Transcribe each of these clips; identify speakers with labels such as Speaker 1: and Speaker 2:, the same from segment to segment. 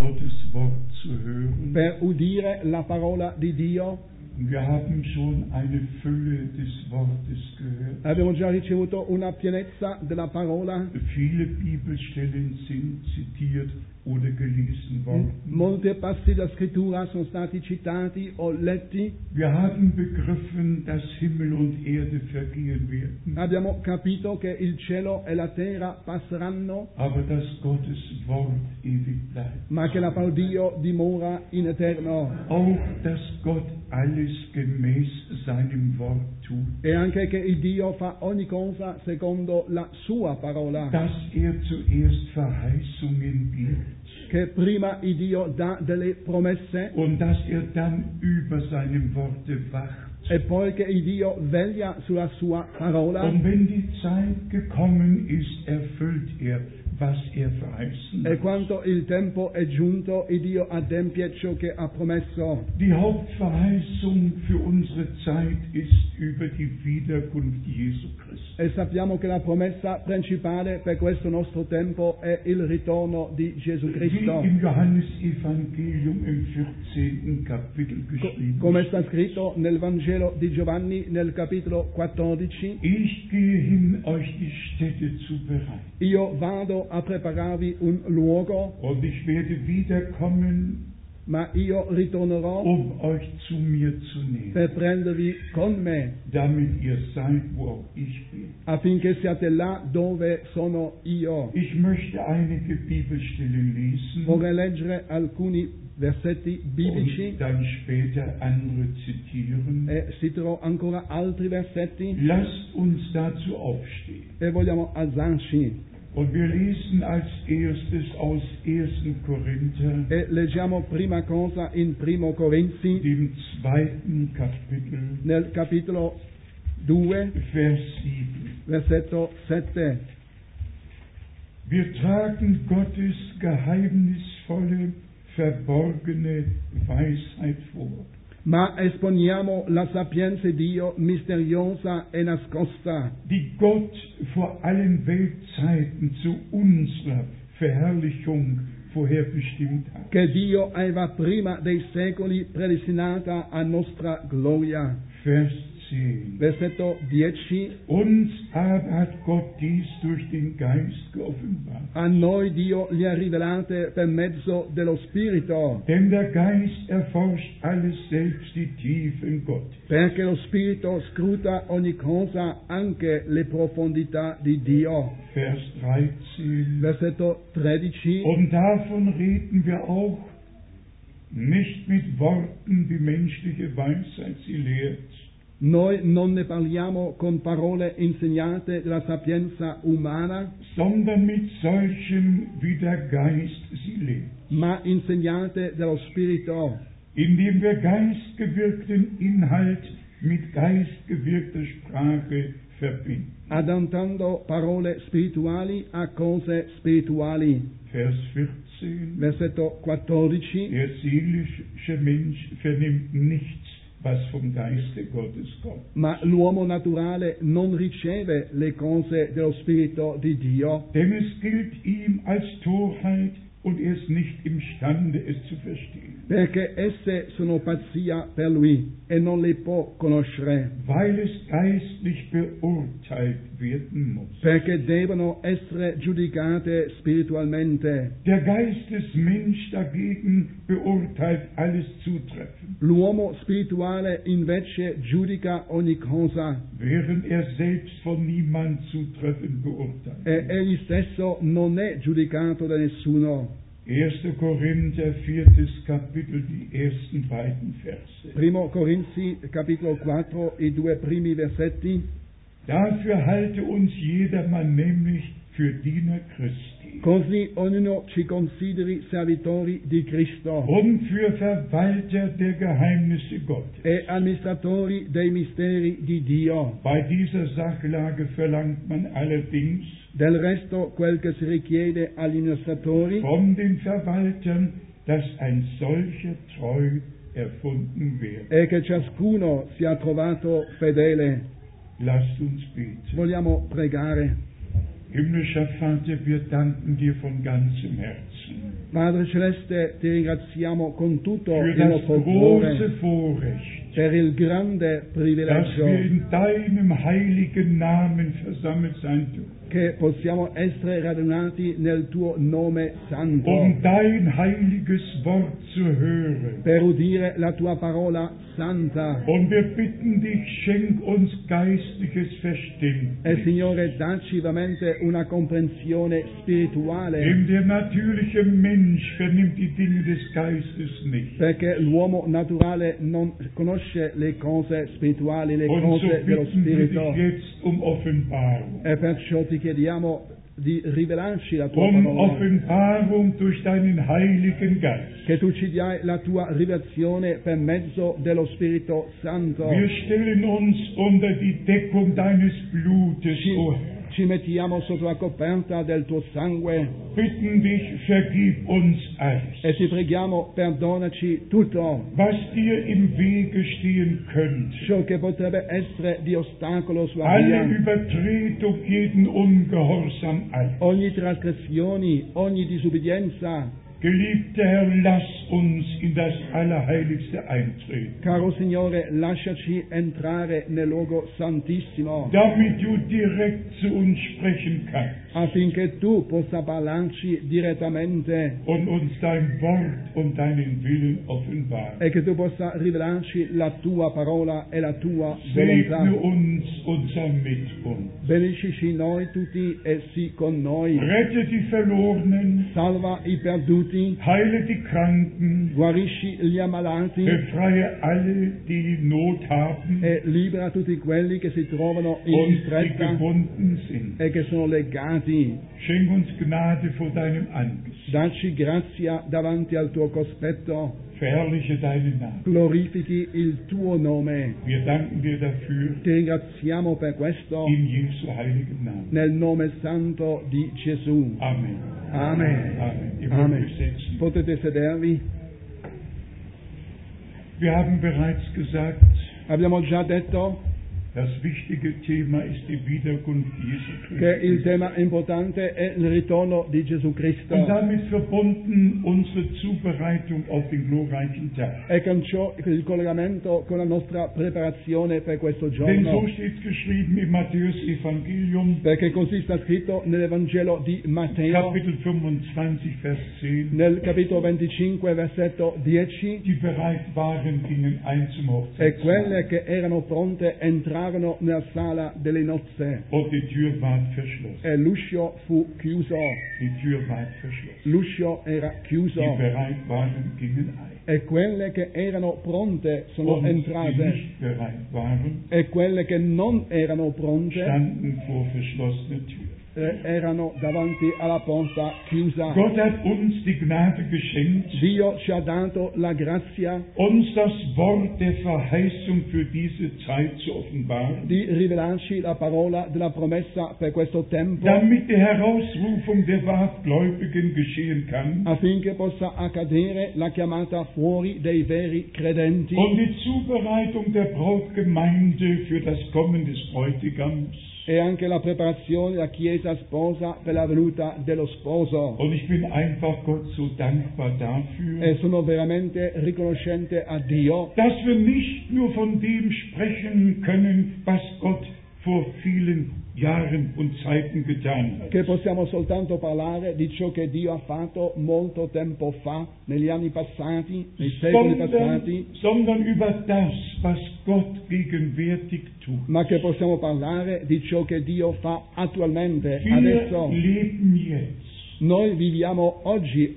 Speaker 1: Gottes Wort zu hören.
Speaker 2: per udire la parola di Dio.
Speaker 1: Wir haben schon eine Fülle des Wortes gehört.
Speaker 2: Abbiamo già ricevuto una pienezza della parola.
Speaker 1: Viele Bibelstellen sind zitiert oder gelesen worden.
Speaker 2: Molte passi della scrittura sono stati citati o letti.
Speaker 1: Wir haben begriffen, dass Himmel und Erde vergehen werden,
Speaker 2: Abbiamo capito che il cielo e la terra passeranno,
Speaker 1: aber dass Gottes Wort ewig bleibt.
Speaker 2: ma che la parola di Dio dimora in eterno.
Speaker 1: Auch, dass Gott alles gemäß seinem Wort tut,
Speaker 2: E anche che il Dio fa ogni cosa secondo la sua parola.
Speaker 1: dass er zuerst Verheißungen gibt
Speaker 2: Che prima il Dio dà delle promesse
Speaker 1: und dass er dann über seinem Worte wacht.
Speaker 2: e poi che il Dio veglia sulla sua parola.
Speaker 1: Und wenn die Zeit gekommen ist, erfüllt er, was er verheißen
Speaker 2: E
Speaker 1: hat.
Speaker 2: quando il tempo è giunto, il Dio adempie ciò che ha promesso.
Speaker 1: Die Hauptverheißung für unsere Zeit ist über die Wiederkunft Jesu Christi.
Speaker 2: E sappiamo che la promessa principale per questo nostro tempo è il ritorno di Gesù
Speaker 1: Wie
Speaker 2: Cristo.
Speaker 1: im Johannesevangelium im 14. Kapitel
Speaker 2: Co-
Speaker 1: geschrieben.
Speaker 2: Come sta scritto nel Vangelo di Giovanni nel capitolo 14,
Speaker 1: Ich gehe hin, euch die Städte zu bereiten.
Speaker 2: io vado a prepararvi un luogo,
Speaker 1: Und ich werde wiederkommen,
Speaker 2: ma io ritornerò
Speaker 1: um euch zu mir zu nehmen,
Speaker 2: per prendervi con me,
Speaker 1: damit ihr seid, wo auch ich bin.
Speaker 2: affinché siate là dove sono io.
Speaker 1: Ich möchte einige Bibelstellen lesen
Speaker 2: Vorrei leggere alcuni versetti biblici
Speaker 1: und dann später andere zitieren.
Speaker 2: e citerò ancora altri versetti
Speaker 1: Lasst uns dazu aufstehen.
Speaker 2: e vogliamo alzarci.
Speaker 1: Und wir lesen als erstes aus 1. Korinther,
Speaker 2: E leggiamo prima cosa in Primo Corinzi,
Speaker 1: dem zweiten Kapitel,
Speaker 2: nel capitolo 2,
Speaker 1: Vers 7.
Speaker 2: versetto 7.
Speaker 1: Wir tragen Gottes geheimnisvolle, verborgene Weisheit vor.
Speaker 2: Ma esponiamo la sapienza di Dio misteriosa e nascosta,
Speaker 1: die Gott vor allen Weltzeiten zu unserer Verherrlichung vorherbestimmt hat.
Speaker 2: che Dio aveva prima dei secoli predestinata a nostra gloria.
Speaker 1: Vers 10.
Speaker 2: Versetto 10.
Speaker 1: Uns aber hat Gott dies durch den Geist geoffenbart.
Speaker 2: A noi Dio li ha rivelate per mezzo dello Spirito,
Speaker 1: Denn der Geist erforscht alles selbst die Tiefen Gottes.
Speaker 2: perché lo Spirito scruta ogni cosa, anche le profondità di Dio.
Speaker 1: Vers 13.
Speaker 2: Versetto 13.
Speaker 1: Und davon reden wir auch nicht mit Worten, die menschliche Weisheit sie lehrt,
Speaker 2: Noi non ne parliamo con parole insegnate dalla sapienza umana,
Speaker 1: sondern mit solchem, wie der Geist sie lehrt.
Speaker 2: ma insegnate dallo Spirito,
Speaker 1: indem wir geistgewirkten Inhalt mit geistgewirkter Sprache verbinden.
Speaker 2: adattando parole spirituali a cose spirituali.
Speaker 1: Vers 14.
Speaker 2: Versetto 14.
Speaker 1: Der seelische Mensch vernimmt nichts, was vom Geiste Gottes kommt.
Speaker 2: Ma l'uomo naturale non riceve le cose dello Spirito di Dio,
Speaker 1: Denn es gilt ihm als Torheit und er ist nicht imstande, es zu verstehen,
Speaker 2: perché esse sono pazzia per lui e non le può conoscere,
Speaker 1: weil es geistlich beurteilt werden muss.
Speaker 2: perché devono essere giudicate spiritualmente.
Speaker 1: Der Geistesmensch dagegen beurteilt alles zutreffend.
Speaker 2: L'uomo spirituale invece giudica ogni cosa
Speaker 1: während er selbst von niemand zutreffend beurteilt.
Speaker 2: e egli stesso non è giudicato da nessuno.
Speaker 1: 1. Korinther, 4. Kapitel, die ersten beiden Verse.
Speaker 2: Primo Corinzi capitolo 4, i due primi versetti.
Speaker 1: Dafür halte uns jedermann nämlich für Diener Christi
Speaker 2: Così ognuno ci consideri servitori di Cristo
Speaker 1: und für Verwalter der Geheimnisse Gottes.
Speaker 2: e amministratori dei misteri di Dio.
Speaker 1: Bei dieser Sachlage verlangt man allerdings
Speaker 2: Del resto quel che si richiede agli amministratori
Speaker 1: von den Verwaltern, dass ein solcher treu erfunden werde.
Speaker 2: è che ciascuno sia trovato fedele.
Speaker 1: Lasst uns beten.
Speaker 2: Vogliamo pregare.
Speaker 1: Himmlischer Vater, wir danken dir von ganzem Herzen
Speaker 2: Padre Celeste, ti ringraziamo con tutto
Speaker 1: für
Speaker 2: il
Speaker 1: das
Speaker 2: nostro cuore
Speaker 1: große Vorrecht,
Speaker 2: per il grande
Speaker 1: dass
Speaker 2: privilegio
Speaker 1: wir in deinem heiligen Namen versammelt sein dürfen,
Speaker 2: che possiamo essere radunati nel tuo nome santo
Speaker 1: um dein heiliges Wort zu hören.
Speaker 2: per udire la tua parola santa.
Speaker 1: Und wir bitten dich, schenk uns geistliches
Speaker 2: E
Speaker 1: Verständnis,
Speaker 2: Signore, dacci veramente una comprensione spirituale
Speaker 1: denn der natürliche Mensch vernimmt die Dinge des Geistes nicht.
Speaker 2: perché l'uomo naturale non conosce le cose spirituali, le
Speaker 1: Und so
Speaker 2: cose dello
Speaker 1: bitten wir
Speaker 2: spirito
Speaker 1: dich jetzt um Offenbarung.
Speaker 2: e perciò ti chiediamo di rivelarci la tua
Speaker 1: Um
Speaker 2: parola,
Speaker 1: Offenbarung durch deinen Heiligen Geist.
Speaker 2: che tu ci diai la tua rivelazione per mezzo dello Spirito Santo.
Speaker 1: Wir stellen uns unter die Deckung deines Blutes,
Speaker 2: Ci,
Speaker 1: o Herr.
Speaker 2: ci mettiamo sotto la coperta del tuo sangue
Speaker 1: Bitten dich, vergib uns alles,
Speaker 2: e ti preghiamo perdonaci tutto
Speaker 1: was dir im Wege stehen könnte.
Speaker 2: ciò che potrebbe essere di ostacolo sulla
Speaker 1: Alle
Speaker 2: via.
Speaker 1: Übertretung, jeden Ungehorsam an.
Speaker 2: Ogni trasgressione, ogni disubbidienza,
Speaker 1: Geliebter Herr, lass uns in das Allerheiligste eintreten,
Speaker 2: caro Signore, lasciaci entrare nel luogo santissimo
Speaker 1: damit du direkt zu uns sprechen kannst.
Speaker 2: affinché tu possa parlarci direttamente
Speaker 1: und uns dein Wort und deinen Willen offenbaren.
Speaker 2: e che tu possa rivelarci la tua parola e la tua
Speaker 1: Segne
Speaker 2: volontà.
Speaker 1: uns und sei mit uns.
Speaker 2: Benedici noi tutti e sii con noi.
Speaker 1: Rette die Verlorenen,
Speaker 2: Salva i perduti,
Speaker 1: heile die Kranken,
Speaker 2: guarisci gli ammalati
Speaker 1: befreie alle, die Not haben
Speaker 2: e libera tutti quelli che si trovano in
Speaker 1: und die
Speaker 2: distretta
Speaker 1: gebunden sind.
Speaker 2: e che sono legati.
Speaker 1: Schenk uns Gnade vor deinem Angesicht.
Speaker 2: Dacci grazia davanti al tuo cospetto,
Speaker 1: Verherrliche deinen Namen.
Speaker 2: glorifichi il tuo nome.
Speaker 1: Wir danken dir dafür
Speaker 2: Ti ringraziamo per questo
Speaker 1: in Jesu heiligen Namen.
Speaker 2: nel nome santo di Gesù.
Speaker 1: Amen.
Speaker 2: Amen.
Speaker 1: Amen. Ihr
Speaker 2: Amen.
Speaker 1: mögt euch setzen.
Speaker 2: Potete sedervi.
Speaker 1: Wir haben bereits gesagt,
Speaker 2: Abbiamo già detto
Speaker 1: Das wichtige Thema ist die Wiederkunft Jesu
Speaker 2: che
Speaker 1: Christi.
Speaker 2: il tema importante è il ritorno di Gesù Cristo
Speaker 1: Und damit verbunden unsere Zubereitung auf den glorreichen Tag.
Speaker 2: e con ciò il collegamento con la nostra preparazione per questo
Speaker 1: Denn so
Speaker 2: giorno.
Speaker 1: steht geschrieben im Matthäus Evangelium,
Speaker 2: Perché così sta scritto nell'Evangelo di Matteo,
Speaker 1: Kapitel 25, Vers 10.
Speaker 2: nel capitolo 25, versetto 10,
Speaker 1: Die bereit waren, gingen ein zum
Speaker 2: e
Speaker 1: Hochzeitsmahl.
Speaker 2: quelle che erano pronte entrarono nella sala delle nozze
Speaker 1: Und die Tür ward verschlossen.
Speaker 2: e l'uscio fu chiuso,
Speaker 1: Die Tür ward verschlossen.
Speaker 2: l'uscio era
Speaker 1: Die
Speaker 2: chiuso
Speaker 1: bereit waren, gingen ein.
Speaker 2: e quelle che erano pronte sono
Speaker 1: Und die
Speaker 2: entrate
Speaker 1: nicht bereit waren,
Speaker 2: e quelle che non erano pronte
Speaker 1: standen vor verschlossener Tür.
Speaker 2: eh, erano davanti alla porta chiusa.
Speaker 1: Gott hat uns die Gnade geschenkt,
Speaker 2: Dio ci ha dato la grazia
Speaker 1: uns das Wort der Verheißung für diese Zeit zu offenbaren,
Speaker 2: di rivelarci la parola della promessa per questo tempo
Speaker 1: damit die Herausrufung der Wahrgläubigen geschehen kann
Speaker 2: affinché possa accadere la chiamata fuori dei veri credenti
Speaker 1: und die Zubereitung der Brautgemeinde für das Kommen des Bräutigams.
Speaker 2: e anche la preparazione della Chiesa sposa per la venuta dello sposo.
Speaker 1: Und ich bin einfach Gott so dankbar
Speaker 2: E
Speaker 1: dafür,
Speaker 2: sono veramente riconoscente a Dio
Speaker 1: dass wir nicht nur von dem sprechen können, was Gott vor vielen Jahren und Zeiten getan hat.
Speaker 2: che possiamo soltanto parlare di ciò che Dio ha fatto molto tempo fa, negli anni passati, nei secoli
Speaker 1: sondern,
Speaker 2: passati,
Speaker 1: sondern über das, was Gott gegenwärtig tut.
Speaker 2: ma che possiamo parlare di ciò che Dio fa attualmente,
Speaker 1: Wir
Speaker 2: adesso.
Speaker 1: leben jetzt.
Speaker 2: Noi viviamo oggi,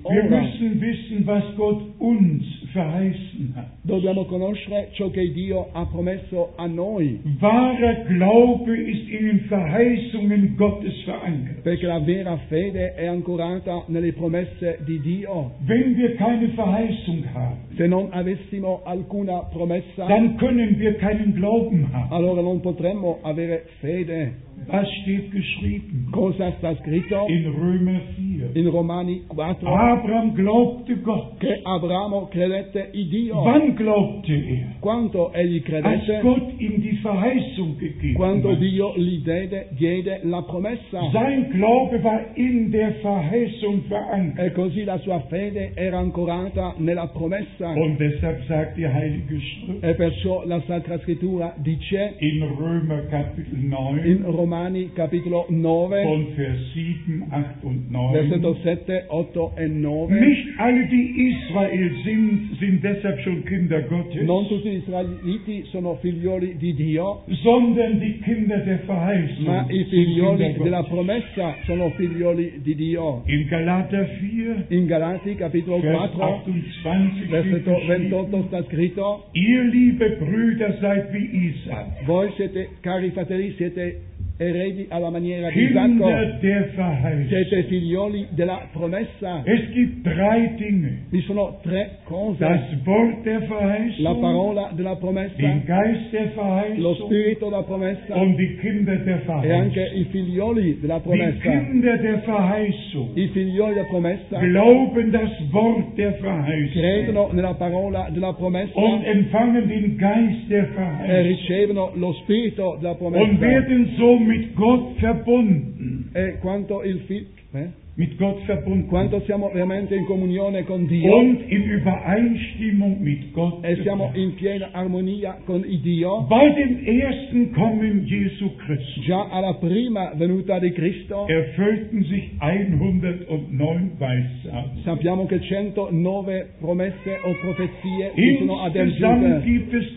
Speaker 1: Wir
Speaker 2: ora.
Speaker 1: müssen wissen, was Gott uns verheißen hat.
Speaker 2: Dobbiamo conoscere ciò che Dio ha promesso a noi,
Speaker 1: Wahrer Glaube ist in den Verheißungen Gottes verankert.
Speaker 2: perché la vera fede è ancorata nelle promesse di Dio.
Speaker 1: Wenn wir keine Verheißung haben,
Speaker 2: Se non avessimo alcuna promessa,
Speaker 1: dann können wir keinen Glauben haben.
Speaker 2: allora non potremmo avere fede.
Speaker 1: Was steht geschrieben?
Speaker 2: Cosa sta scritto?
Speaker 1: In Römer 4. 4.
Speaker 2: in Romani 4
Speaker 1: Abraham glaubte Gott.
Speaker 2: che Abramo credette in Dio.
Speaker 1: Wann glaubte er?
Speaker 2: Quanto egli
Speaker 1: Als
Speaker 2: credette,
Speaker 1: Gott ihm die Verheißung gegeben
Speaker 2: quando
Speaker 1: hat.
Speaker 2: Dio gli diede, diede la promessa.
Speaker 1: Sein Glaube war in der Verheißung verankert.
Speaker 2: E così la sua fede era ancorata nella promessa.
Speaker 1: Und deshalb sagt die Heilige Schrift
Speaker 2: E perciò la Sacra Scrittura dice
Speaker 1: in Römer Kapitel 9
Speaker 2: Äh, in äh, Romani capitolo 9,
Speaker 1: von Vers 7, 8 und 9.
Speaker 2: versetto 7, 8 e 9.
Speaker 1: Nicht alle, die Israel sind, sind deshalb schon Kinder Gottes,
Speaker 2: Non tutti gli israeliti sono figlioli di Dio,
Speaker 1: sondern die Kinder der
Speaker 2: ma
Speaker 1: Verheißung.
Speaker 2: i
Speaker 1: sind
Speaker 2: figlioli
Speaker 1: Kinder
Speaker 2: della
Speaker 1: Gottes.
Speaker 2: promessa sono figlioli di Dio.
Speaker 1: In Galater 4,
Speaker 2: In Galati capitolo
Speaker 1: Vers
Speaker 2: 4,
Speaker 1: 28 steht
Speaker 2: versetto
Speaker 1: geschrieben,
Speaker 2: 28 sta scritto,
Speaker 1: Ihr liebe Brüder seid wie Isaac,
Speaker 2: voi siete, cari fratelli, siete eredi alla maniera di Isacco,
Speaker 1: Kinder der Verheißung.
Speaker 2: siete figlioli della promessa.
Speaker 1: Es gibt drei Dinge.
Speaker 2: Vi sono tre
Speaker 1: Das
Speaker 2: cose,
Speaker 1: Wort der
Speaker 2: la
Speaker 1: Verheißung,
Speaker 2: parola della promessa,
Speaker 1: den Geist der
Speaker 2: lo
Speaker 1: Verheißung
Speaker 2: spirito della promessa
Speaker 1: und die Kinder der
Speaker 2: e anche
Speaker 1: Verheißung.
Speaker 2: i figlioli della
Speaker 1: Die
Speaker 2: promessa.
Speaker 1: Kinder der Verheißung
Speaker 2: I figlioli della promessa
Speaker 1: glauben das Wort der Verheißung
Speaker 2: credono nella parola della promessa
Speaker 1: und empfangen den Geist der
Speaker 2: e
Speaker 1: Verheißung
Speaker 2: ricevono lo spirito della
Speaker 1: und
Speaker 2: promessa.
Speaker 1: werden so mit Gott verbunden.
Speaker 2: E quanto, il fi- eh?
Speaker 1: Mit Gott verbunden.
Speaker 2: quanto siamo veramente in comunione con Dio
Speaker 1: Und in Übereinstimmung mit Gott.
Speaker 2: e siamo
Speaker 1: gebracht.
Speaker 2: in piena armonia con il Dio,
Speaker 1: Bei dem ersten Kommen Jesu Christi
Speaker 2: già alla prima venuta di Cristo
Speaker 1: erfüllten sich 109 Weissagen.
Speaker 2: sappiamo che 109 promesse o profezie si sono
Speaker 1: Insgesamt
Speaker 2: adempiute.
Speaker 1: gibt es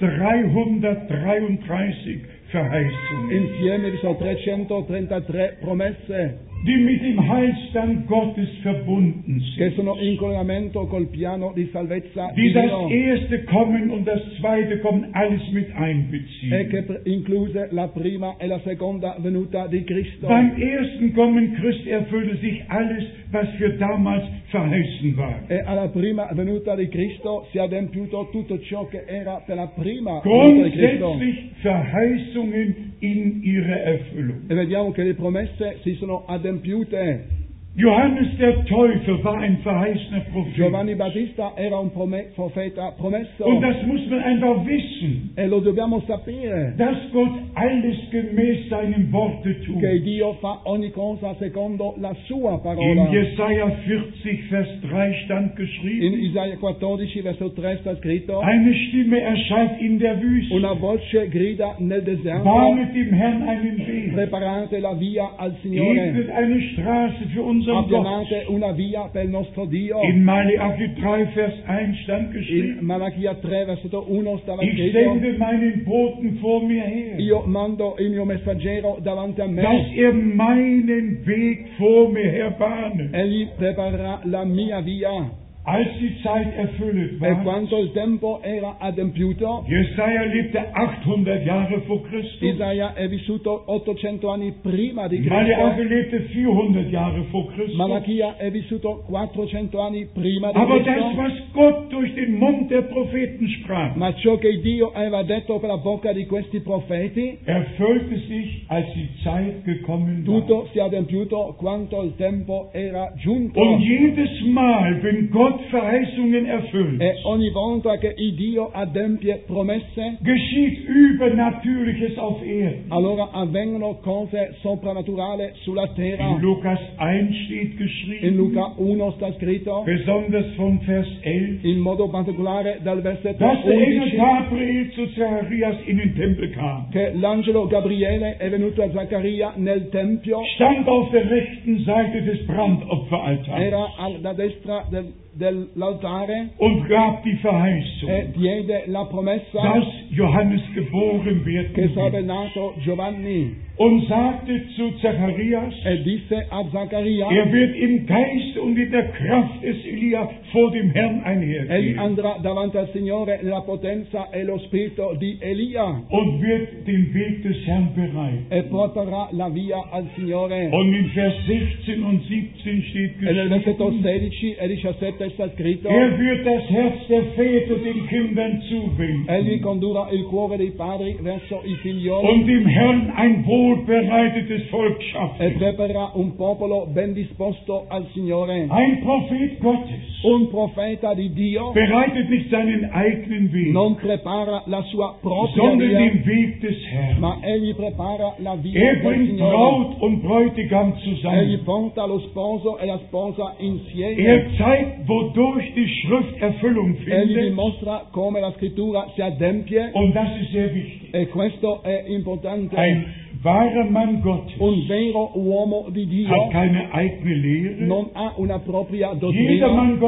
Speaker 1: 333 Verheißungen,
Speaker 2: Insieme ci sono 333 promesse
Speaker 1: die mit dem Heilstand Gottes verbunden
Speaker 2: che
Speaker 1: sind,
Speaker 2: sono in collegamento col piano di salvezza di
Speaker 1: die das
Speaker 2: Dio
Speaker 1: erste Kommen und das zweite Kommen alles mit
Speaker 2: e che
Speaker 1: einbeziehen.
Speaker 2: pre- incluse la prima e la seconda venuta di Cristo.
Speaker 1: Beim ersten Kommen Christi erfüllte sich alles, was für damals verheißen war.
Speaker 2: E alla prima venuta di Cristo si è adempiuto tutto ciò che era per la prima venuta di Cristo.
Speaker 1: Grundsätzlich Verheißungen in ihrer Erfüllung.
Speaker 2: E vediamo che le promesse si sono adempiute.
Speaker 1: Johannes der Täufer war ein verheißener Prophet.
Speaker 2: Giovanni Battista era un prome- profeta promesso
Speaker 1: Und das muss man einfach wissen,
Speaker 2: e lo dobbiamo sapere
Speaker 1: dass Gott alles gemäß seinem Worte tut.
Speaker 2: che Dio fa ogni cosa secondo la sua parola.
Speaker 1: In Jesaja 40, Vers 3 stand
Speaker 2: In
Speaker 1: geschrieben,
Speaker 2: Isaia 14, verso 3 sta scritto
Speaker 1: eine Stimme erscheint in der
Speaker 2: Una
Speaker 1: Wüste,
Speaker 2: voce grida nel deserto,
Speaker 1: bahnet dem Herrn einen Weg,
Speaker 2: preparate la via al Signore,
Speaker 1: ebnet eine Straße für unseren Gott.
Speaker 2: appianate una via per il nostro Dio.
Speaker 1: In Malachi 3, Vers 1 stand
Speaker 2: In
Speaker 1: geschrieben,
Speaker 2: Malachia 3, versetto 1 stava
Speaker 1: Ich
Speaker 2: scritto,
Speaker 1: sende meinen Boten vor mir her,
Speaker 2: io mando il mio messaggero davanti a
Speaker 1: dass
Speaker 2: me,
Speaker 1: er meinen Weg vor mir her bahne.
Speaker 2: egli preparerà la mia via.
Speaker 1: Als die Zeit erfüllt
Speaker 2: E
Speaker 1: war,
Speaker 2: quando il tempo era adempiuto,
Speaker 1: Jesaja lebte 800 Jahre vor Christus,
Speaker 2: Isaia è vissuto 800 anni prima di
Speaker 1: Malachi
Speaker 2: Cristo,
Speaker 1: lebte 400 Jahre vor Christus.
Speaker 2: Malachia è vissuto 400 anni prima di
Speaker 1: Aber das,
Speaker 2: Cristo.
Speaker 1: was Gott durch den Mund der Propheten sprach,
Speaker 2: Ma ciò che Dio aveva detto per la bocca di questi profeti
Speaker 1: erfüllte sich, als die Zeit gekommen war.
Speaker 2: Tutto si è adempiuto quanto il tempo era giunto.
Speaker 1: Und jedes Mal, wenn Gott Verheißungen erfüllt,
Speaker 2: E ogni volta che il Dio adempie promesse,
Speaker 1: geschieht Übernatürliches auf Erden.
Speaker 2: allora avvengono cose soprannaturali sulla
Speaker 1: In
Speaker 2: terra.
Speaker 1: Lukas 1 steht
Speaker 2: Genau. In
Speaker 1: geschrieben,
Speaker 2: Luca 1 sta scritto,
Speaker 1: besonders von Vers 11,
Speaker 2: in modo particolare dal versetto
Speaker 1: dass der Engel
Speaker 2: 11,
Speaker 1: Gabriel zu Zacharias in den Tempel kam,
Speaker 2: che l'angelo Gabriele è venuto a Zaccaria nel Tempio,
Speaker 1: stand auf der rechten Seite des Brandopferaltars
Speaker 2: era alla destra del- dell'altare
Speaker 1: und gab die
Speaker 2: e
Speaker 1: Verheißung,
Speaker 2: diede la promessa
Speaker 1: dass Johannes geboren
Speaker 2: che
Speaker 1: werden
Speaker 2: sarebbe
Speaker 1: wird
Speaker 2: nato Giovanni
Speaker 1: und sagte zu Zacharias,
Speaker 2: e disse a Zaccaria,
Speaker 1: er wird im Geist und in der Kraft des Elia vor dem Herrn
Speaker 2: Egli
Speaker 1: einhergehen
Speaker 2: andrà davanti al Signore nella potenza e lo spirito di Elia
Speaker 1: und wird den Weg des Herrn bereiten.
Speaker 2: e porterà la via al Signore.
Speaker 1: Und in Vers 16 und 17 steht
Speaker 2: E nel versetto
Speaker 1: geschrieben,
Speaker 2: 16 e 17 dove sta scritto
Speaker 1: Er wird das Herz der Väter den Kindern
Speaker 2: egli
Speaker 1: zuwenden
Speaker 2: condurrà il cuore dei padri verso i figlioli
Speaker 1: und dem Herrn ein wohlbereitetes Volk
Speaker 2: e
Speaker 1: schaffen.
Speaker 2: preparerà un popolo ben disposto al Signore.
Speaker 1: Ein Prophet Gottes
Speaker 2: Un profeta di Dio
Speaker 1: bereitet nicht seinen eigenen Weg,
Speaker 2: non prepara la sua propria
Speaker 1: sondern
Speaker 2: via,
Speaker 1: den Weg des Herrn.
Speaker 2: ma egli prepara la via
Speaker 1: Er
Speaker 2: del
Speaker 1: bringt
Speaker 2: Signore.
Speaker 1: Braut und Bräutigam
Speaker 2: Egli
Speaker 1: zusammen.
Speaker 2: porta lo sposo e la sposa insieme.
Speaker 1: Er zeigt, wodurch die Schrift Erfüllung
Speaker 2: Egli vi
Speaker 1: findet.
Speaker 2: mostra come la scrittura si adempie
Speaker 1: Und das ist sehr wichtig.
Speaker 2: e questo è importante.
Speaker 1: Ein wahrer Mann
Speaker 2: Un
Speaker 1: Gottes
Speaker 2: vero uomo di Dio
Speaker 1: hat keine eigene Lehre.
Speaker 2: non ha una propria
Speaker 1: Jeder
Speaker 2: dottrina.
Speaker 1: Mann Gottes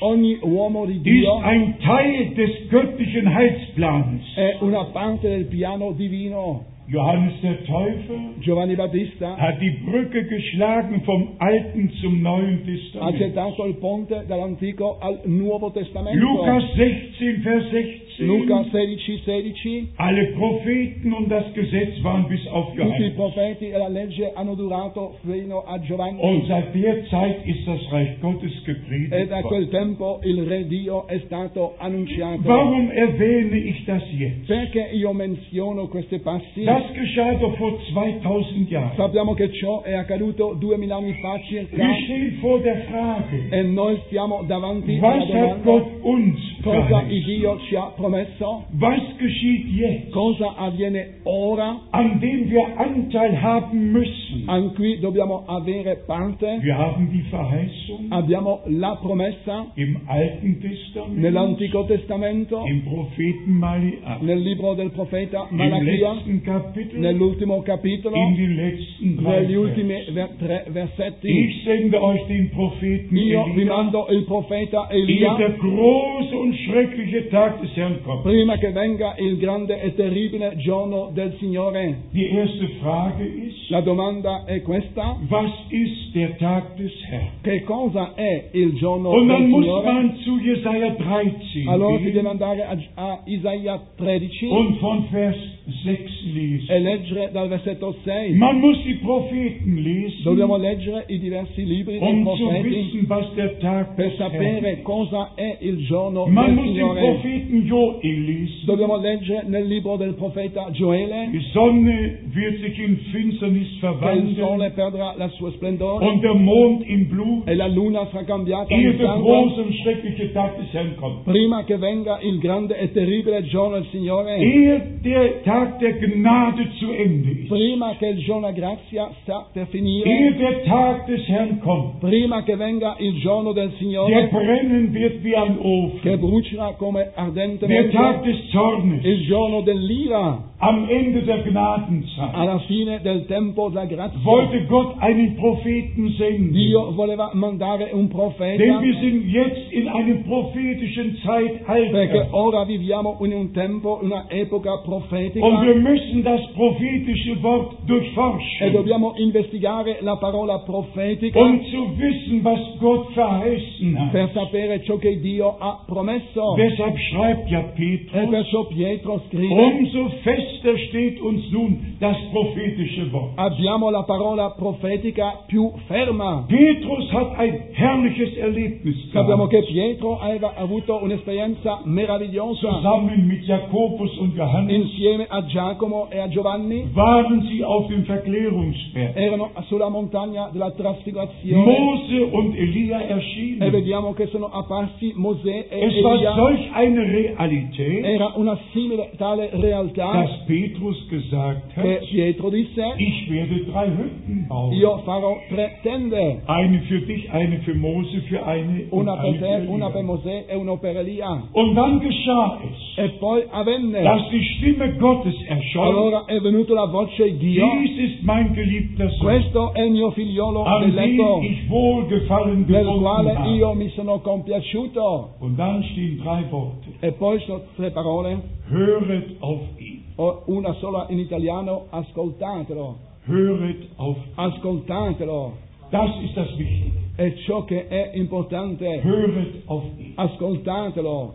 Speaker 2: Ogni uomo di
Speaker 1: ist
Speaker 2: Dio
Speaker 1: ein Teil des göttlichen Heilsplans.
Speaker 2: è una parte del piano divino.
Speaker 1: Johannes der Täufer
Speaker 2: Giovanni Battista
Speaker 1: hat die Brücke geschlagen vom Alten zum Neuen
Speaker 2: ha
Speaker 1: Testament.
Speaker 2: gettato il ponte dall'Antico al Nuovo Testamento.
Speaker 1: Lukas 16, Vers 16.
Speaker 2: Luca 16, 16.
Speaker 1: Alle Propheten und das Gesetz waren bis auf
Speaker 2: Tutti i
Speaker 1: Johannes.
Speaker 2: profeti e la legge hanno durato fino a Giovanni.
Speaker 1: Und seit der Zeit ist das Reich Gottes
Speaker 2: E
Speaker 1: gepredigt
Speaker 2: da
Speaker 1: worden.
Speaker 2: quel tempo il Re Dio è stato annunciato.
Speaker 1: Warum erwähne ich das jetzt?
Speaker 2: Perché io menziono questi passi?
Speaker 1: Das geschah doch vor 2000 Jahren.
Speaker 2: Sappiamo che ciò è accaduto duemila anni fa circa
Speaker 1: Wir stehen vor der Frage,
Speaker 2: e noi siamo davanti alla
Speaker 1: was hat
Speaker 2: domanda
Speaker 1: Gott uns
Speaker 2: cosa il
Speaker 1: geheißen?
Speaker 2: Dio ci ha promesso,
Speaker 1: Was geschieht jetzt,
Speaker 2: cosa avviene ora,
Speaker 1: an dem wir Anteil haben müssen?
Speaker 2: anche qui dobbiamo avere parte,
Speaker 1: Wir haben die Verheißung
Speaker 2: abbiamo la promessa
Speaker 1: im Alten Testament,
Speaker 2: nell'Antico Testamento,
Speaker 1: im Propheten Maliach,
Speaker 2: nel libro del profeta
Speaker 1: im
Speaker 2: Malachia,
Speaker 1: letzten
Speaker 2: Ne-
Speaker 1: Kapitel,
Speaker 2: nell'ultimo capitolo,
Speaker 1: in den letzten drei
Speaker 2: negli ultimi
Speaker 1: Versen.
Speaker 2: ver- tre versetti.
Speaker 1: Ich sende euch den Propheten
Speaker 2: Io vi
Speaker 1: Elia,
Speaker 2: mando il profeta
Speaker 1: ehe der
Speaker 2: Elia
Speaker 1: große und schreckliche Tag des Herrn kommt.
Speaker 2: prima che venga il grande e terribile giorno del Signore.
Speaker 1: Die erste Frage ist,
Speaker 2: La domanda è questa.
Speaker 1: was ist der Tag des Herrn?
Speaker 2: Che cosa è il giorno
Speaker 1: Und
Speaker 2: del
Speaker 1: dann muss
Speaker 2: Signore?
Speaker 1: man zu Jesaja 13
Speaker 2: Allora si deve
Speaker 1: gehen
Speaker 2: andare a, a Isaia 13
Speaker 1: und von Vers 6
Speaker 2: e
Speaker 1: lesen.
Speaker 2: leggere dal versetto 6.
Speaker 1: Man muss die Propheten lesen,
Speaker 2: Dobbiamo
Speaker 1: um
Speaker 2: leggere i diversi libri dei
Speaker 1: zu
Speaker 2: profeti
Speaker 1: wissen, was der Tag
Speaker 2: per
Speaker 1: des Herrn
Speaker 2: sapere
Speaker 1: ist.
Speaker 2: cosa è il giorno
Speaker 1: Man
Speaker 2: del
Speaker 1: muss den
Speaker 2: Signore.
Speaker 1: Propheten Joel lesen.
Speaker 2: Dobbiamo leggere nel libro del profeta Gioele
Speaker 1: Die Sonne wird sich in Finsternis
Speaker 2: che il sole
Speaker 1: verwandeln
Speaker 2: perderà la sua splendore
Speaker 1: und der Mond in Blut.
Speaker 2: e la luna sarà cambiata
Speaker 1: ehe
Speaker 2: in
Speaker 1: der
Speaker 2: sangue
Speaker 1: große und schreckliche Tag des Herrn kommt.
Speaker 2: prima che venga il grande e terribile giorno del Signore.
Speaker 1: Ehe der Tag der Gnade zu Ende ist.
Speaker 2: prima che il giorno della grazia sta per
Speaker 1: Ehe
Speaker 2: finire,
Speaker 1: der Tag des Herrn kommt.
Speaker 2: prima che venga il giorno del
Speaker 1: Der
Speaker 2: Signore
Speaker 1: brennen wird wie ein
Speaker 2: che
Speaker 1: Ofen.
Speaker 2: brucerà come
Speaker 1: Der Tag
Speaker 2: ardentemente,
Speaker 1: des Zornes
Speaker 2: il giorno dell'ira,
Speaker 1: am Ende der Gnadenzeit.
Speaker 2: alla fine del tempo della grazia.
Speaker 1: Wollte Gott einen Propheten senden.
Speaker 2: Dio voleva mandare un profeta
Speaker 1: Denn wir sind jetzt in einem prophetischen
Speaker 2: perché
Speaker 1: Zeitalter.
Speaker 2: ora viviamo in un tempo, una epoca
Speaker 1: Und wir
Speaker 2: profetica
Speaker 1: müssen das prophetische Wort
Speaker 2: e
Speaker 1: durchforschen,
Speaker 2: dobbiamo investigare la parola profetica
Speaker 1: um zu wissen, was Gott verheißen hat.
Speaker 2: per sapere ciò che Dio ha promesso. E
Speaker 1: Deshalb schreibt ja Petrus,
Speaker 2: perciò Pietro scrive
Speaker 1: umso fester steht uns nun das prophetische Wort.
Speaker 2: abbiamo la parola profetica più ferma.
Speaker 1: Petrus hat ein herrliches Erlebnis
Speaker 2: Sappiamo
Speaker 1: gehabt,
Speaker 2: che Pietro aveva avuto un'esperienza meravigliosa.
Speaker 1: zusammen mit Jakobus und Johannes
Speaker 2: Insieme a Giacomo e a Giovanni
Speaker 1: waren sie auf dem Verklärungsberg.
Speaker 2: erano sulla montagna della trasfigurazione
Speaker 1: Mose und Elia
Speaker 2: e
Speaker 1: erschienen.
Speaker 2: vediamo che sono apparsi Mosè e
Speaker 1: Es war
Speaker 2: Elia.
Speaker 1: solch eine Realität,
Speaker 2: Era una simile tale realtà
Speaker 1: dass Petrus gesagt
Speaker 2: che
Speaker 1: hat,
Speaker 2: Pietro disse
Speaker 1: ich werde drei Hütten bauen.
Speaker 2: io farò tre tende,
Speaker 1: Eine für dich, eine für Mose, für eine und
Speaker 2: una per
Speaker 1: eine für
Speaker 2: te, una per
Speaker 1: Elia.
Speaker 2: Mosè e una per Elia.
Speaker 1: Und dann geschah es.
Speaker 2: E poi avvenne,
Speaker 1: dass die Stimme Gottes erschallt.
Speaker 2: allora è venuta la voce Dio
Speaker 1: Dies ist mein geliebter Sohn,
Speaker 2: Questo è il mio figliolo
Speaker 1: an
Speaker 2: eletto,
Speaker 1: dem ich wohlgefallen
Speaker 2: nel
Speaker 1: gefunden
Speaker 2: quale
Speaker 1: habe.
Speaker 2: io mi sono compiaciuto.
Speaker 1: Und dann stehen drei Worte.
Speaker 2: E poi sono tre parole,
Speaker 1: Höret auf ihn.
Speaker 2: o una sola in italiano, ascoltatelo,
Speaker 1: Höret auf ihn.
Speaker 2: ascoltatelo.
Speaker 1: Das ist das Wichtige.
Speaker 2: È ciò che è importante,
Speaker 1: Höret auf ihn.
Speaker 2: ascoltatelo.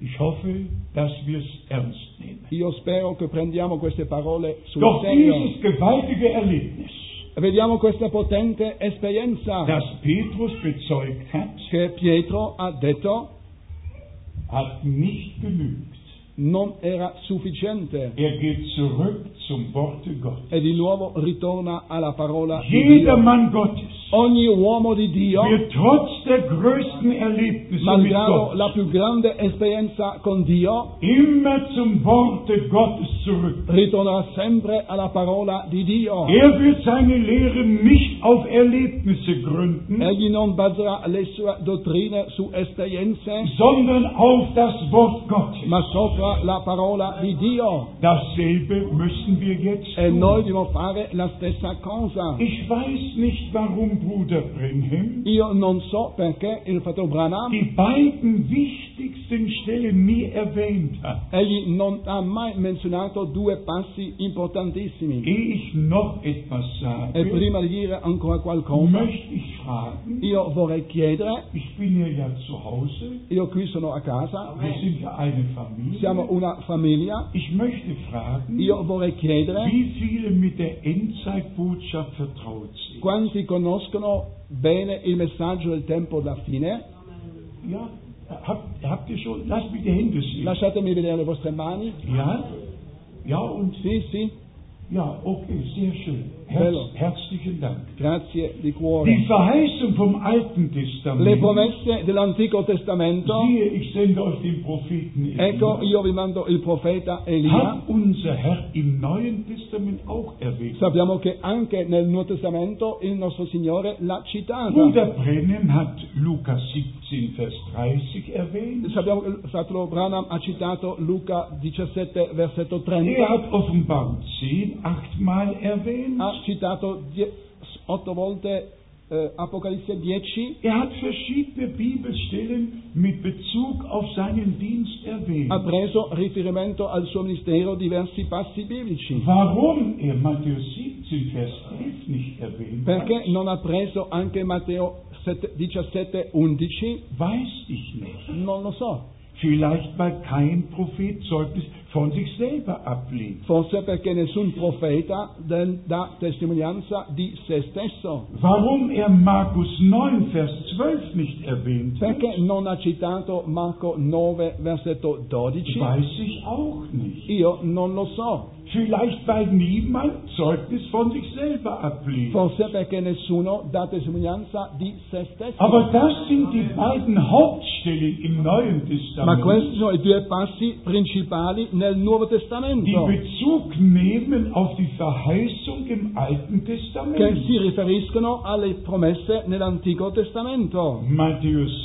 Speaker 1: Ich hoffe, dass wir es ernst nehmen.
Speaker 2: Io spero che prendiamo queste parole sul
Speaker 1: Doch
Speaker 2: serio.
Speaker 1: dieses gewaltige Erlebnis
Speaker 2: Vediamo questa potente esperienza
Speaker 1: das Petrus bezeugt hat,
Speaker 2: che Pietro ha detto
Speaker 1: hat nicht genügt.
Speaker 2: non era sufficiente
Speaker 1: Er geht zurück zum Worte Gottes.
Speaker 2: e di nuovo ritorna alla parola di
Speaker 1: Jeder
Speaker 2: Dio.
Speaker 1: Mann Gottes
Speaker 2: Ogni uomo di Dio,
Speaker 1: wird trotz der größten Erlebnisse mit
Speaker 2: malgrado la
Speaker 1: Gott
Speaker 2: più grande esperienza con Dio,
Speaker 1: immer zum Worte Gottes zurück.
Speaker 2: ritornerà sempre alla parola di Dio.
Speaker 1: Er wird seine Lehre nicht auf Erlebnisse gründen,
Speaker 2: Egli non baserà le sue dottrine su esperienze,
Speaker 1: sondern auf das Wort Gottes.
Speaker 2: ma sopra la parola di Dio.
Speaker 1: Dasselbe müssen wir jetzt
Speaker 2: E noi
Speaker 1: tun.
Speaker 2: dobbiamo fare la stessa cosa.
Speaker 1: Ich weiß nicht, warum Bruder Brenhem
Speaker 2: Io non so perché il fratello Branham,
Speaker 1: die beiden wichtigsten Stellen nie erwähnt hat,
Speaker 2: egli non ha mai menzionato due passi importantissimi.
Speaker 1: ehe ich noch etwas
Speaker 2: E
Speaker 1: sage.
Speaker 2: prima di dire ancora qualcosa,
Speaker 1: möchte ich fragen,
Speaker 2: io vorrei chiedere,
Speaker 1: ich bin hier ja zu Hause,
Speaker 2: io qui sono a casa,
Speaker 1: wir sind ja eine
Speaker 2: siamo
Speaker 1: Familie.
Speaker 2: una famiglia,
Speaker 1: Ich möchte fragen,
Speaker 2: io vorrei chiedere
Speaker 1: wie viele mit der Endzeitbotschaft vertraut sind.
Speaker 2: quanti conoscono bene il messaggio del tempo della fine.
Speaker 1: Ja, habt, habt ihr schon? Lasst mich die Hände sehen.
Speaker 2: Lasciatemi vedere le vostre mani.
Speaker 1: Ja? Ja und
Speaker 2: Sì, sì,
Speaker 1: ja, okay, sehr schön.
Speaker 2: Bello.
Speaker 1: Herz, herzlichen Dank.
Speaker 2: grazie
Speaker 1: Die
Speaker 2: di cuore.
Speaker 1: Verheißung vom Alten
Speaker 2: Le
Speaker 1: Testament.
Speaker 2: promesse dell'Antico Testamento,
Speaker 1: Siehe, ich sende euch den Propheten
Speaker 2: ecco
Speaker 1: Elia.
Speaker 2: io vi mando il profeta Elia.
Speaker 1: Hat unser Herr im Neuen Testament auch erwähnt.
Speaker 2: Sappiamo che anche nel Nuovo Testamento il nostro Signore l'ha citata.
Speaker 1: Bruder Brennan hat Lukas 17, Vers 30 erwähnt.
Speaker 2: Sappiamo che il fratello Branham ha citato Luca 17, versetto 30,
Speaker 1: Er hat Offenbarung 10 achtmal erwähnt.
Speaker 2: ha citato 8 volte eh, Apocalisse 10,
Speaker 1: Er hat verschiedene Bibelstellen mit Bezug auf seinen Dienst
Speaker 2: ha
Speaker 1: erwähnt.
Speaker 2: preso riferimento al suo ministero diversi passi biblici.
Speaker 1: Warum er Matthäus 17, Vers 11 nicht erwähnt hat,
Speaker 2: Perché non ha preso anche Matteo 7, 17, 11?
Speaker 1: weiß ich nicht.
Speaker 2: Non lo so.
Speaker 1: Vielleicht weil kein Prophet Zeugnis von sich selber ablegt.
Speaker 2: Forse perché nessun profeta del- dà testimonianza di se stesso.
Speaker 1: Warum er Markus 9, Vers 12 nicht erwähnt hat,
Speaker 2: Perché non ha citato Marco 9, versetto 12?
Speaker 1: weiß ich auch nicht.
Speaker 2: Io non lo so.
Speaker 1: Vielleicht weil niemand Zeugnis von sich selber ablegt.
Speaker 2: Forse perché nessuno dà testimonianza di se stesso.
Speaker 1: Aber das sind die beiden Hauptstellen im Neuen
Speaker 2: Ma questi
Speaker 1: Testament,
Speaker 2: sono i due passi principali nel Nuovo
Speaker 1: die
Speaker 2: Testamento
Speaker 1: Bezug nehmen auf die Verheißung im Alten
Speaker 2: che si
Speaker 1: Testament.
Speaker 2: riferiscono alle promesse nell'Antico Testamento.
Speaker 1: Matthäus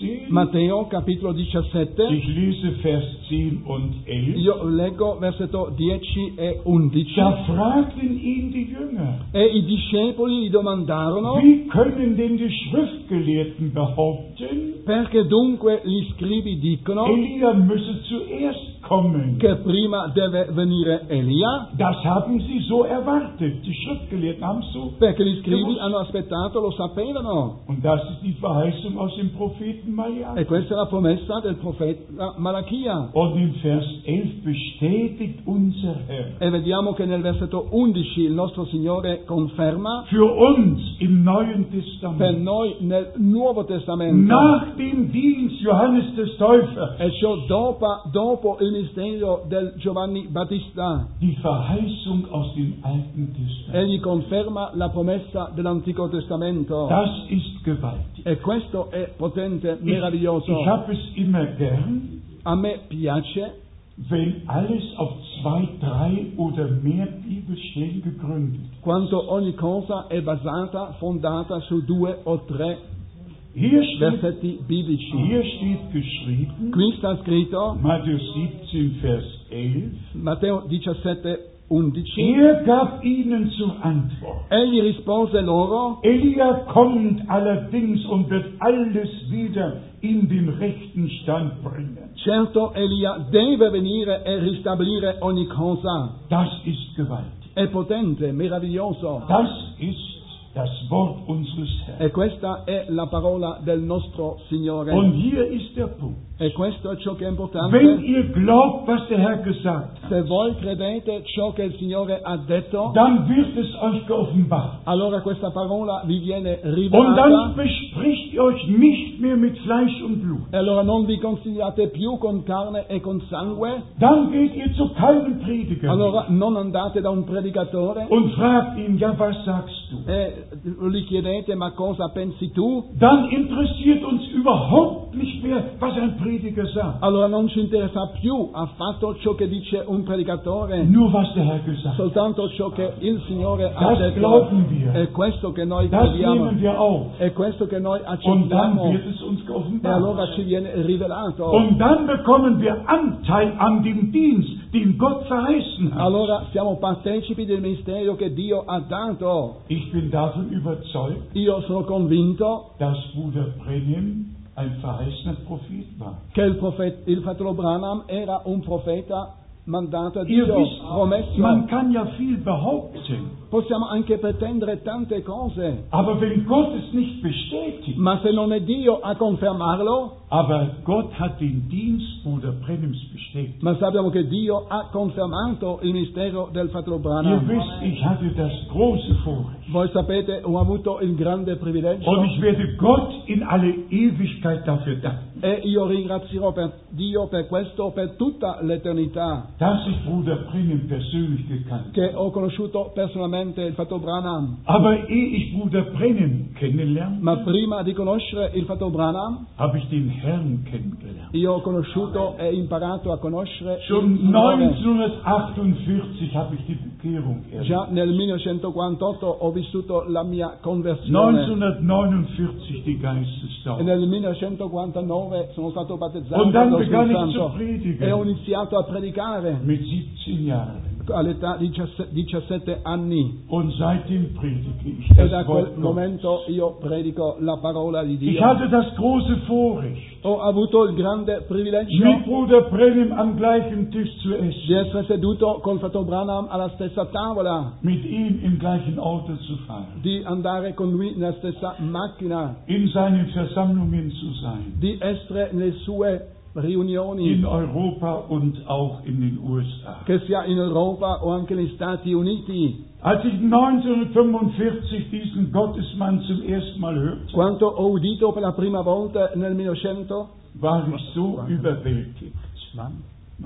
Speaker 1: 17,
Speaker 2: Matteo capitolo 17,
Speaker 1: ich lese Vers 10 und 11,
Speaker 2: io leggo versetto 10 e 11.
Speaker 1: da fragten ihn die Jünger,
Speaker 2: E i discepoli gli domandarono
Speaker 1: wie können denn die Schriftgelehrten behaupten,
Speaker 2: perché dunque gli scribi dicono
Speaker 1: Elia müsse zuerst kommen?
Speaker 2: che prima deve venire Elia,
Speaker 1: Das haben sie so erwartet. Die Schriftgelehrten haben es so.
Speaker 2: perché gli scribi hanno aspettato, lo sapevano.
Speaker 1: Und das ist die Verheißung aus dem Propheten
Speaker 2: E
Speaker 1: Malachi.
Speaker 2: questa è la promessa del profeta Malachia.
Speaker 1: Und in Vers 11 bestätigt unser Herr
Speaker 2: E vediamo che nel versetto 11 il nostro Signore conferma
Speaker 1: für uns im Neuen
Speaker 2: per
Speaker 1: Testament
Speaker 2: noi nel Nuovo Testamento,
Speaker 1: nach dem Dienst Johannes des Täufers
Speaker 2: e ciò dopo, dopo il ministero del Giovanni Battista,
Speaker 1: die Verheißung aus dem Alten Testament.
Speaker 2: egli conferma la promessa dell'Antico Testamento.
Speaker 1: Das ist gewaltig.
Speaker 2: E questo è potente,
Speaker 1: Ich,
Speaker 2: meraviglioso.
Speaker 1: ich habe es immer gern,
Speaker 2: A me piace
Speaker 1: wenn alles auf zwei, drei oder mehr Bibelstellen gegründet ist.
Speaker 2: quanto ogni cosa è basata, fondata su due o tre
Speaker 1: Hier steht
Speaker 2: versetti biblici.
Speaker 1: Hier steht geschrieben,
Speaker 2: Qui sta scritto
Speaker 1: Matthäus 17, Vers 11,
Speaker 2: Matteo 17, 11.
Speaker 1: er gab ihnen zur Antwort,
Speaker 2: Egli rispose loro,
Speaker 1: Elia kommt allerdings und wird alles wieder in den rechten Stand bringen.
Speaker 2: certo Elia deve venire e ristabilire ogni cosa.
Speaker 1: Das ist gewaltig.
Speaker 2: È potente, meraviglioso.
Speaker 1: Das ist das Wort unseres Herrn.
Speaker 2: E questa è la parola del nostro Signore.
Speaker 1: Und hier ist der Punkt.
Speaker 2: e questo è ciò che è
Speaker 1: Wenn
Speaker 2: importante.
Speaker 1: ihr glaubt, was der Herr gesagt hat,
Speaker 2: Se voi credete ciò che il Signore ha detto,
Speaker 1: dann wird es euch geoffenbart.
Speaker 2: allora questa parola vi viene
Speaker 1: Und dann
Speaker 2: rivelata.
Speaker 1: bespricht ihr euch nicht mehr mit Fleisch und Blut.
Speaker 2: E allora non vi consigliate più con carne e con sangue.
Speaker 1: Dann geht ihr zu keinem Prediger
Speaker 2: Allora non andate da un predicatore
Speaker 1: und fragt ihn, ja, was sagst du?
Speaker 2: e gli chiedete ma cosa pensi tu?
Speaker 1: Dann interessiert uns überhaupt nicht mehr, was ein Prediger sagt.
Speaker 2: Allora non ci interessa più affatto ciò che dice un predicatore,
Speaker 1: Nur was der Herr gesagt hat.
Speaker 2: soltanto ciò che il Signore ha
Speaker 1: Das
Speaker 2: detto.
Speaker 1: glauben wir.
Speaker 2: È questo che noi
Speaker 1: Das
Speaker 2: crediamo.
Speaker 1: nehmen wir auf.
Speaker 2: È questo che noi
Speaker 1: Und dann
Speaker 2: accettiamo
Speaker 1: wird es uns
Speaker 2: e allora
Speaker 1: geoffenbart.
Speaker 2: ci viene rivelato.
Speaker 1: Und dann bekommen wir Anteil an dem Dienst, den Gott verheißen hat.
Speaker 2: Allora siamo partecipi del ministero che Dio ha dato.
Speaker 1: Ich bin davon überzeugt,
Speaker 2: Io sono convinto
Speaker 1: dass Bruder Brenim ein verheißener Prophet war.
Speaker 2: che il, profet- il fratello Branham era un profeta mandato da
Speaker 1: Ihr
Speaker 2: Dio,
Speaker 1: wisst, man
Speaker 2: promesso.
Speaker 1: kann ja viel behaupten,
Speaker 2: Possiamo anche pretendere tante cose,
Speaker 1: aber wenn Gott es nicht bestätigt,
Speaker 2: ma se non è Dio a confermarlo,
Speaker 1: aber Gott hat den Dienst Bruder Brenims bestätigt.
Speaker 2: ma sappiamo che Dio ha confermato il ministero del fratello
Speaker 1: Ihr
Speaker 2: Branham.
Speaker 1: wisst, ich hatte das große Vorrecht.
Speaker 2: Voi sapete, ho avuto il grande privilegio
Speaker 1: Und ich werde Gott in alle Ewigkeit dafür danken,
Speaker 2: E io ringrazierò per Dio per questo per tutta l'eternità
Speaker 1: dass ich Bruder Brenim persönlich gekannt habe.
Speaker 2: che ho conosciuto personalmente il fatto Branham.
Speaker 1: Aber ehe ich Bruder Brenim kennenlernte,
Speaker 2: Ma prima di conoscere il fatto Branham,
Speaker 1: habe ich den Herrn kennengelernt.
Speaker 2: io ho conosciuto e imparato a conoscere il
Speaker 1: Schon
Speaker 2: Signore.
Speaker 1: 1948 habe ich die Bekehrung erlebt.
Speaker 2: Già nel 1948 ho vissuto la mia conversione
Speaker 1: 1949 die
Speaker 2: e
Speaker 1: Geistestaufe.
Speaker 2: nel 1949 sono stato
Speaker 1: Und
Speaker 2: battezzato
Speaker 1: dann
Speaker 2: dallo
Speaker 1: begann
Speaker 2: Spirito
Speaker 1: ich zu
Speaker 2: Santo e ho
Speaker 1: predigen.
Speaker 2: iniziato a predicare
Speaker 1: Mit 17 Jahren.
Speaker 2: all'età di 17 anni.
Speaker 1: Und seitdem predige ich
Speaker 2: E
Speaker 1: das
Speaker 2: da quel
Speaker 1: Wort Gottes.
Speaker 2: momento io predico la parola di
Speaker 1: Ich
Speaker 2: Dio.
Speaker 1: hatte das große Vorrecht,
Speaker 2: Ho avuto il grande privilegio
Speaker 1: mit Bruder Brenim am gleichen Tisch zu
Speaker 2: di
Speaker 1: essen,
Speaker 2: essere seduto col fratello Branham alla stessa tavola,
Speaker 1: mit ihm im gleichen Auto zu fahren,
Speaker 2: di andare con lui nella stessa macchina,
Speaker 1: in seinen Versammlungen zu sein,
Speaker 2: di essere nelle sue riunioni,
Speaker 1: in Europa und auch in den USA.
Speaker 2: che sia in Europa o anche negli Stati Uniti.
Speaker 1: Als ich 1945 diesen Gottesmann zum ersten Mal hörte,
Speaker 2: Quanto ho udito per la prima volta nel 1900,
Speaker 1: war ich so überwältigt.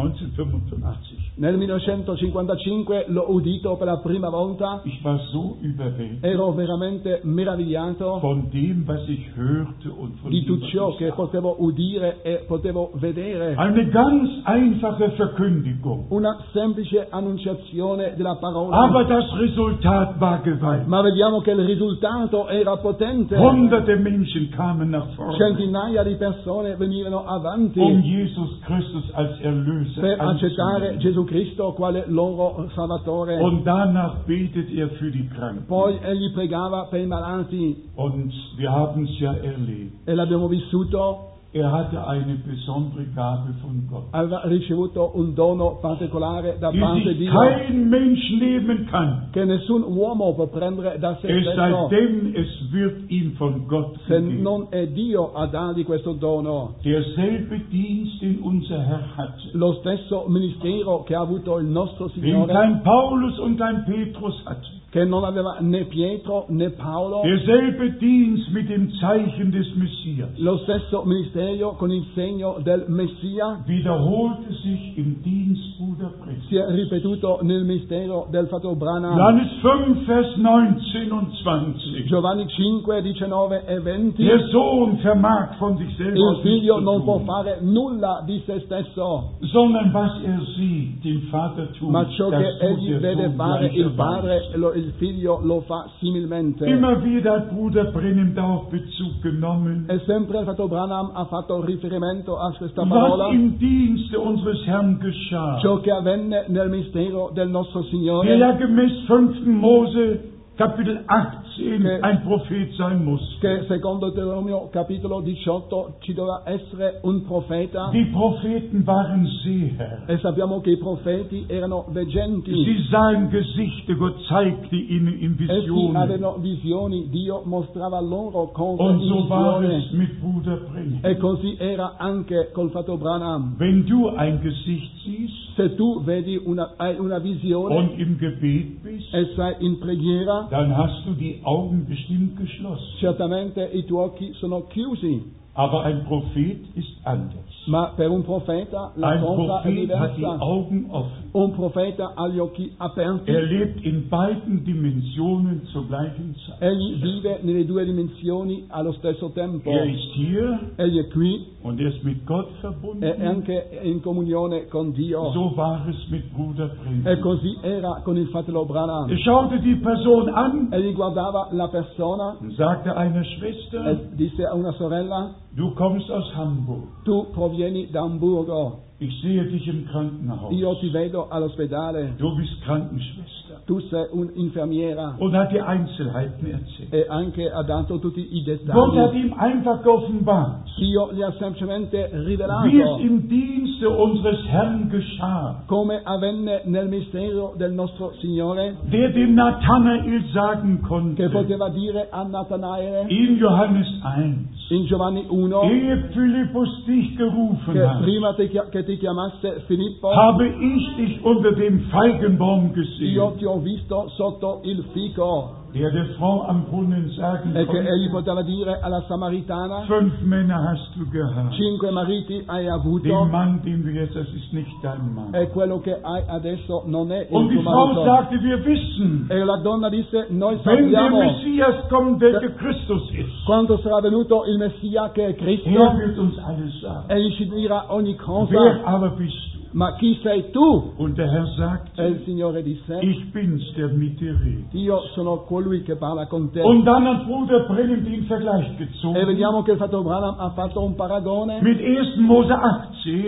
Speaker 1: 1985.
Speaker 2: nel 1955 l'ho udito per la prima volta,
Speaker 1: Ich war so überwältigt
Speaker 2: ero veramente meravigliato.
Speaker 1: von dem, was ich hörte und von
Speaker 2: di
Speaker 1: dem,
Speaker 2: tutto ciò
Speaker 1: was ich
Speaker 2: che
Speaker 1: sah.
Speaker 2: potevo udire e potevo vedere.
Speaker 1: Eine ganz einfache Verkündigung.
Speaker 2: Una semplice annunciazione della
Speaker 1: Aber
Speaker 2: parola.
Speaker 1: das Resultat war gewaltig.
Speaker 2: Ma vediamo che il risultato era potente.
Speaker 1: Hunderte Menschen kamen nach vorne,
Speaker 2: Centinaia di persone venivano
Speaker 1: um
Speaker 2: avanti
Speaker 1: Jesus Christus als
Speaker 2: per
Speaker 1: Erlöser
Speaker 2: accettare
Speaker 1: anzunehmen.
Speaker 2: Gesù Cristo quale loro Salvatore.
Speaker 1: Und danach betet er für die Kranken.
Speaker 2: Poi egli pregava per i malati
Speaker 1: Und wir haben es ja erlebt.
Speaker 2: e l'abbiamo vissuto.
Speaker 1: Er hatte eine besondere Gabe von Gott,
Speaker 2: Aveva ricevuto un dono particolare da
Speaker 1: die
Speaker 2: parte di
Speaker 1: sich
Speaker 2: Dio
Speaker 1: kein Mensch nehmen kann.
Speaker 2: che nessun uomo può prendere da se
Speaker 1: Es sei
Speaker 2: stesso.
Speaker 1: denn, es wird ihm von Gott
Speaker 2: se
Speaker 1: gegeben.
Speaker 2: non è Dio a dargli questo dono.
Speaker 1: Derselbe Dienst, den unser Herr hatte,
Speaker 2: Lo stesso ministero che ha avuto il nostro
Speaker 1: den
Speaker 2: Signore,
Speaker 1: kein Paulus und kein Petrus hatte.
Speaker 2: che non aveva né Pietro né Paolo,
Speaker 1: Derselbe Dienst mit dem Zeichen des Messias
Speaker 2: lo stesso ministero con il segno del Messia
Speaker 1: wiederholte sich im Dienst Bruder
Speaker 2: si
Speaker 1: Christi.
Speaker 2: è ripetuto nel ministero del fratello Branham.
Speaker 1: Johannes 5, Vers 19 und 20.
Speaker 2: Giovanni 5, 19 e 20.
Speaker 1: Der Sohn vermag von sich selber
Speaker 2: Il
Speaker 1: aus nichts
Speaker 2: figlio
Speaker 1: zu
Speaker 2: non può
Speaker 1: tun,
Speaker 2: fare nulla di se stesso,
Speaker 1: sondern was er sieht, dem Vater tut,
Speaker 2: ma
Speaker 1: das
Speaker 2: ciò che egli
Speaker 1: tut der
Speaker 2: vede
Speaker 1: Sohn
Speaker 2: fare il
Speaker 1: gleicherweise.
Speaker 2: padre, lo- il figlio lo fa similmente.
Speaker 1: Immer wieder hat Bruder Brennim darauf Bezug genommen,
Speaker 2: E sempre il fratello Branham ha fatto riferimento a questa parola,
Speaker 1: was im Dienste unseres Herrn geschah.
Speaker 2: ciò che avvenne nel mistero del nostro
Speaker 1: Der ja
Speaker 2: Signore,
Speaker 1: gemäß 5. Mose Kapitel 18
Speaker 2: Che-
Speaker 1: ein Prophet sein muss.
Speaker 2: che secondo Deuteronomio capitolo 18 ci doveva essere un profeta
Speaker 1: Die Propheten waren Seher.
Speaker 2: e sappiamo che i profeti erano veggenti
Speaker 1: Sie sahen Gesichter, Gott zeigte ihnen in
Speaker 2: essi
Speaker 1: Visionen.
Speaker 2: avevano visioni Dio mostrava loro con
Speaker 1: Und so war
Speaker 2: visione
Speaker 1: es mit Bruder Brennan.
Speaker 2: e così era anche col fratello Branham
Speaker 1: Wenn du ein Gesicht siehst
Speaker 2: se tu vedi una, hai una visione
Speaker 1: und im Gebet bist,
Speaker 2: e sei in preghiera
Speaker 1: dann hast du die Augen bestimmt geschlossen.
Speaker 2: certamente i tuoi occhi sono chiusi
Speaker 1: Aber ein Prophet ist anders.
Speaker 2: ma per un profeta la
Speaker 1: Ein
Speaker 2: cosa è
Speaker 1: Prophet hat die
Speaker 2: diversa
Speaker 1: Augen offen.
Speaker 2: un profeta ha gli occhi aperti
Speaker 1: Er lebt in beiden Dimensionen zur gleichen Zeit.
Speaker 2: Egli vive nelle due dimensioni allo stesso tempo.
Speaker 1: Er ist hier
Speaker 2: Egli è qui
Speaker 1: und er ist mit Gott
Speaker 2: e è
Speaker 1: verbunden.
Speaker 2: anche in comunione con Dio.
Speaker 1: So war es mit Bruder
Speaker 2: E
Speaker 1: Prinz.
Speaker 2: così era con il fratello Branham.
Speaker 1: Er schaute die Person an
Speaker 2: Egli guardava la persona
Speaker 1: und sagte einer Schwester,
Speaker 2: e disse a una sorella,
Speaker 1: du kommst aus Hamburg.
Speaker 2: tu provieni da Hamburgo,
Speaker 1: Ich sehe dich im Krankenhaus.
Speaker 2: io ti vedo all'ospedale,
Speaker 1: Du bist Krankenschwester.
Speaker 2: tu sei un'infermiera.
Speaker 1: Und hat die Einzelheiten erzählt.
Speaker 2: E anche ha dato tutti i
Speaker 1: Gott hat
Speaker 2: dettagli.
Speaker 1: ihm einfach geoffenbart,
Speaker 2: Dio li ha semplicemente
Speaker 1: wie es
Speaker 2: rivelato
Speaker 1: im Dienste unseres Herrn geschah.
Speaker 2: come avvenne nel mistero del nostro Signore,
Speaker 1: Der dem Nathanael sagen
Speaker 2: che
Speaker 1: konnte,
Speaker 2: poteva dire a Natanaele,
Speaker 1: in Johannes 1,
Speaker 2: in Giovanni 1
Speaker 1: ehe Philippus dich gerufen
Speaker 2: che
Speaker 1: hat,
Speaker 2: prima ti chia- che ti chiamasse Filippo
Speaker 1: habe ich dich unter dem Feigenbaum
Speaker 2: io
Speaker 1: gesehen,
Speaker 2: ti ho visto sotto il fico
Speaker 1: der der Frau am Brunnen sagen
Speaker 2: e che egli
Speaker 1: konnte,
Speaker 2: poteva dire alla Samaritana
Speaker 1: fünf Männer hast du gehabt,
Speaker 2: cinque mariti hai
Speaker 1: den
Speaker 2: avuto
Speaker 1: Mann, den du jetzt, das ist nicht dein Mann.
Speaker 2: e quello che hai adesso non è il
Speaker 1: Und
Speaker 2: tuo
Speaker 1: die Frau
Speaker 2: marito
Speaker 1: sagte, wir wissen,
Speaker 2: e la donna disse noi
Speaker 1: wenn der
Speaker 2: sappiamo
Speaker 1: Messias kommt, welcher Christus ist,
Speaker 2: quando sarà venuto il Messia che è
Speaker 1: er
Speaker 2: Cristo
Speaker 1: wird uns alles sagen.
Speaker 2: egli ci dirà ogni cosa
Speaker 1: Wer aber bist du?
Speaker 2: ma chi sei tu?
Speaker 1: Und der Herr
Speaker 2: e il
Speaker 1: sagte,
Speaker 2: Signore disse
Speaker 1: ich bin's, der mit dir redet.
Speaker 2: io sono colui che parla con te
Speaker 1: Und dann hat Bruder Brennan den Vergleich
Speaker 2: E
Speaker 1: gezogen
Speaker 2: vediamo che il fratello Branham ha fatto un paragone
Speaker 1: mit 1. Mose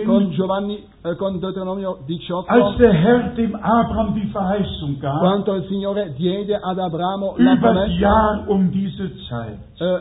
Speaker 2: con
Speaker 1: 18,
Speaker 2: Giovanni, eh, con Deuteronomio
Speaker 1: als
Speaker 2: 18,
Speaker 1: der Herr dem Abraham die Verheißung gab,
Speaker 2: quanto il Signore diede ad Abramo la
Speaker 1: über das
Speaker 2: promessa,
Speaker 1: Jahr um diese Zeit.
Speaker 2: eh,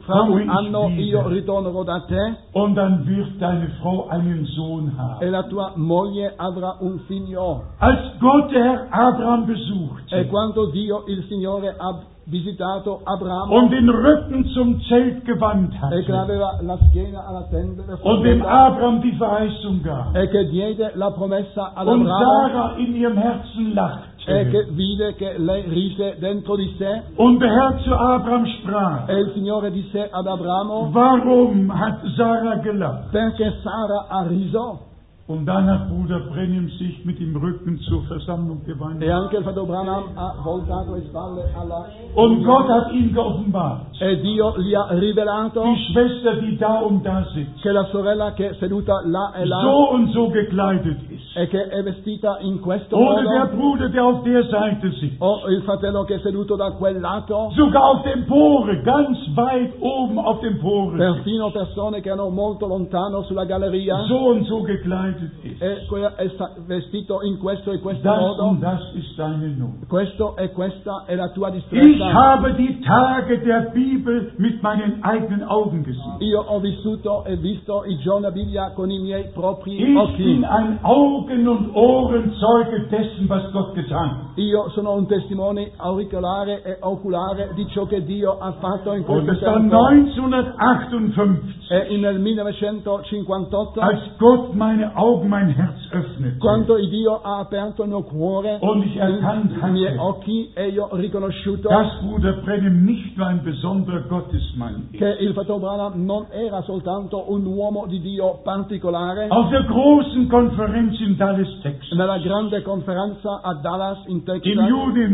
Speaker 2: fra
Speaker 1: Fammi
Speaker 2: un anno
Speaker 1: dire.
Speaker 2: io ritornerò da te
Speaker 1: Und dann wird deine Frau einen Sohn
Speaker 2: e
Speaker 1: haben.
Speaker 2: la tua moglie avrà un figlio.
Speaker 1: Als Gott der Herr Abraham
Speaker 2: E
Speaker 1: besuchte
Speaker 2: quando Dio, il Signore, ha visitato Abramo
Speaker 1: und den Rücken zum Zelt gewandt
Speaker 2: e che
Speaker 1: hatte
Speaker 2: aveva la schiena alla tenda del
Speaker 1: und dem
Speaker 2: profeta,
Speaker 1: Abraham die Verheißung gab
Speaker 2: e che diede la promessa ad
Speaker 1: und
Speaker 2: Abramo
Speaker 1: Sarah in ihrem Herzen
Speaker 2: e che
Speaker 1: lachte
Speaker 2: vide che lei rise dentro di sé
Speaker 1: und der Herr zu Abraham sprach,
Speaker 2: e il Signore disse ad Abramo
Speaker 1: Warum hat Sarah gelacht?
Speaker 2: perché Sara ha riso
Speaker 1: Und dann hat Bruder Brennim sich mit dem Rücken zur Versammlung
Speaker 2: e
Speaker 1: gewandt.
Speaker 2: anche il fratello Branham ha voltato le spalle alla
Speaker 1: Und Gott hat ihm geoffenbart.
Speaker 2: e Dio gli ha rivelato
Speaker 1: Die Schwester, die da und da sitzt,
Speaker 2: che la sorella che è seduta là e là
Speaker 1: so und so gekleidet ist.
Speaker 2: e che è vestita in questo
Speaker 1: Oder der
Speaker 2: modo
Speaker 1: Bruder, der auf der Seite sitzt.
Speaker 2: o il fratello che è seduto da quel lato
Speaker 1: Sogar auf dem Pore, ganz weit oben auf dem Pore sitzt.
Speaker 2: perfino persone che erano molto lontano sulla galleria
Speaker 1: So und so gekleidet ist.
Speaker 2: e que- è sta- vestito in questo e questo
Speaker 1: Das und
Speaker 2: modo
Speaker 1: das ist deine Not.
Speaker 2: questo e questa è la tua
Speaker 1: Ich
Speaker 2: distrezza
Speaker 1: habe die Tage der Bibel mit meinen eigenen Augen gesehen.
Speaker 2: io ho vissuto e visto i giorni della Bibbia con i miei propri
Speaker 1: Ich
Speaker 2: occhi
Speaker 1: bin ein Augen- und Ohrenzeuge dessen, was Gott getan
Speaker 2: Io sono un testimone auricolare e oculare di ciò che Dio ha fatto in
Speaker 1: hat. Und
Speaker 2: questo
Speaker 1: es war
Speaker 2: tempo.
Speaker 1: 1958,
Speaker 2: E nel 1958,
Speaker 1: als Gott meine Augen, mein Herz öffnete
Speaker 2: quando Dio ha aperto il mio cuore,
Speaker 1: und ich erkannt
Speaker 2: i miei
Speaker 1: hatte,
Speaker 2: occhi, e io ho riconosciuto
Speaker 1: dass Bruder Brennem nicht nur ein besonderer Gottesmann
Speaker 2: che
Speaker 1: ist.
Speaker 2: il fratello Branham non era soltanto un uomo di Dio particolare.
Speaker 1: Auf der großen Konferenz in Dallas, Texas,
Speaker 2: Nella grande conferenza a Dallas, in
Speaker 1: im
Speaker 2: Texas,
Speaker 1: Juli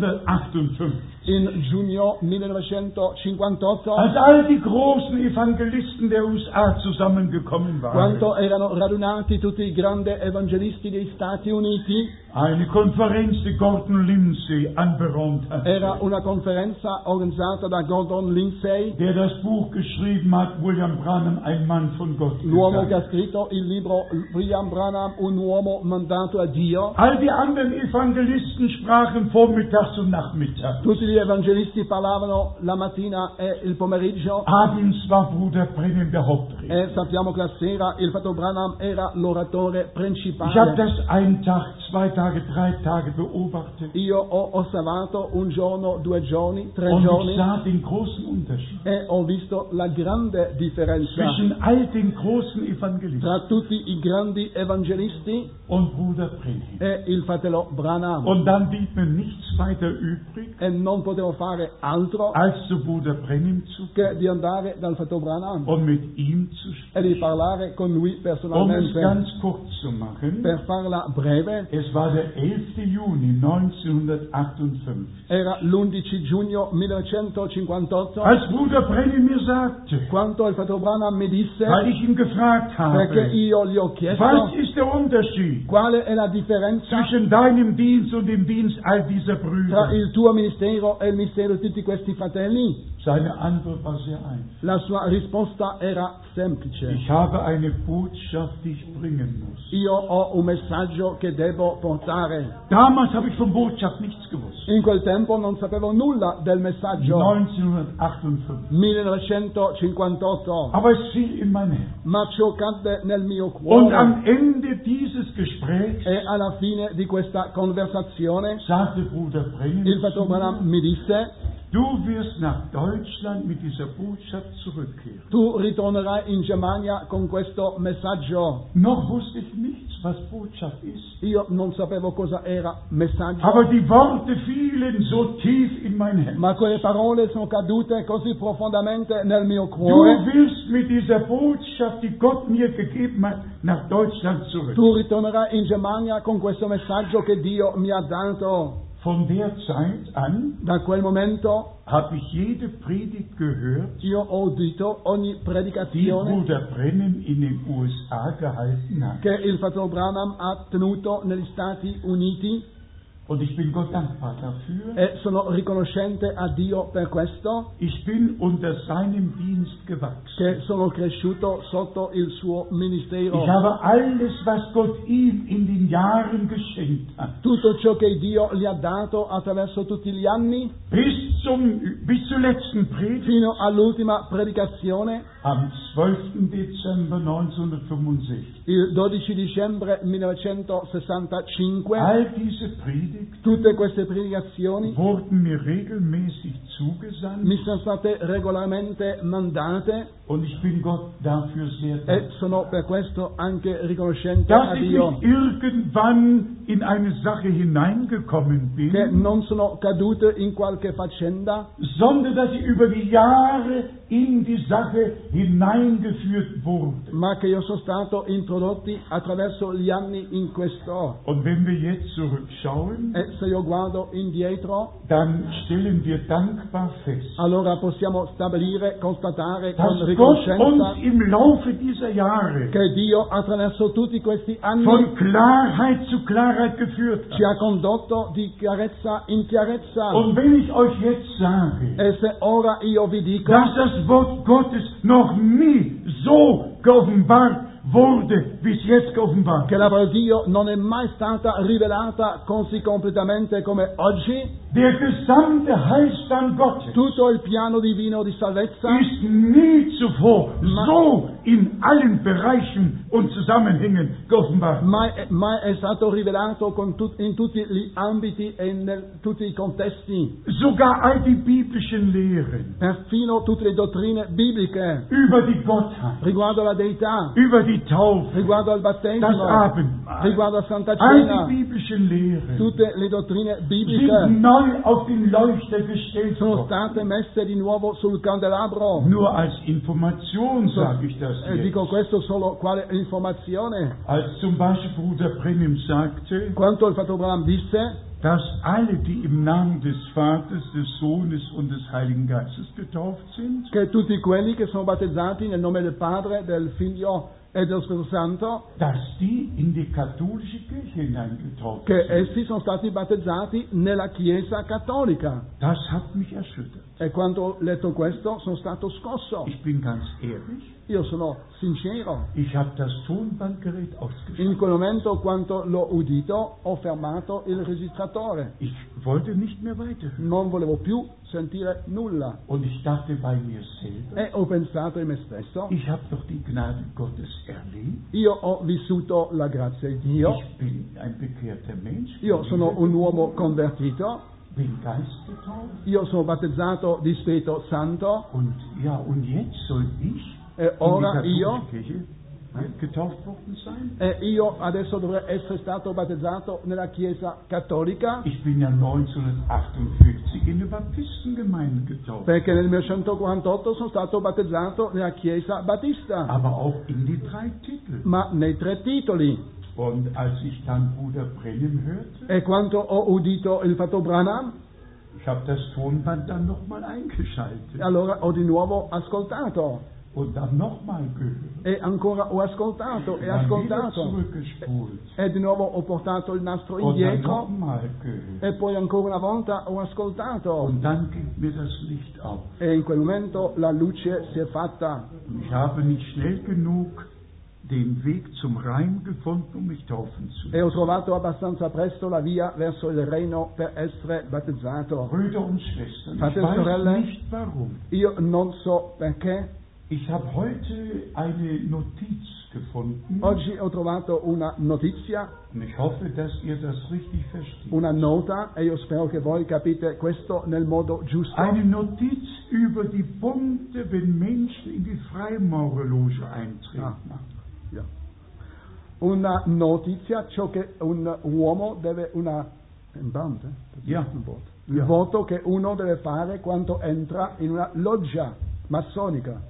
Speaker 1: 1958,
Speaker 2: in giugno 1958,
Speaker 1: als all die großen Evangelisten der USA zusammengekommen waren,
Speaker 2: quando erano radunati tutti i grandi evangelisti degli Stati Uniti,
Speaker 1: Eine Konferenz, die Gordon Lindsay anberaumt hat,
Speaker 2: Era una conferenza organizzata da Gordon Lindsay,
Speaker 1: der das Buch geschrieben hat, William Branham, ein Mann von Gott.
Speaker 2: l'uomo che
Speaker 1: gesandt.
Speaker 2: ha scritto il libro William Branham, un uomo mandato da Dio.
Speaker 1: All die anderen Evangelisten sprachen vormittags und nachmittags.
Speaker 2: Tutti gli evangelisti parlavano la mattina e il pomeriggio
Speaker 1: Abends war Bruder Brennan der Hauptredner.
Speaker 2: e sappiamo che la sera il fatto Branham era l'oratore
Speaker 1: Ich habe
Speaker 2: principale.
Speaker 1: das einen Tag, zwei Tage, drei Tage beobachtet
Speaker 2: Io ho osservato un giorno, due giorni, tre
Speaker 1: und ich
Speaker 2: giorni
Speaker 1: sah den großen Unterschied
Speaker 2: e ho visto la grande differenza
Speaker 1: zwischen all den großen Evangelisten
Speaker 2: tra tutti i grandi evangelisti
Speaker 1: und Bruder Brennan.
Speaker 2: e il fratello Branham.
Speaker 1: Und dann blieb mir nichts weiter übrig,
Speaker 2: E non potevo fare altro
Speaker 1: als zu Bruder Brennan zu
Speaker 2: che di andare dal fratello Branham
Speaker 1: und mit ihm zu sprechen.
Speaker 2: e di parlare con lui
Speaker 1: Um es
Speaker 2: personalmente.
Speaker 1: ganz kurz zu machen,
Speaker 2: Per farla breve,
Speaker 1: es war der 11. Juni 1958.
Speaker 2: Era l'11 giugno 1958
Speaker 1: Als Bruder Brennan mir sagte,
Speaker 2: quando il fratello Branham mi disse,
Speaker 1: weil ich ihn gefragt
Speaker 2: perché
Speaker 1: habe,
Speaker 2: io gli ho
Speaker 1: was
Speaker 2: chiesto
Speaker 1: ist der Unterschied
Speaker 2: quale è la differenza
Speaker 1: zwischen deinem Dienst und dem Dienst all dieser
Speaker 2: tra
Speaker 1: Brüder?
Speaker 2: il tuo ministero e il ministero di tutti questi fratelli,
Speaker 1: Seine Antwort war sehr einfach.
Speaker 2: la sua risposta era semplice.
Speaker 1: Ich habe eine Botschaft, die ich bringen muss.
Speaker 2: Io ho un messaggio che devo portare.
Speaker 1: Damals habe ich von Botschaft nichts gewusst.
Speaker 2: In quel tempo non sapevo nulla del messaggio.
Speaker 1: 1958.
Speaker 2: 1958,
Speaker 1: Aber es fiel in mein Herz.
Speaker 2: ma ciò cadde nel mio
Speaker 1: Und
Speaker 2: cuore.
Speaker 1: am Ende dieses Gesprächs
Speaker 2: E alla fine di questa conversazione
Speaker 1: sagte Bruder Brennan,
Speaker 2: Il fratello Branham mi disse,
Speaker 1: du wirst nach Deutschland mit dieser Botschaft zurückkehren.
Speaker 2: tu ritornerai in Germania con questo messaggio.
Speaker 1: Noch wusste ich nichts, was Botschaft ist.
Speaker 2: Io non sapevo cosa era messaggio,
Speaker 1: Aber die Worte fielen so tief in mein Herz.
Speaker 2: ma quelle parole sono cadute così profondamente nel mio
Speaker 1: Du
Speaker 2: cuore.
Speaker 1: wirst mit dieser Botschaft, die Gott mir gegeben hat, nach Deutschland zurück.
Speaker 2: Tu ritornerai in Germania con questo messaggio che Dio mi ha dato.
Speaker 1: Von der Zeit an
Speaker 2: Da quel momento
Speaker 1: habe ich jede Predigt gehört,
Speaker 2: io ho udito ogni
Speaker 1: die
Speaker 2: predicazione
Speaker 1: Bruder Brennan in den USA gehalten hat.
Speaker 2: che il fratello Branham ha tenuto negli Stati Uniti
Speaker 1: Und ich bin Gott dankbar dafür.
Speaker 2: e sono riconoscente a Dio per questo
Speaker 1: Ich bin unter seinem Dienst gewachsen.
Speaker 2: che sono cresciuto sotto il suo ministero.
Speaker 1: Ich habe alles, was Gott ihm in den Jahren geschenkt hat,
Speaker 2: tutto ciò che Dio gli ha dato attraverso tutti gli anni,
Speaker 1: bis, zum, bis zur letzten Predigt
Speaker 2: fino all'ultima predicazione,
Speaker 1: am 12. Dezember 1965.
Speaker 2: il 12 dicembre 1965.
Speaker 1: All diese Predigten
Speaker 2: Tutte queste predicazioni
Speaker 1: wurden mir regelmäßig zugesandt
Speaker 2: mi sono state regolarmente mandate
Speaker 1: und ich bin Gott dafür sehr
Speaker 2: e
Speaker 1: dankbar.
Speaker 2: sono per questo anche riconoscente a
Speaker 1: Dass ich
Speaker 2: Dio
Speaker 1: nicht irgendwann in eine Sache hineingekommen
Speaker 2: che
Speaker 1: bin,
Speaker 2: non sono cadute in qualche faccenda,
Speaker 1: sondern dass ich über die Jahre in die Sache hineingeführt wurde.
Speaker 2: ma che io sono stato introdotti attraverso gli anni in questo.
Speaker 1: Und wenn wir jetzt zurückschauen,
Speaker 2: E se io guardo indietro,
Speaker 1: dann stellen wir dankbar fest,
Speaker 2: Allora possiamo stabilire, constatare con
Speaker 1: dass Gott
Speaker 2: riconoscenza
Speaker 1: uns im Laufe dieser Jahre
Speaker 2: che Dio attraverso tutti questi anni
Speaker 1: von Klarheit zu Klarheit geführt
Speaker 2: ci
Speaker 1: hat.
Speaker 2: ha condotto di chiarezza in chiarezza.
Speaker 1: Und wenn ich euch jetzt sage,
Speaker 2: E se ora io vi dico
Speaker 1: dass das Wort Gottes noch nie so geoffenbart wurde, wie es jetzt geoffenbart
Speaker 2: che
Speaker 1: wird,
Speaker 2: la parola di Dio non è mai stata rivelata così completamente come oggi,
Speaker 1: der gesamte Heilstand Gottes
Speaker 2: tutto il piano divino di salvezza
Speaker 1: ist nie zuvor so in allen Bereichen und Zusammenhängen geoffenbart.
Speaker 2: mai, mai è stato rivelato con tut- in tutti gli ambiti e in tutti i contesti,
Speaker 1: Sogar all die biblischen Lehren
Speaker 2: perfino tutte le dottrine bibliche
Speaker 1: über die Gottheit,
Speaker 2: riguardo alla deità.
Speaker 1: über die Taufe,
Speaker 2: riguardo al
Speaker 1: das
Speaker 2: battesimo,
Speaker 1: Abendmahl,
Speaker 2: riguardo a Santa
Speaker 1: all
Speaker 2: Cena,
Speaker 1: die biblischen Lehren
Speaker 2: tutte le dottrine
Speaker 1: sind
Speaker 2: bibliche
Speaker 1: neu auf den Leuchter gestellt
Speaker 2: sono
Speaker 1: worden.
Speaker 2: state messe di nuovo sul candelabro.
Speaker 1: Nur als Information sage ich das
Speaker 2: E
Speaker 1: jetzt.
Speaker 2: dico questo solo quale informazione.
Speaker 1: Als zum Beispiel Bruder Brenim sagte,
Speaker 2: Quanto il fatto Abraham disse
Speaker 1: dass alle, die im Namen des Vaters, des Sohnes und des Heiligen Geistes getauft sind,
Speaker 2: che tutti quelli che sono battezzati nel nome del Padre, del Figlio è dello Spirito Santo
Speaker 1: dass die in die katholische Kirche hineingetaucht
Speaker 2: che
Speaker 1: sind.
Speaker 2: essi sono stati battezzati nella Chiesa Cattolica.
Speaker 1: Das hat mich erschüttert.
Speaker 2: E quando ho letto questo sono stato scosso.
Speaker 1: Ich bin ganz ehrlich,
Speaker 2: Io sono sincero.
Speaker 1: ich habe das Tonbandgerät
Speaker 2: In
Speaker 1: ausgeschaltet.
Speaker 2: quel momento, quando l'ho udito, ho fermato il registratore.
Speaker 1: Ich wollte nicht mehr weiterhören.
Speaker 2: Non volevo più sentire nulla.
Speaker 1: Und ich dachte bei mir selber,
Speaker 2: E ho pensato in me stesso,
Speaker 1: ich habe doch die Gnade Gottes erlebt.
Speaker 2: io ho vissuto la grazia di Dio,
Speaker 1: Ich bin ein bekehrter Mensch.
Speaker 2: io sono un uomo convertito,
Speaker 1: Bin geistgetauft.
Speaker 2: io sono battezzato di Spirito Santo
Speaker 1: Und ja, und jetzt soll ich
Speaker 2: e ora io,
Speaker 1: Kirche getauft worden sein?
Speaker 2: e io adesso dovrei essere stato battezzato nella Chiesa Cattolica
Speaker 1: Ich bin ja 1948 in eine Baptistengemeinde getauft,
Speaker 2: perché nel 1948 sono stato battezzato nella Chiesa Battista,
Speaker 1: aber auch in die drei Titel.
Speaker 2: ma nei tre titoli.
Speaker 1: Und als ich dann Bruder Brennim hörte,
Speaker 2: E quando ho udito il fatto Branham,
Speaker 1: ich habe das Tonband dann nochmal eingeschaltet
Speaker 2: allora ho di nuovo ascoltato
Speaker 1: und dann nochmal gehört.
Speaker 2: e ancora ho ascoltato e
Speaker 1: Dann wieder
Speaker 2: ascoltato.
Speaker 1: zurückgespult
Speaker 2: E di nuovo ho portato il nastro
Speaker 1: und dann
Speaker 2: indietro
Speaker 1: nochmal gehört.
Speaker 2: e poi ancora una volta ho ascoltato.
Speaker 1: Und dann ging mir das Licht auf.
Speaker 2: E in quel momento la luce si è fatta.
Speaker 1: Und ich habe nicht schnell genug den Weg zum Rhein gefunden, um mich taufen zu
Speaker 2: E
Speaker 1: lassen.
Speaker 2: ho trovato abbastanza presto la via verso il Reno per essere battezzato.
Speaker 1: Brüder und Schwestern, ich
Speaker 2: Vater, Sorelle.
Speaker 1: weiß nicht warum.
Speaker 2: Io non so perché.
Speaker 1: Ich habe heute eine Notiz gefunden
Speaker 2: Oggi ho trovato una notizia,
Speaker 1: und ich hoffe, dass ihr das richtig versteht.
Speaker 2: una nota, e io spero che voi capite questo nel modo giusto.
Speaker 1: Eine Notiz über die Punkte, wenn Menschen in die Freimaurerloge eintreten.
Speaker 2: Ah, ja. Una notizia, ciò che un uomo deve, una, un band, eh?
Speaker 1: Ja.
Speaker 2: Un voto. Il
Speaker 1: Ja.
Speaker 2: voto che uno deve fare quando entra in una loggia massonica.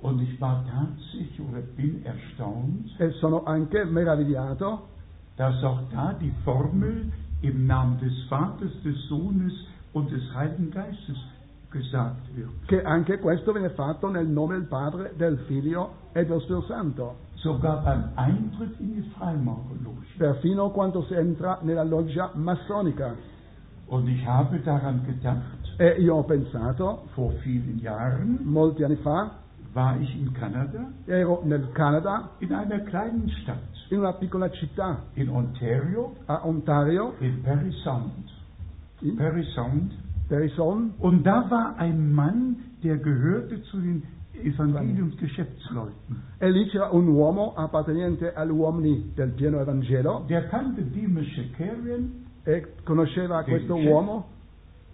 Speaker 1: Und ich war tatsächlich oder bin erstaunt,
Speaker 2: E sono anche meravigliato
Speaker 1: dass auch da die Formel im Namen des Vaters, des Sohnes und des Heiligen Geistes gesagt wird.
Speaker 2: che anche questo viene fatto nel nome del Padre, del Figlio e dello Spirito Santo.
Speaker 1: Sogar beim Eintritt in die Freimaurerloge.
Speaker 2: Perfino Cioè, quando si entra nella loggia massonica.
Speaker 1: Und ich habe daran gedacht,
Speaker 2: E io ho pensato,
Speaker 1: vor vielen Jahren,
Speaker 2: molti anni fa,
Speaker 1: war ich in Kanada,
Speaker 2: ero nel Canada,
Speaker 1: in einer kleinen Stadt,
Speaker 2: in una piccola città,
Speaker 1: in Ontario,
Speaker 2: a Ontario,
Speaker 1: in Perry Sound.
Speaker 2: In?
Speaker 1: Perry Sound.
Speaker 2: Perison,
Speaker 1: Und da war ein Mann, der gehörte zu den Evangeliumsgeschäftsleuten.
Speaker 2: E lì c'era un uomo appartenente agli uomini del pieno Evangelo
Speaker 1: Der kannte Dime Shekarian
Speaker 2: e conosceva
Speaker 1: Sì,
Speaker 2: questo
Speaker 1: sì.
Speaker 2: uomo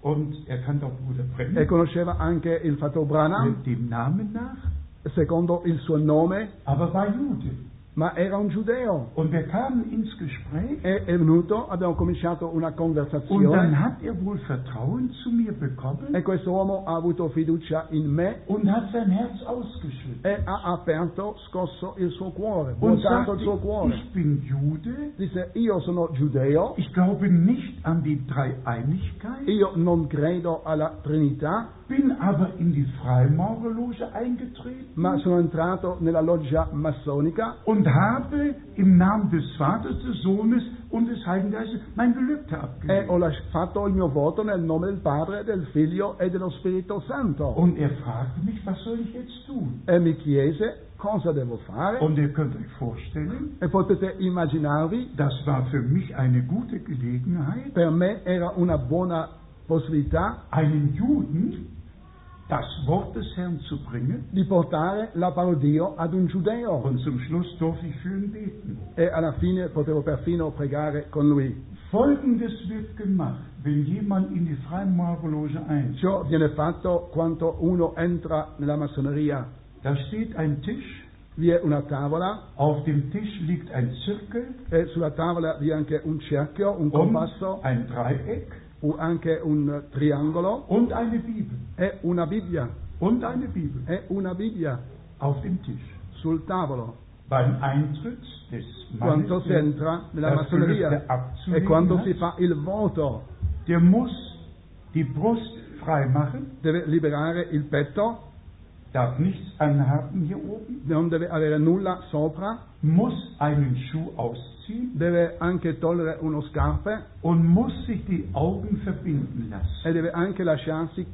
Speaker 1: und er kannte auch Bruder
Speaker 2: e
Speaker 1: Brennan
Speaker 2: conosceva anche il fatto Branham
Speaker 1: mit dem Namen nach,
Speaker 2: secondo il suo nome,
Speaker 1: aber war Jude.
Speaker 2: ma era un giudeo.
Speaker 1: Und wir kamen ins Gespräch
Speaker 2: E è venuto, abbiamo cominciato una
Speaker 1: und dann
Speaker 2: conversazione
Speaker 1: hat er wohl Vertrauen zu mir bekommen
Speaker 2: e questo uomo ha avuto fiducia in me
Speaker 1: und hat sein Herz ausgeschüttet.
Speaker 2: e ha aperto, scosso il suo cuore,
Speaker 1: und
Speaker 2: vuotato
Speaker 1: sagte,
Speaker 2: il suo cuore.
Speaker 1: ich bin Jude,
Speaker 2: Disse, io sono giudeo,
Speaker 1: ich glaube nicht an die Dreieinigkeit,
Speaker 2: io non credo alla Trinità,
Speaker 1: bin aber in die Freimaurerloge eingetreten
Speaker 2: ma sono entrato nella loggia massonica
Speaker 1: und habe im Namen des Vaters, des Sohnes und des Heiligen Geistes mein Gelübde
Speaker 2: e ho
Speaker 1: abgelegt.
Speaker 2: las- fatto il mio voto nel nome del Padre, del Figlio e dello Spirito Santo.
Speaker 1: Und er fragte mich, was soll ich jetzt tun?
Speaker 2: E mi chiese cosa devo fare.
Speaker 1: Und ihr könnt euch vorstellen,
Speaker 2: E potete immaginarvi,
Speaker 1: das war für mich eine gute Gelegenheit,
Speaker 2: per me era una buona possibilità
Speaker 1: einen Juden das Wort des Herrn zu bringen.
Speaker 2: di portare la parola di Dio ad un giudeo.
Speaker 1: Und zum Schluss durfte ich für ihn beten.
Speaker 2: E alla fine potevo perfino pregare con lui.
Speaker 1: Folgendes wird gemacht, wenn jemand in die Freimaurerloge eintritt.
Speaker 2: Ciò viene fatto quando uno entra nella massoneria.
Speaker 1: Da steht ein Tisch,
Speaker 2: Vi è una tavola
Speaker 1: auf dem Tisch liegt ein Zirkel
Speaker 2: e sulla tavola vi è anche un cerchio, un
Speaker 1: und
Speaker 2: compasso,
Speaker 1: ein Dreieck
Speaker 2: o anche un eh, triangolo
Speaker 1: und eine Bibel.
Speaker 2: e una Bibbia.
Speaker 1: Und eine Bibel
Speaker 2: è una Bibbia
Speaker 1: auf dem Tisch.
Speaker 2: sul tavolo
Speaker 1: Beim Eintritt des Mannes,
Speaker 2: quando si entra nella
Speaker 1: das Gelübde
Speaker 2: massoneria e
Speaker 1: abzulegen
Speaker 2: quando si
Speaker 1: hat,
Speaker 2: fa il voto
Speaker 1: der muss die Brust freimachen
Speaker 2: deve liberare il petto
Speaker 1: darf nichts anhaben hier oben,
Speaker 2: non deve avere nulla sopra,
Speaker 1: muss einen Schuh ausziehen
Speaker 2: deve anche togliere uno scarpe
Speaker 1: und muss sich die Augen verbinden lassen.
Speaker 2: e deve anche lasciarsi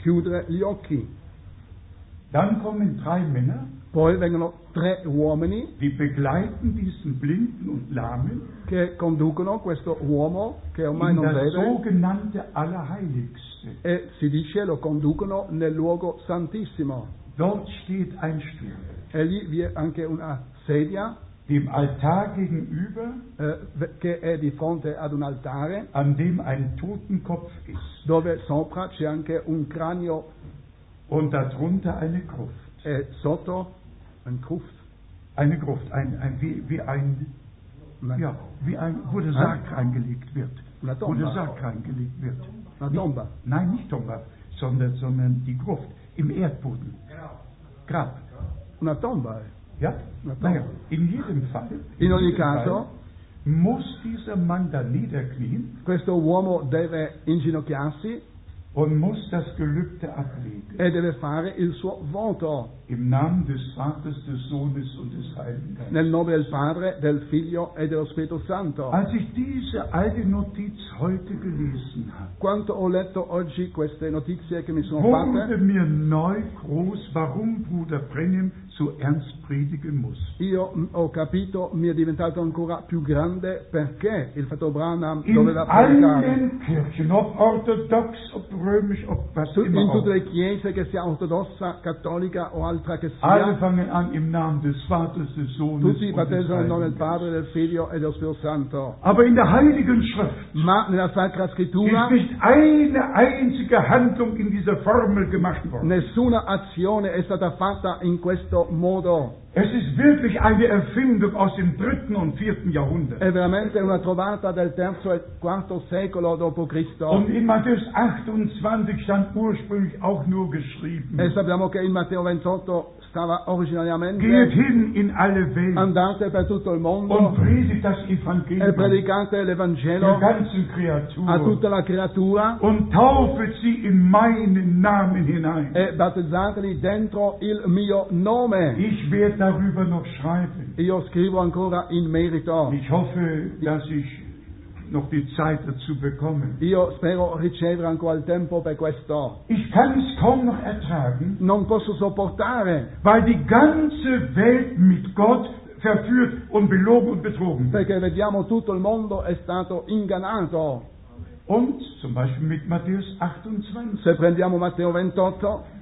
Speaker 2: chiudere gli occhi.
Speaker 1: Dann kommen drei Männer,
Speaker 2: Poi vengono tre uomini
Speaker 1: die begleiten diesen Blinden und Lahmen
Speaker 2: che conducono questo uomo che ormai
Speaker 1: in
Speaker 2: non
Speaker 1: das
Speaker 2: vede
Speaker 1: sogenannte Allerheiligste.
Speaker 2: e si dice lo conducono nel luogo santissimo.
Speaker 1: Dort steht ein Stuhl,
Speaker 2: E lì vi è anche una sedia
Speaker 1: dem Altar gegenüber,
Speaker 2: eh, che è di fronte ad un altare
Speaker 1: an dem ein Totenkopf ist
Speaker 2: dove sopra c'è anche un cranio
Speaker 1: und darunter eine Gruft.
Speaker 2: e sotto un cruft.
Speaker 1: Eine Gruft, ein, ein, wie, wie ein,
Speaker 2: Una,
Speaker 1: ja, wie ein, wo der Sarg reingelegt wird.
Speaker 2: una
Speaker 1: Wo der
Speaker 2: tomba,
Speaker 1: Sarg reingelegt wird.
Speaker 2: una tomba,
Speaker 1: Nein, nicht Tomba, sondern, sondern die Gruft im Erdboden. Grab.
Speaker 2: una tomba. eh.
Speaker 1: Ja?
Speaker 2: Na, Tomba.
Speaker 1: Naja, in jedem Fall.
Speaker 2: In ogni
Speaker 1: jedem
Speaker 2: caso-
Speaker 1: Fall muss dieser Mann da niederknien
Speaker 2: Questo uomo deve inginocchiarsi
Speaker 1: und muss das Gelübde ablegen.
Speaker 2: e deve fare il suo voto
Speaker 1: Im Namen des Vaters, des Sohnes und des Heiligen Geistes.
Speaker 2: nel nome del Padre, del Figlio e dello Spirito Santo.
Speaker 1: Als ich diese alte Notiz heute gelesen habe,
Speaker 2: Quanto ho letto oggi queste notizie che mi sono
Speaker 1: wurde
Speaker 2: fatte,
Speaker 1: mir neu groß, warum Bruder Brennim so ernst predigen muss.
Speaker 2: io mh, ho capito, mi è diventato ancora più grande perché il fratello Branham
Speaker 1: In
Speaker 2: doveva predicare.
Speaker 1: allen Kirchen, ob orthodox, ob römisch, ob was
Speaker 2: Tu- In
Speaker 1: immer
Speaker 2: tutte
Speaker 1: auch.
Speaker 2: le chiese, che sia ortodossa, cattolica o altra che
Speaker 1: Alle
Speaker 2: sia,
Speaker 1: fangen an im Namen des Vaters, des Sohnes
Speaker 2: tutti
Speaker 1: und
Speaker 2: i fratelli
Speaker 1: des
Speaker 2: sono nel nome
Speaker 1: Heiligen Geistes.
Speaker 2: del Padre, del Figlio e dello Spirito Santo.
Speaker 1: Aber in der Heiligen Schrift
Speaker 2: Ma nella Sacra Scrittura
Speaker 1: ist nicht eine einzige Handlung in dieser Formel gemacht worden.
Speaker 2: nessuna azione è stata fatta in questo modo.
Speaker 1: Es ist wirklich eine Erfindung aus dem dritten und vierten Jahrhundert.
Speaker 2: È veramente una trovata del terzo e quarto secolo d.C.
Speaker 1: Und in Matthäus 28 stand ursprünglich auch nur geschrieben,
Speaker 2: E sappiamo che in Matteo 28 stava
Speaker 1: geht
Speaker 2: originariamente
Speaker 1: hin in alle Welt
Speaker 2: andate per tutto il
Speaker 1: und
Speaker 2: mondo
Speaker 1: predigt das
Speaker 2: e
Speaker 1: Evangelium
Speaker 2: predicate
Speaker 1: der
Speaker 2: l'Evangelo
Speaker 1: ganzen
Speaker 2: a
Speaker 1: Kreatur
Speaker 2: tutta la creatura
Speaker 1: und taufet sie in meinen Namen hinein.
Speaker 2: e battezzateli dentro il mio nome.
Speaker 1: Ich werde darüber noch schreiben.
Speaker 2: Io scrivo ancora in merito.
Speaker 1: Ich hoffe, dass ich noch die Zeit dazu bekomme.
Speaker 2: Io spero ricevere ancora il tempo per questo.
Speaker 1: Ich kann es kaum noch ertragen,
Speaker 2: Non posso sopportare
Speaker 1: weil die ganze Welt mit Gott verführt und belogen und betrogen wird.
Speaker 2: perché vediamo tutto il mondo è stato ingannato.
Speaker 1: Und zum Beispiel mit Matthäus 28.
Speaker 2: Se prendiamo Matteo 28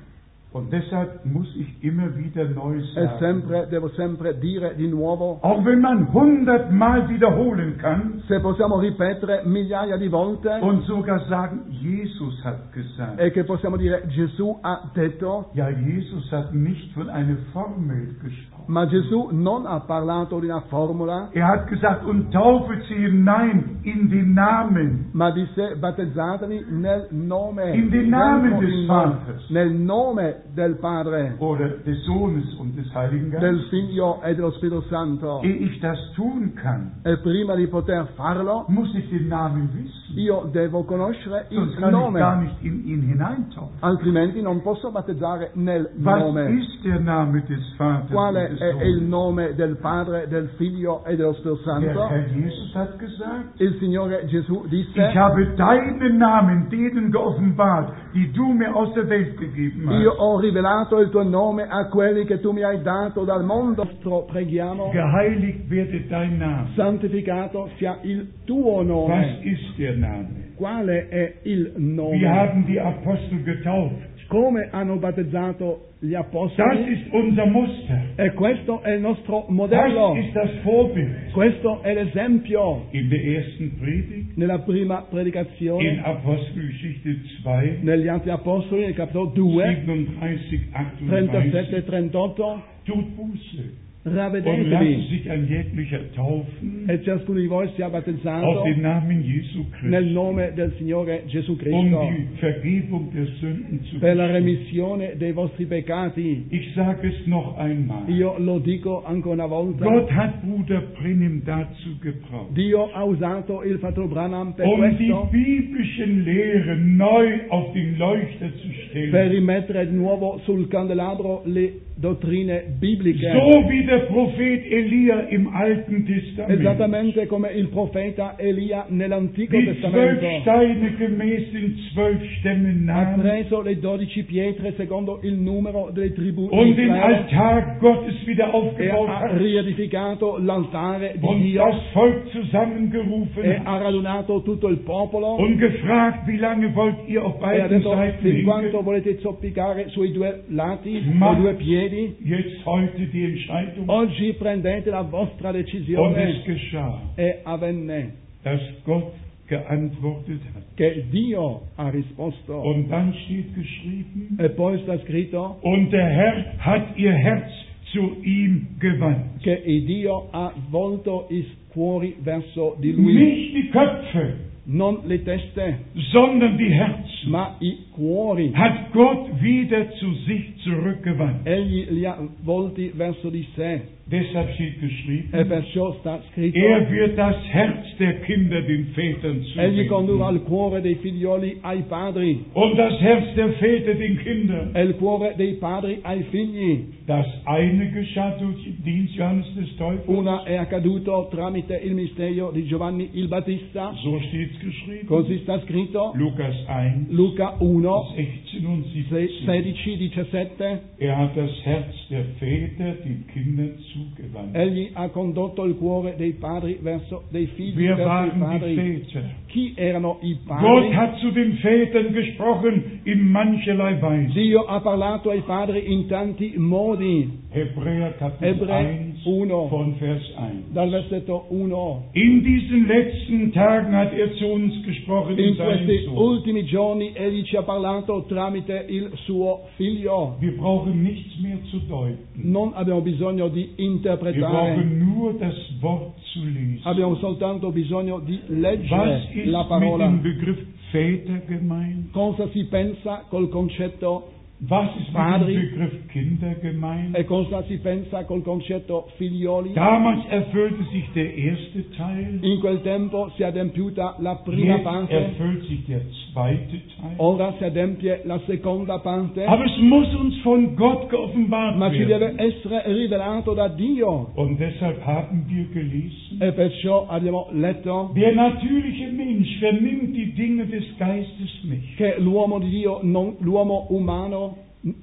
Speaker 1: Und deshalb muss ich immer wieder neu
Speaker 2: è
Speaker 1: sagen,
Speaker 2: sempre, devo sempre dire di nuovo
Speaker 1: auch wenn man hundertmal wiederholen kann
Speaker 2: se possiamo ripetere migliaia di volte
Speaker 1: und sogar sagen, Jesus hat gesagt.
Speaker 2: e che possiamo dire Gesù ha detto,
Speaker 1: Ja, Jesus hat nicht von einer Formel gesprochen.
Speaker 2: ma Gesù non ha parlato di una formula,
Speaker 1: Er hat gesagt, und taufet sie hinein in den Namen.
Speaker 2: ma disse battezzatevi nel nome,
Speaker 1: In the name
Speaker 2: Santo
Speaker 1: des
Speaker 2: in-
Speaker 1: Vaters.
Speaker 2: nel nome del Padre,
Speaker 1: Oder des Sohnes und des Heiligen
Speaker 2: del
Speaker 1: Geistes.
Speaker 2: Figlio e dello Spirito Santo.
Speaker 1: Ehe ich das tun kann,
Speaker 2: E prima di poter farlo,
Speaker 1: muss ich den Namen wissen.
Speaker 2: io devo conoscere
Speaker 1: Sonst
Speaker 2: il
Speaker 1: kann ich gar
Speaker 2: nome,
Speaker 1: nicht in ihn hineintauchen.
Speaker 2: altrimenti non posso battezzare nel
Speaker 1: Was
Speaker 2: nome.
Speaker 1: ist der Name des Vaters und
Speaker 2: Quale
Speaker 1: des
Speaker 2: è il
Speaker 1: Sohnes?
Speaker 2: nome del Padre, del Figlio e dello Spirito
Speaker 1: Der
Speaker 2: Santo?
Speaker 1: Herr Jesus hat gesagt,
Speaker 2: Il Signore Gesù
Speaker 1: ich
Speaker 2: disse,
Speaker 1: habe deinen Namen denen geoffenbart, die du mir aus der Welt gegeben
Speaker 2: io
Speaker 1: hast.
Speaker 2: ho rivelato il tuo nome a quelli che tu mi hai dato dal mondo. Nostro Preghiamo,
Speaker 3: Geheiligt werde dein Name.
Speaker 2: santificato sia il tuo
Speaker 3: Was
Speaker 2: nome.
Speaker 3: ist der Name?
Speaker 2: Quale è il
Speaker 3: Wir
Speaker 2: nome?
Speaker 3: haben die Apostel getauft.
Speaker 2: Come hanno battezzato gli
Speaker 3: Das
Speaker 2: apostoli?
Speaker 3: ist unser Muster.
Speaker 2: E questo è il nostro modello,
Speaker 3: Das ist das Vorbild.
Speaker 2: questo è l'esempio.
Speaker 3: In der ersten Predigt,
Speaker 2: Nella prima
Speaker 3: in
Speaker 2: predicazione,
Speaker 3: Apostelgeschichte 2,
Speaker 2: negli Atti Apostoli, nel capitolo 2,
Speaker 3: 37, 38,
Speaker 2: 37-38,
Speaker 3: tut Buße.
Speaker 2: Rabbi
Speaker 1: und lassen
Speaker 2: Anthony
Speaker 1: sich ein jeglicher taufen
Speaker 2: è ciascuno di voi sia
Speaker 1: auf
Speaker 2: battezzato
Speaker 1: den Namen Jesu
Speaker 2: nel
Speaker 1: Christi,
Speaker 2: nome del Signore Gesù
Speaker 1: um
Speaker 2: Cristo
Speaker 1: die Vergebung der Sünden zu
Speaker 2: per la
Speaker 1: bekommen.
Speaker 2: remissione dei vostri peccati.
Speaker 1: Ich sage es noch einmal.
Speaker 2: Io lo dico ancora una volta.
Speaker 1: Gott hat Bruder Brenim dazu gebraucht,
Speaker 2: Dio ha usato il fratello Branham per
Speaker 1: um die
Speaker 2: questo,
Speaker 1: biblischen Lehren neu auf den Leuchter zu
Speaker 2: per
Speaker 1: stellen.
Speaker 2: rimettere di nuovo sul candelabro le dottrine bibliche.
Speaker 1: So wie der Prophet Elia im Alten Testament
Speaker 2: Esattamente come il profeta Elia nell'Antico
Speaker 1: die zwölf
Speaker 2: Testamento
Speaker 1: Steine gemäß den zwölf Stämmen
Speaker 2: ha
Speaker 1: nahm
Speaker 2: preso le dodici pietre secondo il numero delle tribù di
Speaker 1: und den
Speaker 2: Israele
Speaker 1: Altar Gottes wieder
Speaker 2: e
Speaker 1: aufgebaut
Speaker 2: ha
Speaker 1: hat
Speaker 2: riedificato l'altare di
Speaker 1: und
Speaker 2: Dio
Speaker 1: das Volk
Speaker 2: e
Speaker 1: zusammengerufen hat
Speaker 2: ha radunato tutto il popolo
Speaker 1: und gefragt, wie lange wollt ihr auf
Speaker 2: e ha
Speaker 1: beiden
Speaker 2: detto
Speaker 1: Seiten
Speaker 2: fin quanto
Speaker 1: hinken?
Speaker 2: volete zoppicare sui due lati,
Speaker 1: Ma-
Speaker 2: sui due piedi,
Speaker 1: Jetzt heute die Entscheidung.
Speaker 2: oggi prendete la vostra
Speaker 1: Und es
Speaker 2: decisione
Speaker 1: geschah.
Speaker 2: e avvenne
Speaker 1: dass Gott geantwortet hat.
Speaker 2: che Dio ha risposto
Speaker 1: Und dann steht geschrieben,
Speaker 2: e poi sta scritto
Speaker 1: und der Herr hat ihr Herz zu ihm gewandt.
Speaker 2: che il Dio ha volto i cuori verso di lui,
Speaker 1: Nicht die Köpfe,
Speaker 2: non le teste,
Speaker 1: sondern die Herzen
Speaker 2: ma i cuori.
Speaker 1: hat Gott wieder zu sich zurückgewandt.
Speaker 2: Egli li ha volti verso di sé
Speaker 1: Deshalb steht geschrieben,
Speaker 2: e perciò sta scritto
Speaker 1: er wird das Herz der Kinder den Vätern
Speaker 2: Egli condurrà
Speaker 1: zuwenden
Speaker 2: il cuore dei figlioli ai padri
Speaker 1: und das Herz der Väter den Kindern.
Speaker 2: e il cuore dei padri ai figli.
Speaker 1: Das eine geschah durch den Dienst Johannes des Teufels,
Speaker 2: Una è accaduto tramite il mistero di Giovanni il Battista,
Speaker 1: so steht es geschrieben,
Speaker 2: così sta scritto
Speaker 1: Lukas 1,
Speaker 2: Luca 1,
Speaker 1: 16 und 17.
Speaker 2: 16, 17.
Speaker 1: Er hat das Herz der Väter den Kindern zugewandt.
Speaker 2: Egli ha condotto il cuore dei padri verso dei figli,
Speaker 1: Wir
Speaker 2: verso i
Speaker 1: waren die
Speaker 2: padri.
Speaker 1: Väter.
Speaker 2: Chi erano i
Speaker 1: Gott
Speaker 2: padri?
Speaker 1: hat zu den Vätern gesprochen in mancherlei Weise.
Speaker 2: Dio ha parlato ai padri in tanti modi,
Speaker 1: Hebräer Kapitel
Speaker 2: Hebräer
Speaker 1: 1
Speaker 2: 1.
Speaker 1: von Vers 1.
Speaker 2: dal versetto 1.
Speaker 1: In diesen letzten Tagen hat er zu uns gesprochen in
Speaker 2: In
Speaker 1: seinem
Speaker 2: questi
Speaker 1: Sohn.
Speaker 2: ultimi giorni Egli ci ha parlato tramite il suo figlio.
Speaker 1: Wir brauchen nichts mehr zu deuten.
Speaker 2: Non abbiamo bisogno di
Speaker 1: Wir
Speaker 2: interpretare,
Speaker 1: brauchen nur das Wort zu lesen.
Speaker 2: abbiamo soltanto bisogno di
Speaker 1: Was
Speaker 2: leggere
Speaker 1: ist
Speaker 2: Äh, la
Speaker 1: mit dem
Speaker 2: parola.
Speaker 1: Begriff Väter gemeint?
Speaker 2: Cosa si pensa col concetto
Speaker 1: Was ist mit
Speaker 2: Padre.
Speaker 1: dem Begriff Kinder gemeint?
Speaker 2: e cosa si pensa col concetto figlioli?
Speaker 1: Damals erfüllte sich der erste Teil,
Speaker 2: In quel tempo si è adempiuta la prima
Speaker 1: jetzt
Speaker 2: parte,
Speaker 1: erfüllt sich der zweite Teil.
Speaker 2: ora si adempie la seconda parte,
Speaker 1: Aber es muss uns von Gott geoffenbart
Speaker 2: ma ci deve
Speaker 1: werden.
Speaker 2: essere rivelato da Dio.
Speaker 1: Und deshalb haben wir gelesen,
Speaker 2: E perciò abbiamo letto
Speaker 1: der natürliche Mensch vernimmt die Dinge des Geistes nicht.
Speaker 2: che l'uomo di Dio, non- l'uomo umano, n-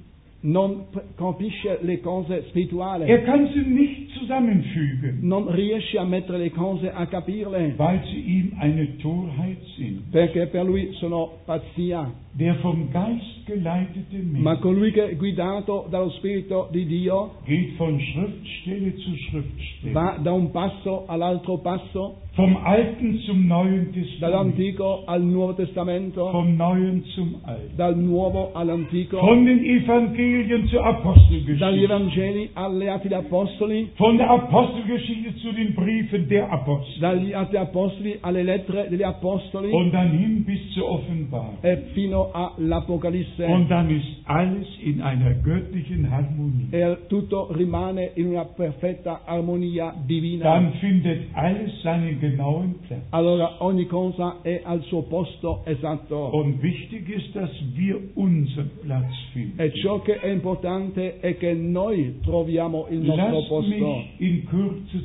Speaker 2: non p- capisce le cose spirituali,
Speaker 1: Er kann sie nicht zusammenfügen,
Speaker 2: non riesce a mettere le cose a capirle,
Speaker 1: weil sie ihm eine Torheit sind.
Speaker 2: perché per lui sono pazzia.
Speaker 1: Der vom Geist geleitete
Speaker 2: Ma
Speaker 1: Mensch
Speaker 2: colui che è guidato dallo Spirito di Dio
Speaker 1: geht von Schriftstelle zu Schriftstelle.
Speaker 2: va da un passo all'altro passo,
Speaker 1: Vom Alten zum Neuen Testament.
Speaker 2: dall'Antico al Nuovo Testamento,
Speaker 1: Vom Neuen zum Alten.
Speaker 2: dal Nuovo all'Antico,
Speaker 1: Von den Evangelien zur
Speaker 2: dagli
Speaker 1: Apostelgeschichte.
Speaker 2: Evangeli agli Atti degli Apostoli,
Speaker 1: Von der Apostelgeschichte zu den Briefen der Apostel.
Speaker 2: dagli Atti degli Apostoli alle lettere degli Apostoli
Speaker 1: Und dann hin bis zur Offenbarung.
Speaker 2: e fino all'Apocalisse.
Speaker 1: Und dann ist alles in einer göttlichen Harmonie.
Speaker 2: e tutto rimane in una perfetta armonia divina.
Speaker 1: Dann findet alles seinen genauen Platz.
Speaker 2: Allora ogni cosa è al suo posto esatto.
Speaker 1: Und wichtig ist, dass wir unseren Platz finden.
Speaker 2: E ciò che è importante è che noi troviamo il nostro
Speaker 1: Lasst
Speaker 2: posto.
Speaker 1: mich in Kürze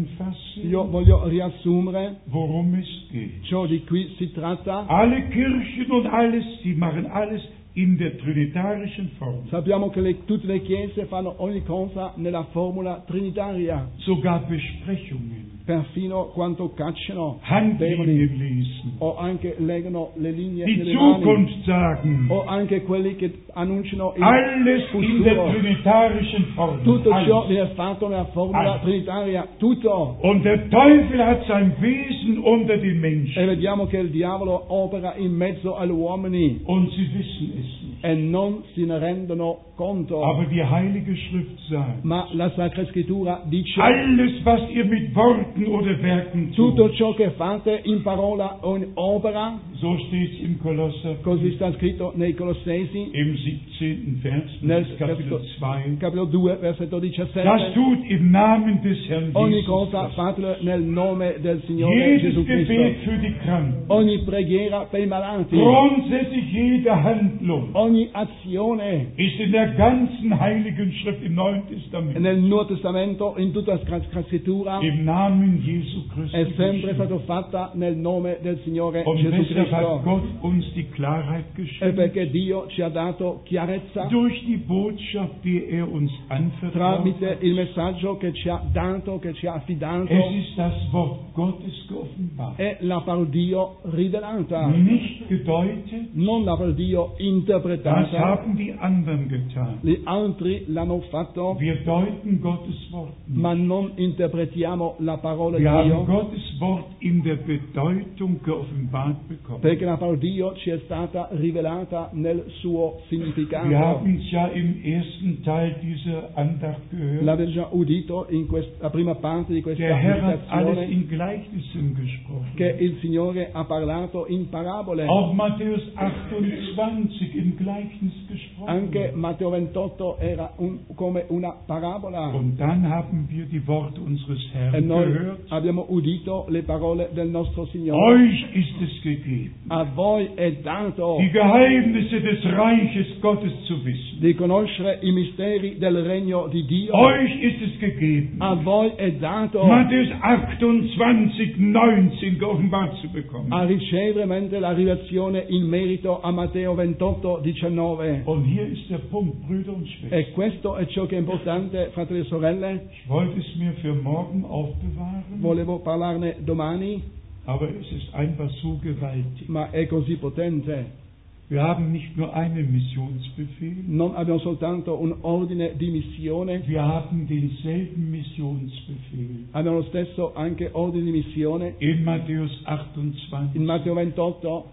Speaker 2: Io
Speaker 1: zusammenfassen,
Speaker 2: voglio riassumere
Speaker 1: worum es geht.
Speaker 2: ciò di cui si tratta.
Speaker 1: Alle Kirchen und alles, sie machen alles in der trinitarischen Form.
Speaker 2: Sappiamo che le- tutte le chiese fanno ogni cosa nella formula trinitaria,
Speaker 1: sogar Besprechungen,
Speaker 2: perfino quanto cacciano
Speaker 1: Handlinien
Speaker 2: demoni
Speaker 1: lesen,
Speaker 2: o anche legano le linee
Speaker 1: die
Speaker 2: delle mani.
Speaker 1: Zukunft sagen,
Speaker 2: o anche quelli che annunciano il
Speaker 1: alles in der
Speaker 2: futuro.
Speaker 1: trinitarischen Form.
Speaker 2: Tutto ciò
Speaker 1: alles.
Speaker 2: viene fatto nella formula
Speaker 1: Alles.
Speaker 2: trinitaria, tutto.
Speaker 1: Und der Teufel hat sein Wesen unter den
Speaker 2: E
Speaker 1: Menschen
Speaker 2: vediamo che il diavolo opera in mezzo agli uomini
Speaker 1: und sie wissen es nicht.
Speaker 2: e non si ne rendono conto.
Speaker 1: Aber die Heilige Schrift sagt,
Speaker 2: Ma la Sacra Scrittura dice
Speaker 1: alles, was ihr mit Worten oder Werken
Speaker 2: tutto
Speaker 1: tut,
Speaker 2: ciò che fate in parola o in opera,
Speaker 1: so steht es im Kolosser
Speaker 2: così sta scritto nei Colossesi,
Speaker 1: im 17. Vers,
Speaker 2: nel
Speaker 1: des Kapitel 2,
Speaker 2: capitolo 2, versetto 17.
Speaker 1: das tut im Namen des Herrn
Speaker 2: Ogni
Speaker 1: Jesus.
Speaker 2: cosa fatelo nel nome del Signore Gesù
Speaker 1: Jedes Gebet
Speaker 2: Cristo.
Speaker 1: für die Kranken,
Speaker 2: Ogni preghiera per i malati,
Speaker 1: grundsätzlich jede Handlung
Speaker 2: ogni azione
Speaker 1: ist in der ganzen Heiligen Schrift im Neuen Testament
Speaker 2: nel Nuovo Testamento, in tutta la Sacra Scrittura,
Speaker 1: im Namen Jesu Christi.
Speaker 2: è sempre
Speaker 1: geschrieben.
Speaker 2: stata fatta nel nome del Signore
Speaker 1: Und
Speaker 2: Gesù
Speaker 1: deshalb hat
Speaker 2: Cristo.
Speaker 1: Gott uns die Klarheit
Speaker 2: E
Speaker 1: geschenkt.
Speaker 2: perché Dio ci ha dato chiarezza
Speaker 1: Durch die Botschaft, die er uns anvertraut
Speaker 2: tramite
Speaker 1: hat,
Speaker 2: il messaggio che ci ha dato, che ci ha affidato,
Speaker 1: es ist das Wort Gottes geoffenbart.
Speaker 2: è la parola Dio rivelata,
Speaker 1: Nicht gedeutet,
Speaker 2: non la parola Dio
Speaker 1: das
Speaker 2: interpretata.
Speaker 1: haben die anderen getan.
Speaker 2: Gli altri l'hanno fatto,
Speaker 1: Wir deuten Gottes Wort.
Speaker 2: ma non interpretiamo la parola di
Speaker 1: Wir haben
Speaker 2: Dio,
Speaker 1: Gottes Wort in der Bedeutung geoffenbart bekommen.
Speaker 2: perché la parola Dio ci è stata rivelata nel suo
Speaker 1: Wir
Speaker 2: significato.
Speaker 1: haben es ja im ersten Teil dieser Andacht gehört.
Speaker 2: L'avete già udito in questa prima parte di questa
Speaker 1: Der Herr hat
Speaker 2: meditazione.
Speaker 1: alles in Gleichnissen gesprochen.
Speaker 2: che il Signore ha parlato in parabole.
Speaker 1: Auch Matthäus 28 im Gleichnis
Speaker 2: Anche
Speaker 1: gesprochen.
Speaker 2: Matteo 28 era un- come una parabola.
Speaker 1: Und dann haben wir die Worte unseres
Speaker 2: E
Speaker 1: Herrn
Speaker 2: noi
Speaker 1: gehört.
Speaker 2: abbiamo udito le parole del nostro Signore.
Speaker 1: Euch ist es gegeben,
Speaker 2: A voi è dato
Speaker 1: die Geheimnisse des Reiches Gottes zu wissen.
Speaker 2: di conoscere i misteri del regno di Dio.
Speaker 1: Euch ist es gegeben,
Speaker 2: A voi è dato
Speaker 1: Matthäus 28, 19 geoffenbart zu bekommen.
Speaker 2: a ricevere mentre la rivelazione in merito a Matteo 28, 19.
Speaker 1: Und hier ist der Punkt, Brüder und Schwestern.
Speaker 2: E questo è ciò che è importante, fratelli e sorelle.
Speaker 1: Ich wollte es mir für morgen aufbewahren,
Speaker 2: Volevo parlarne domani,
Speaker 1: aber es ist einfach so gewaltig.
Speaker 2: ma è così potente.
Speaker 1: Wir haben nicht nur einen Missionsbefehl,
Speaker 2: Non abbiamo soltanto un ordine di missione,
Speaker 1: wir haben denselben Missionsbefehl.
Speaker 2: abbiamo lo stesso anche ordine di missione
Speaker 1: In Matthäus 28,
Speaker 2: in Matteo 28,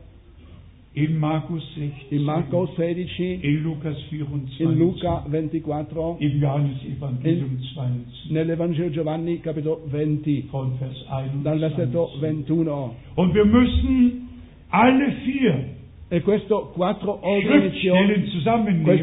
Speaker 1: in Markus
Speaker 2: in
Speaker 1: 16,
Speaker 2: Marco 16,
Speaker 1: in Lukas
Speaker 2: in
Speaker 1: 24,
Speaker 2: Luca 24,
Speaker 1: im Johannesevangelium 20,
Speaker 2: nell'Evangelo Giovanni capitolo 20,
Speaker 1: von Vers
Speaker 2: dal versetto
Speaker 1: 21.
Speaker 2: 21.
Speaker 1: Und wir müssen alle vier
Speaker 2: E questo quattro ordini di missione,
Speaker 1: Schriftstellen
Speaker 2: questi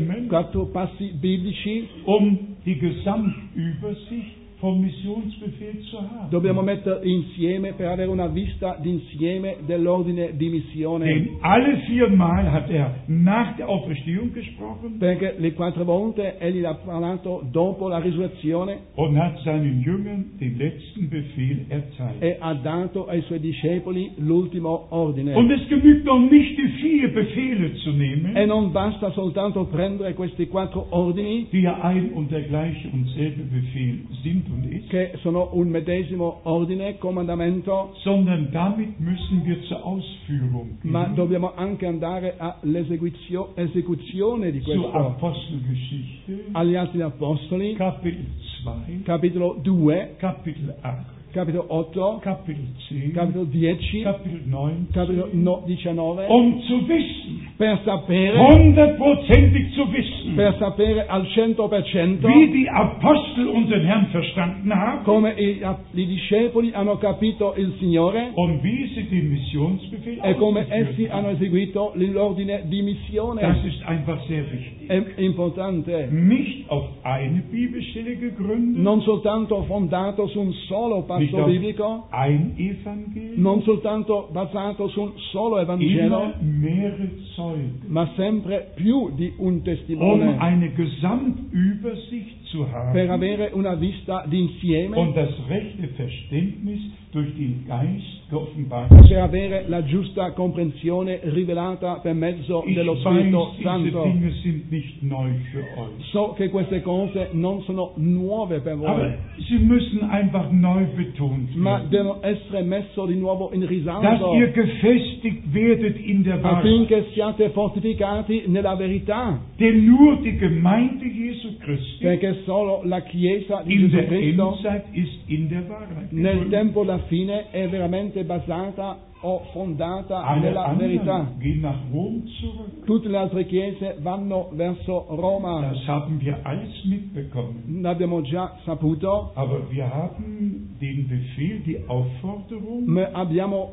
Speaker 1: zusammennehmen,
Speaker 2: quattro passi biblici,
Speaker 1: um die Gesamtübersicht vom Missionsbefehl zu
Speaker 2: dobbiamo
Speaker 1: haben.
Speaker 2: metterli insieme per avere una vista d'insieme dell'ordine di missione.
Speaker 1: Denn alle viermal hat er nach der Auferstehung gesprochen
Speaker 2: Perché le quattro volte egli l'ha parlato dopo la risurrezione
Speaker 1: und hat seinen Jüngern den letzten Befehl erteilt.
Speaker 2: e ha dato ai suoi discepoli l'ultimo
Speaker 1: Und
Speaker 2: ordine.
Speaker 1: es genügt noch nicht, die vier Befehle zu
Speaker 2: E
Speaker 1: nehmen,
Speaker 2: non basta soltanto prendere questi quattro ordini
Speaker 1: die ja ein und der gleiche und selbe Befehl sind und ist,
Speaker 2: che sono un medesimo ordine, comandamento,
Speaker 1: sondern damit müssen wir zur Ausführung
Speaker 2: ma
Speaker 1: gehen,
Speaker 2: dobbiamo anche andare all'esecuzione esecuzione di
Speaker 1: zur
Speaker 2: questo.
Speaker 1: Apostelgeschichte,
Speaker 2: Agli Atti degli Apostoli,
Speaker 1: Kapitel 2,
Speaker 2: capitolo 2,
Speaker 1: Kapitel 8,
Speaker 2: capitolo 8,
Speaker 1: Kapitel 10,
Speaker 2: capitolo 10,
Speaker 1: Kapitel 9.
Speaker 2: capitolo no- 19,
Speaker 1: Um zu wissen,
Speaker 2: per
Speaker 1: Oh.
Speaker 2: sapere,
Speaker 1: hundertprozentig zu wissen,
Speaker 2: per sapere al 100%
Speaker 1: wie die Apostel unseren Herrn verstanden haben
Speaker 2: come i, i discepoli hanno capito il Signore
Speaker 1: und wie sie den Missionsbefehl
Speaker 2: e come essi
Speaker 1: ausgeführt
Speaker 2: hanno
Speaker 1: haben.
Speaker 2: eseguito l'ordine di
Speaker 1: Das
Speaker 2: missione.
Speaker 1: ist einfach sehr wichtig.
Speaker 2: È importante,
Speaker 1: Nicht auf eine Bibelstelle gegründet,
Speaker 2: non soltanto fondato su un solo
Speaker 1: nicht
Speaker 2: passo
Speaker 1: auf
Speaker 2: biblico,
Speaker 1: ein Evangelium,
Speaker 2: non soltanto basato su un solo
Speaker 1: immer
Speaker 2: Evangelo,
Speaker 1: mehrere Zeugen.
Speaker 2: ma sempre più di un
Speaker 1: Um
Speaker 2: testimone
Speaker 1: eine Gesamtübersicht zu
Speaker 2: per
Speaker 1: haben,
Speaker 2: avere una vista
Speaker 1: und
Speaker 2: d'insieme,
Speaker 1: das rechte Verständnis durch den Geist geoffenbart.
Speaker 2: per avere la giusta comprensione rivelata per mezzo
Speaker 1: Ich
Speaker 2: dello Spirito
Speaker 1: weiß, diese
Speaker 2: Santo.
Speaker 1: Dinge sind nicht neu für euch.
Speaker 2: So che queste cose non sono nuove per
Speaker 1: Aber
Speaker 2: voi,
Speaker 1: sie müssen einfach neu betont
Speaker 2: ma
Speaker 1: werden,
Speaker 2: devono essere messe di nuovo in
Speaker 1: dass
Speaker 2: risalto
Speaker 1: ihr gefestigt werdet in der Wahrheit.
Speaker 2: affinché siate fortificati nella verità,
Speaker 1: Denn nur die Gemeinde Jesu Christi
Speaker 2: perché solo la Chiesa di
Speaker 1: in
Speaker 2: Gesù
Speaker 1: der
Speaker 2: Cristo
Speaker 1: Endzeit ist in der Wahrheit.
Speaker 2: nel
Speaker 1: gegründet.
Speaker 2: tempo della fine è veramente basata o fondata
Speaker 1: Alle
Speaker 2: nella verità.
Speaker 1: anderen gehen nach Rom zurück.
Speaker 2: Tutte le altre chiese vanno verso Roma.
Speaker 1: Das haben wir alles mitbekommen.
Speaker 2: L'abbiamo già saputo,
Speaker 1: Aber wir haben den Befehl, die Aufforderung,
Speaker 2: ma abbiamo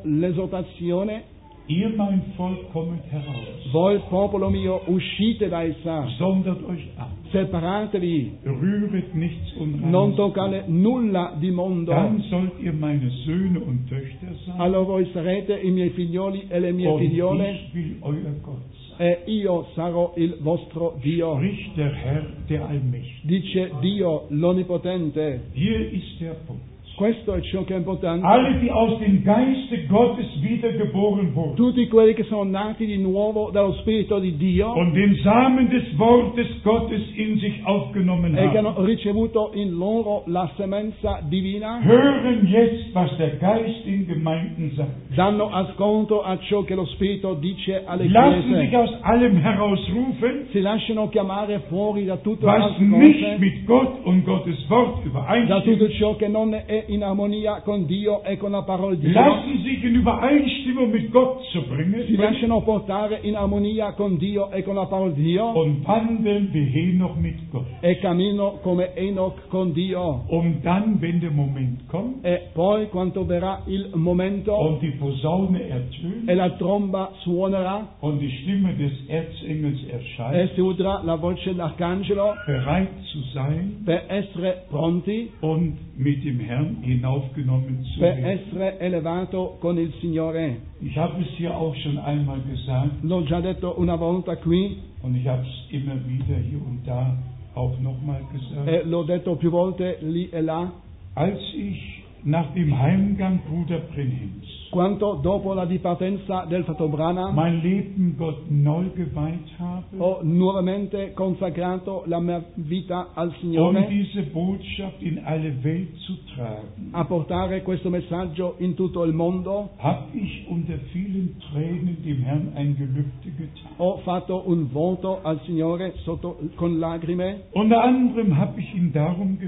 Speaker 2: l'esortazione,
Speaker 1: ihr mein Volk kommet heraus,
Speaker 2: voi popolo mio uscite dai sa,
Speaker 1: sondert euch ab,
Speaker 2: separatevi,
Speaker 1: rühret nichts
Speaker 2: non
Speaker 1: unrein.
Speaker 2: toccare nulla di mondo.
Speaker 1: Dann sollt ihr meine Söhne und Töchter sein
Speaker 2: Allora voi sarete i miei figlioli e le mie
Speaker 1: und
Speaker 2: figliole
Speaker 1: ich will euer Gott sein,
Speaker 2: e io sarò il vostro Dio.
Speaker 1: spricht der Herr, der Allmächtige.
Speaker 2: Dice Dio l'Onnipotente.
Speaker 1: Hier ist der Punkt.
Speaker 2: Questo è ciò che è importante.
Speaker 1: Alle, die aus dem Geiste Gottes wiedergeboren wurden,
Speaker 2: Tutti quelli che sono nati di nuovo dallo Spirito di Dio
Speaker 1: und den Samen des Wortes Gottes in sich aufgenommen
Speaker 2: e che
Speaker 1: haben,
Speaker 2: hanno ricevuto in loro la semenza divina,
Speaker 1: hören jetzt, was der Geist den Gemeinden sagt.
Speaker 2: danno ascolto a ciò che lo Spirito dice alle
Speaker 1: Lassen sich
Speaker 2: chiese.
Speaker 1: aus allem herausrufen,
Speaker 2: Si lasciano chiamare fuori da tutte le
Speaker 1: was
Speaker 2: altre
Speaker 1: nicht
Speaker 2: cose,
Speaker 1: mit Gott und Gottes Wort
Speaker 2: da tutto
Speaker 1: übereinstimmt.
Speaker 2: ciò che non è in armonia con Dio e con la parola di Dio.
Speaker 1: Lassen sich in Übereinstimmung mit Gott zu
Speaker 2: Si
Speaker 1: bringen
Speaker 2: lasciano portare in armonia con Dio e con la parola di Dio
Speaker 1: und wandeln wir hier noch mit Gott.
Speaker 2: e cammino come Enoch con Dio.
Speaker 1: Um dann, wenn der Moment kommt
Speaker 2: E poi quando verrà il momento
Speaker 1: und die Posaune
Speaker 2: e
Speaker 1: ertönt
Speaker 2: la tromba suonerà
Speaker 1: und die Stimme des Erzengels
Speaker 2: e
Speaker 1: erscheint,
Speaker 2: si udrà la voce dell'arcangelo
Speaker 1: bereit zu sein
Speaker 2: per essere pronti,
Speaker 1: und mit dem Herrn hinaufgenommen zu
Speaker 2: per
Speaker 1: werden.
Speaker 2: essere elevato con il Signore.
Speaker 1: Ich habe es hier auch schon einmal gesagt,
Speaker 2: L'ho già detto una volta qui
Speaker 1: Und ich habe es immer wieder hier und da auch nochmal gesagt.
Speaker 2: e l'ho detto più volte lì e là,
Speaker 1: Als ich nach dem Heimgang Bruder Brenhims
Speaker 2: quanto dopo la dipartenza del fratello Branham
Speaker 1: mein Leben Gott neu geweiht habe,
Speaker 2: ho nuovamente consacrato la mia vita al
Speaker 1: um
Speaker 2: Signore
Speaker 1: diese Botschaft in alle Welt zu tragen,
Speaker 2: a portare questo messaggio in tutto il mondo.
Speaker 1: habe ich unter vielen Tränen dem Herrn ein Gelübde getan.
Speaker 2: Ho fatto un voto al Signore sotto- con lacrime
Speaker 1: Unter anderem habe ich ihn darum
Speaker 2: e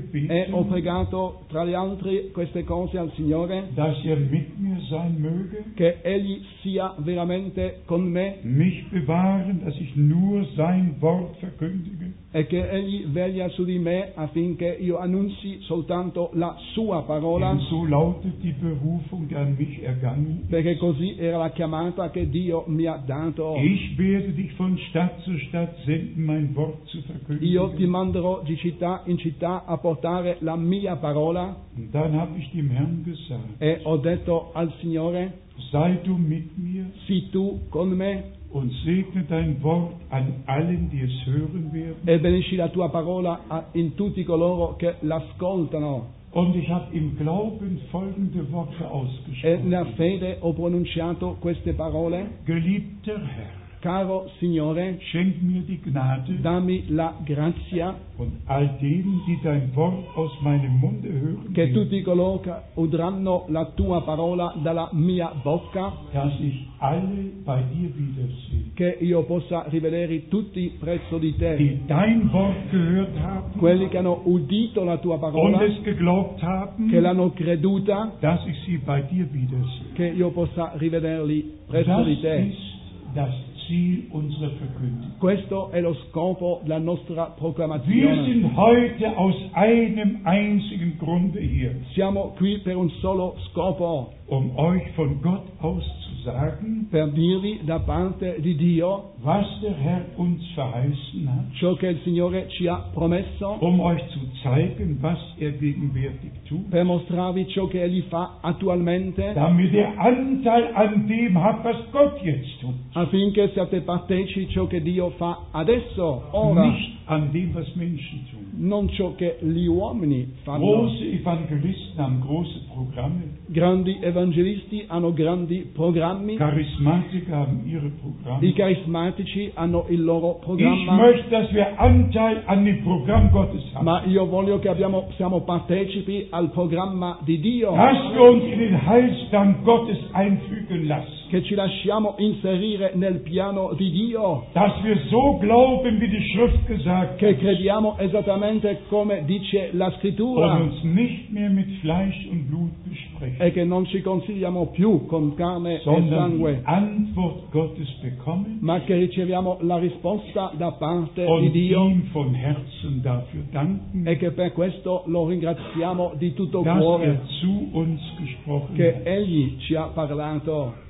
Speaker 2: ho
Speaker 1: gebeten,
Speaker 2: pregato tra le altre queste cose al Signore
Speaker 1: dass er mit mir sein möge,
Speaker 2: che Egli sia veramente con me
Speaker 1: mich bewahren, dass ich nur sein Wort verkündige
Speaker 2: e che Egli veglia su di me affinché io annunzi soltanto la sua parola
Speaker 1: Denn so lautet die Berufung, die an mich ergangen ist.
Speaker 2: perché così era la chiamata che Dio mi ha dato.
Speaker 1: Ich werde dich von Stadt zu Stadt senden, mein Wort zu
Speaker 2: Io ti
Speaker 1: verkündigen.
Speaker 2: manderò di città in città a portare la mia parola
Speaker 1: Und dann habe ich dem Herrn gesagt,
Speaker 2: e ho detto al Signore,
Speaker 1: sei du mit mir
Speaker 2: sii tu con me
Speaker 1: und segne dein Wort an allen, die es hören werden.
Speaker 2: e benedici la tua parola a- in tutti coloro che l'ascoltano.
Speaker 1: Und ich habe im Glauben folgende Worte
Speaker 2: E nella
Speaker 1: ausgesprochen.
Speaker 2: fede ho pronunciato queste parole.
Speaker 1: Geliebter Herr,
Speaker 2: Caro Signore,
Speaker 1: schenk mir die Gnade
Speaker 2: dammi la grazia
Speaker 1: und all denen, die dein Wort aus meinem Munde hören
Speaker 2: che
Speaker 1: werden,
Speaker 2: tutti coloro che udranno la tua parola dalla mia bocca,
Speaker 1: dass ich alle bei dir wiedersehe.
Speaker 2: che io possa rivedere tutti presso di te.
Speaker 1: die dein Wort gehört haben
Speaker 2: Quelli che hanno udito la tua
Speaker 1: und
Speaker 2: parola,
Speaker 1: es geglaubt haben,
Speaker 2: che l'hanno creduta,
Speaker 1: dass ich sie bei dir wiedersehe.
Speaker 2: che io possa rivederli presso
Speaker 1: Das
Speaker 2: di te.
Speaker 1: ist das Ziel unserer Verkündigung.
Speaker 2: Questo è lo scopo della nostra
Speaker 1: Wir
Speaker 2: proclamazione.
Speaker 1: sind heute aus einem einzigen Grunde hier,
Speaker 2: Siamo qui per un solo scopo,
Speaker 1: um euch von Gott aus zu sagen,
Speaker 2: per dirvi da parte di Dio
Speaker 1: was der Herr uns verheißen hat,
Speaker 2: ciò che il Signore ci ha promesso,
Speaker 1: um euch zu zeigen, was er gegenwärtig tut,
Speaker 2: per mostrarvi ciò che Egli fa attualmente,
Speaker 1: damit ihr Anteil an dem habt, was Gott jetzt tut,
Speaker 2: affinché siate partecipi ciò che Dio fa adesso, ora,
Speaker 1: nicht an dem, was Menschen tun.
Speaker 2: non ciò che gli uomini fanno.
Speaker 1: Große Evangelisten haben große Programme,
Speaker 2: Grandi evangelisti hanno grandi programmi,
Speaker 1: Charismatiker haben ihre
Speaker 2: i
Speaker 1: Programme.
Speaker 2: carismatici hanno il loro
Speaker 1: Ich
Speaker 2: programma,
Speaker 1: möchte, dass wir Anteil an dem Programm Gottes haben.
Speaker 2: ma io voglio che abbiamo- siamo partecipi al programma di Dio.
Speaker 1: Dass wir uns in den Heilsdank Gottes einfügen lassen.
Speaker 2: che ci lasciamo inserire nel piano di Dio,
Speaker 1: dass wir so glauben, wie die Schrift gesagt
Speaker 2: che
Speaker 1: hat
Speaker 2: crediamo esattamente come dice la
Speaker 1: und
Speaker 2: scrittura
Speaker 1: uns nicht mehr mit Fleisch und Blut besprechen,
Speaker 2: e che non ci consigliamo più con carne e
Speaker 1: sondern
Speaker 2: sangue,
Speaker 1: die Antwort Gottes bekommen
Speaker 2: ma che riceviamo la risposta da parte di
Speaker 1: und
Speaker 2: Dio
Speaker 1: ihm von Herzen dafür danken,
Speaker 2: e che per questo lo ringraziamo di tutto
Speaker 1: dass
Speaker 2: cuore
Speaker 1: er zu uns gesprochen
Speaker 2: che
Speaker 1: hat.
Speaker 2: Egli ci ha parlato.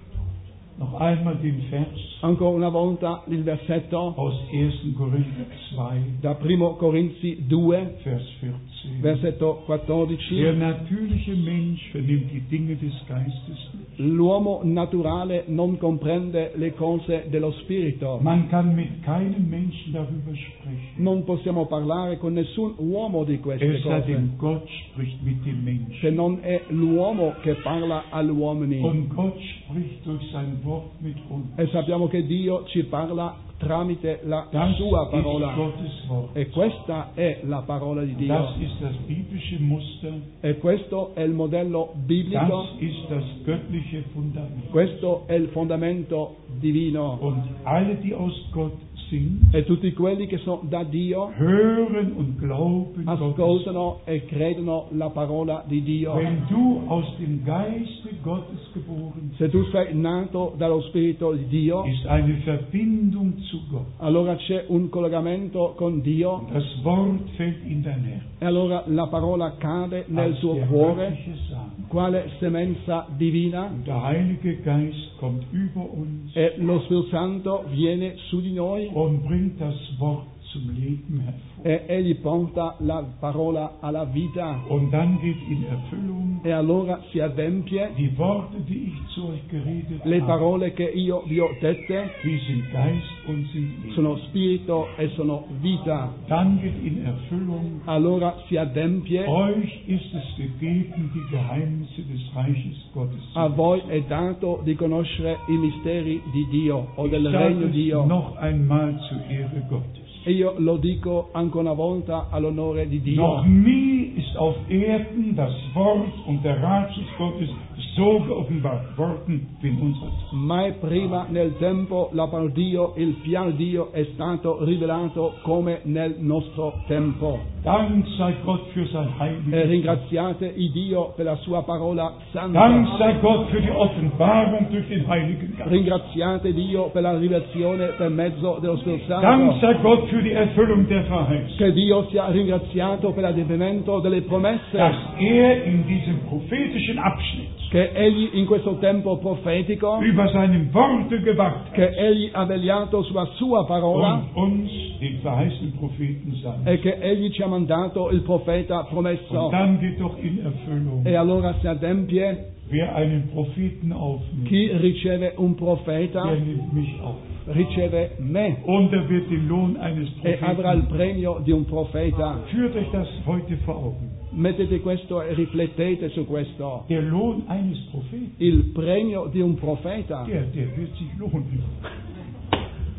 Speaker 1: Noch einmal den Vers
Speaker 2: Ancora una volta il versetto
Speaker 1: aus 1. Korinther 2,
Speaker 2: da 1 Corinzi 2,
Speaker 1: Vers 14.
Speaker 2: versetto
Speaker 1: Der
Speaker 2: 14.
Speaker 1: natürliche Mensch vernimmt die Dinge des Geistes nicht.
Speaker 2: L'uomo naturale non comprende le cose dello spirito.
Speaker 1: Man kann mit keinem Menschen darüber sprechen.
Speaker 2: Non possiamo parlare con nessun uomo di queste
Speaker 1: Es sei
Speaker 2: cose,
Speaker 1: denn, Gott spricht mit dem
Speaker 2: se
Speaker 1: Menschen.
Speaker 2: non è l'uomo che parla agli uomini.
Speaker 1: Und Gott spricht durch sein Wort mit uns.
Speaker 2: E sappiamo che Dio ci parla tramite la
Speaker 1: Das ist
Speaker 2: sua parola.
Speaker 1: Gottes Wort.
Speaker 2: E questa è la parola di
Speaker 1: Das
Speaker 2: Dio.
Speaker 1: ist das biblische Muster.
Speaker 2: E questo è il modello
Speaker 1: Das
Speaker 2: biblico.
Speaker 1: ist das göttliche Fundament.
Speaker 2: Questo è il fondamento divino.
Speaker 1: Und alle, die aus Gott sind,
Speaker 2: E tutti quelli che sono da Dio
Speaker 1: hören und glauben Gottes
Speaker 2: ascoltano e credono la parola di Dio.
Speaker 1: Wenn du aus dem Geiste Gottes geboren
Speaker 2: Se tu sei nato dallo Spirito di Dio,
Speaker 1: bist, ist eine Verbindung zu Gott.
Speaker 2: allora c'è un collegamento con Dio
Speaker 1: Das Wort fällt in dein Herz.
Speaker 2: e allora la parola cade nel
Speaker 1: als
Speaker 2: suo
Speaker 1: der
Speaker 2: cuore
Speaker 1: göttliche Samen.
Speaker 2: quale semenza divina
Speaker 1: Und der Heilige Geist kommt über uns
Speaker 2: e lo Spirito Santo viene su di noi
Speaker 1: und bringt das Wort zum Leben hervor.
Speaker 2: e egli porta la parola alla vita
Speaker 1: Und dann geht in Erfüllung
Speaker 2: e allora si adempie
Speaker 1: die Worte, die ich zu euch geredet
Speaker 2: le
Speaker 1: habe.
Speaker 2: parole che io vi ho dette
Speaker 1: Die sind Geist und sind Leben.
Speaker 2: sono spirito e sono vita
Speaker 1: Dann geht in Erfüllung
Speaker 2: allora si adempie
Speaker 1: euch ist es gegeben, die Geheimnisse des Reiches Gottes zu
Speaker 2: a voi è dato di conoscere i misteri di Dio o del regno
Speaker 1: Sage
Speaker 2: di
Speaker 1: es
Speaker 2: Dio
Speaker 1: noch einmal zur Ehre Gottes.
Speaker 2: E Io lo dico ancora una volta all'onore di
Speaker 1: Noch
Speaker 2: Dio.
Speaker 1: nie ist auf Erden das Wort und der Ratschluss Gottes so geoffenbart worden wie in unserer Zeit.
Speaker 2: Mai prima nel tempo la parola di Dio, il piano di Dio è stato rivelato come nel nostro tempo.
Speaker 1: Dank sei Gott für sein
Speaker 2: E
Speaker 1: Heiliges Wort.
Speaker 2: ringraziate il Dio per la sua parola
Speaker 1: Dank
Speaker 2: santa.
Speaker 1: sei Gott für die Offenbarung durch den Heiligen Geist.
Speaker 2: Ringraziate Dio per la rivelazione per mezzo dello Spirito
Speaker 1: Dank
Speaker 2: Santo.
Speaker 1: sei Gott für die Erfüllung der Verheißung.
Speaker 2: Che Dio sia ringraziato per l'adempimento delle
Speaker 1: Dass
Speaker 2: promesse
Speaker 1: er in diesem prophetischen Abschnitt
Speaker 2: che Egli in questo tempo profetico,
Speaker 1: über seinem Worte gewacht
Speaker 2: che
Speaker 1: hat
Speaker 2: Egli ha vegliato sulla sua parola,
Speaker 1: und uns den verheißenen Propheten sein.
Speaker 2: e che egli ci ha mandato il profeta promesso.
Speaker 1: Und dann geht doch in Erfüllung.
Speaker 2: E allora si adempie,
Speaker 1: Wer einen Propheten aufnimmt,
Speaker 2: chi riceve un
Speaker 1: der
Speaker 2: profeta
Speaker 1: nimmt mich auf.
Speaker 2: riceve me
Speaker 1: Und er wird den Lohn eines
Speaker 2: e avrà il
Speaker 1: Propheten.
Speaker 2: premio di un profeta.
Speaker 1: Führt euch das heute vor Augen.
Speaker 2: Mettete questo e riflettete su questo.
Speaker 1: Der Lohn eines Propheten,
Speaker 2: Il premio di un profeta
Speaker 1: der, der wird sich lohnen.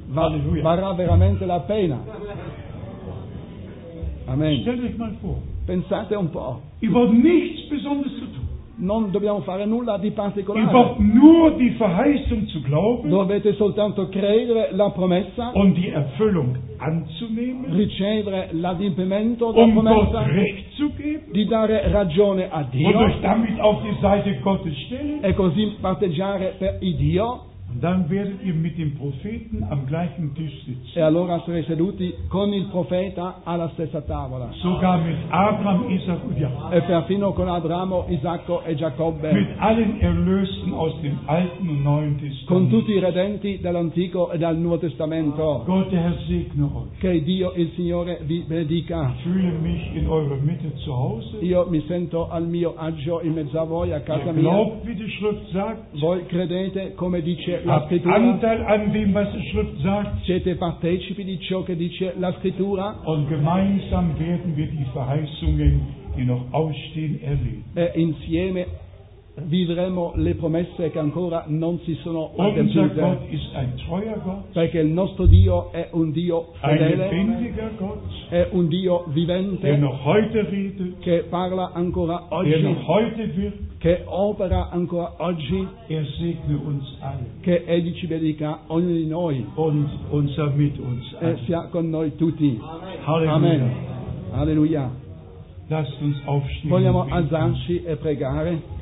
Speaker 2: va-
Speaker 1: Alleluia.
Speaker 2: varrà veramente la pena. Amen.
Speaker 1: Stellt euch mal vor,
Speaker 2: Pensate un po',
Speaker 1: ihr braucht nichts Besonderes zu tun.
Speaker 2: non dobbiamo fare nulla di
Speaker 1: Ihr
Speaker 2: particolare.
Speaker 1: braucht nur die Verheißung zu glauben
Speaker 2: Dovete soltanto credere la promessa
Speaker 1: und die Erfüllung anzunehmen,
Speaker 2: ricevere l'adempimento della
Speaker 1: um Gott
Speaker 2: promessa,
Speaker 1: Recht zu geben
Speaker 2: di dare ragione a
Speaker 1: und euch
Speaker 2: Dio
Speaker 1: damit auf die Seite Gottes stellen.
Speaker 2: e così parteggiare per il Dio
Speaker 1: Und dann werdet ihr mit dem Propheten am gleichen Tisch sitzen.
Speaker 2: e allora sarei seduti con il profeta alla stessa tavola
Speaker 1: Sogar mit Abraham, Isaac und Jakob.
Speaker 2: e perfino con Abramo, Isacco e Giacobbe,
Speaker 1: Mit allen Erlösten aus dem Alten und Neuen
Speaker 2: con
Speaker 1: Testament.
Speaker 2: tutti i redenti dall'Antico e dal Nuovo Testamento.
Speaker 1: Gott, der Herr, segne euch.
Speaker 2: Che Dio il Signore vi benedica.
Speaker 1: Ich fühle mich in eurer Mitte zu Hause.
Speaker 2: Io mi sento al mio agio in mezzo a voi, a casa
Speaker 1: Ihr
Speaker 2: mia.
Speaker 1: glaubt, wie die Schrift sagt.
Speaker 2: Voi credete come dice la
Speaker 1: Habt
Speaker 2: scrittura?
Speaker 1: Anteil an dem, was die Schrift sagt.
Speaker 2: Siete partecipi di ciò che dice la scrittura?
Speaker 1: Und gemeinsam werden wir die Verheißungen, die noch ausstehen, erleben.
Speaker 2: e insieme vivremo le promesse che ancora non si sono
Speaker 1: Unser
Speaker 2: adempiute.
Speaker 1: Gott ist ein treuer Gott,
Speaker 2: Perché il nostro Dio è un Dio
Speaker 1: ein
Speaker 2: fedele,
Speaker 1: lebendiger Gott,
Speaker 2: è un Dio
Speaker 1: der
Speaker 2: vivente
Speaker 1: noch heute redet,
Speaker 2: che parla ancora
Speaker 1: der
Speaker 2: oggi,
Speaker 1: noch heute wirkt.
Speaker 2: che opera ancora oggi,
Speaker 1: Er segne uns alle
Speaker 2: che Egli ci benedica ognuno di noi
Speaker 1: und unser mit uns
Speaker 2: e
Speaker 1: alle.
Speaker 2: sia con noi tutti.
Speaker 1: Halleluja.
Speaker 2: Amen. Alleluia.
Speaker 1: Lasst uns aufstehen.
Speaker 2: Vogliamo
Speaker 1: und beten.
Speaker 2: alzarci e pregare.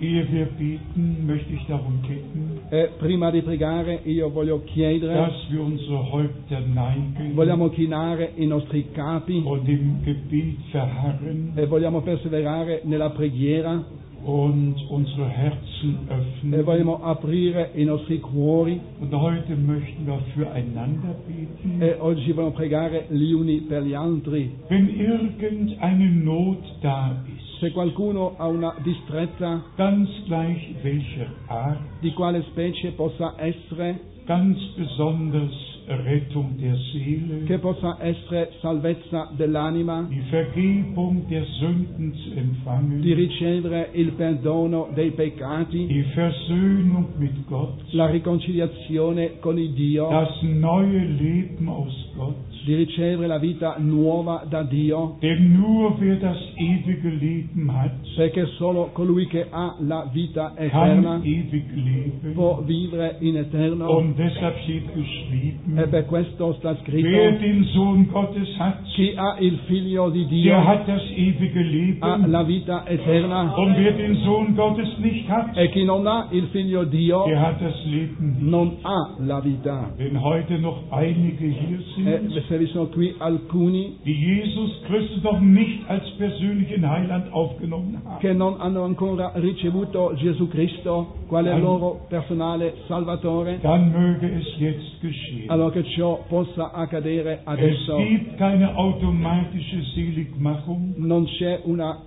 Speaker 1: Ehe wir beten, möchte ich darum bitten,
Speaker 2: E prima di pregare io voglio
Speaker 1: dass
Speaker 2: chiedere,
Speaker 1: wir unsere Häupter neigen
Speaker 2: vogliamo chinare i nostri capi
Speaker 1: und im Gebet verharren
Speaker 2: e vogliamo perseverare nella preghiera
Speaker 1: und unsere Herzen
Speaker 2: e
Speaker 1: öffnen.
Speaker 2: vogliamo aprire i nostri cuori
Speaker 1: Und heute möchten wir füreinander beten.
Speaker 2: e oggi vogliamo pregare gli uni per gli altri.
Speaker 1: Wenn irgendeine Not da
Speaker 2: Se
Speaker 1: ist,
Speaker 2: qualcuno ha una distretta
Speaker 1: ganz gleich welcher Art,
Speaker 2: di quale specie possa essere,
Speaker 1: ganz besonders Rettung der Seele,
Speaker 2: che possa essere salvezza dell'anima,
Speaker 1: die Vergebung der Sünden zu
Speaker 2: di
Speaker 1: empfangen,
Speaker 2: ricevere il perdono dei peccati,
Speaker 1: die Versöhnung mit Gott,
Speaker 2: la riconciliazione con il Dio,
Speaker 1: das neue Leben aus Gott.
Speaker 2: di ricevere la vita nuova da Dio,
Speaker 1: Denn nur wer das ewige Leben hat,
Speaker 2: perché solo colui che ha la vita eterna
Speaker 1: kann ewig leben.
Speaker 2: può vivere in eterno
Speaker 1: Und deshalb steht geschrieben,
Speaker 2: e per questo sta
Speaker 1: wer
Speaker 2: scritto
Speaker 1: den Sohn Gottes hat,
Speaker 2: chi ha il figlio di
Speaker 1: der
Speaker 2: Dio
Speaker 1: hat das ewige
Speaker 2: ha
Speaker 1: Leben.
Speaker 2: Ah, la vita eterna
Speaker 1: Und wer den Sohn Gottes nicht hat,
Speaker 2: e chi non ha il figlio Dio
Speaker 1: der hat das Leben nicht.
Speaker 2: non ha la vita.
Speaker 1: Wenn heute noch einige hier
Speaker 2: E
Speaker 1: sind,
Speaker 2: se vi sono qui alcuni
Speaker 1: die Jesus Christus noch nicht als persönlichen Heiland aufgenommen haben,
Speaker 2: che non hanno ancora ricevuto Gesù Cristo quale loro personale salvatore,
Speaker 1: dann möge es jetzt geschehen.
Speaker 2: allora che ciò possa accadere
Speaker 1: Es
Speaker 2: adesso.
Speaker 1: gibt keine automatische Seligmachung,
Speaker 2: non c'è una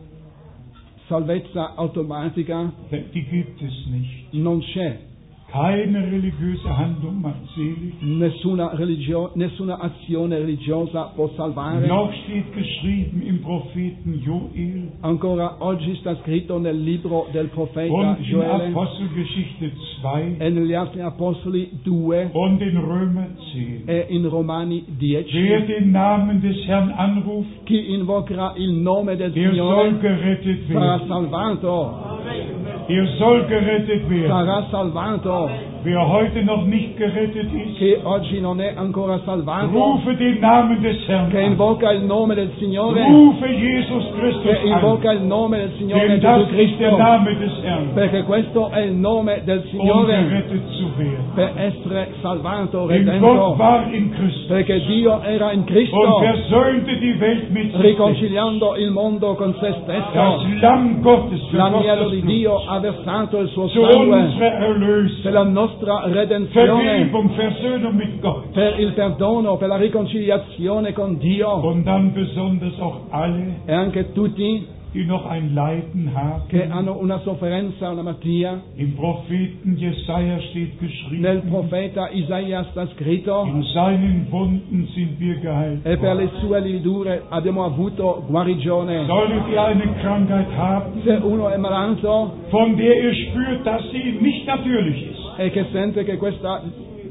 Speaker 2: salvezza automatica,
Speaker 1: die gibt es nicht.
Speaker 2: non c'è
Speaker 1: Keine religiöse Handlung macht selig.
Speaker 2: nessuna, religio- nessuna azione religiosa può salvare.
Speaker 1: Noch steht geschrieben im Propheten Joel
Speaker 2: Ancora oggi sta scritto nel libro del profeta
Speaker 1: und in
Speaker 2: Gioele
Speaker 1: Apostelgeschichte 2
Speaker 2: e negli altri Apostoli 2
Speaker 1: und in Römer 10.
Speaker 2: e in Romani
Speaker 1: Wer
Speaker 2: 10.
Speaker 1: den Namen des Herrn anruft,
Speaker 2: Chi invocherà il nome del
Speaker 1: der soll
Speaker 2: Signore
Speaker 1: gerettet
Speaker 2: sarà
Speaker 1: werden.
Speaker 2: salvato,
Speaker 1: Der soll gerettet werden.
Speaker 2: sarà salvato.
Speaker 1: Wer heute noch nicht gerettet ist,
Speaker 2: Chi oggi non è ancora salvato,
Speaker 1: rufe den Namen des Herrn
Speaker 2: che
Speaker 1: an.
Speaker 2: invoca il nome del Signore.
Speaker 1: Rufe Jesus
Speaker 2: che
Speaker 1: Christus an.
Speaker 2: invoca il nome del Signore
Speaker 1: Denn
Speaker 2: Gesù
Speaker 1: das ist der
Speaker 2: Cristo,
Speaker 1: Name des Herrn,
Speaker 2: perché questo è il nome del
Speaker 1: um
Speaker 2: Signore
Speaker 1: gerettet zu werden.
Speaker 2: per essere salvato,
Speaker 1: Denn Gott
Speaker 2: redento,
Speaker 1: war in Christus
Speaker 2: perché Dio era in
Speaker 1: und
Speaker 2: Cristo,
Speaker 1: versöhnte die Welt mit sich. selbst.
Speaker 2: riconciliando il mondo con se
Speaker 1: Das
Speaker 2: stesso.
Speaker 1: Lamm Gottes für
Speaker 2: L'agnello
Speaker 1: Gottes
Speaker 2: di
Speaker 1: Blut,
Speaker 2: Dio ha versato il suo
Speaker 1: zu
Speaker 2: sangue
Speaker 1: unserer
Speaker 2: per
Speaker 1: Erlösung,
Speaker 2: la nostra redenzione,
Speaker 1: Vergebung, Versöhnung mit Gott.
Speaker 2: per il perdono, per la riconciliazione con Dio.
Speaker 1: Und dann besonders auch alle,
Speaker 2: E anche tutti
Speaker 1: die noch ein Leiden
Speaker 2: che
Speaker 1: haben.
Speaker 2: hanno una sofferenza, una malattia,
Speaker 1: Im Propheten Jesaja steht geschrieben,
Speaker 2: nel profeta Isaia sta scritto,
Speaker 1: in seinen Wunden sind wir geheilt.
Speaker 2: e per le sue lidure abbiamo avuto guarigione.
Speaker 1: Solltet ihr eine Krankheit haben,
Speaker 2: Se uno è malato
Speaker 1: von der ihr spürt, dass sie nicht natürlich ist,
Speaker 2: e che sente che questa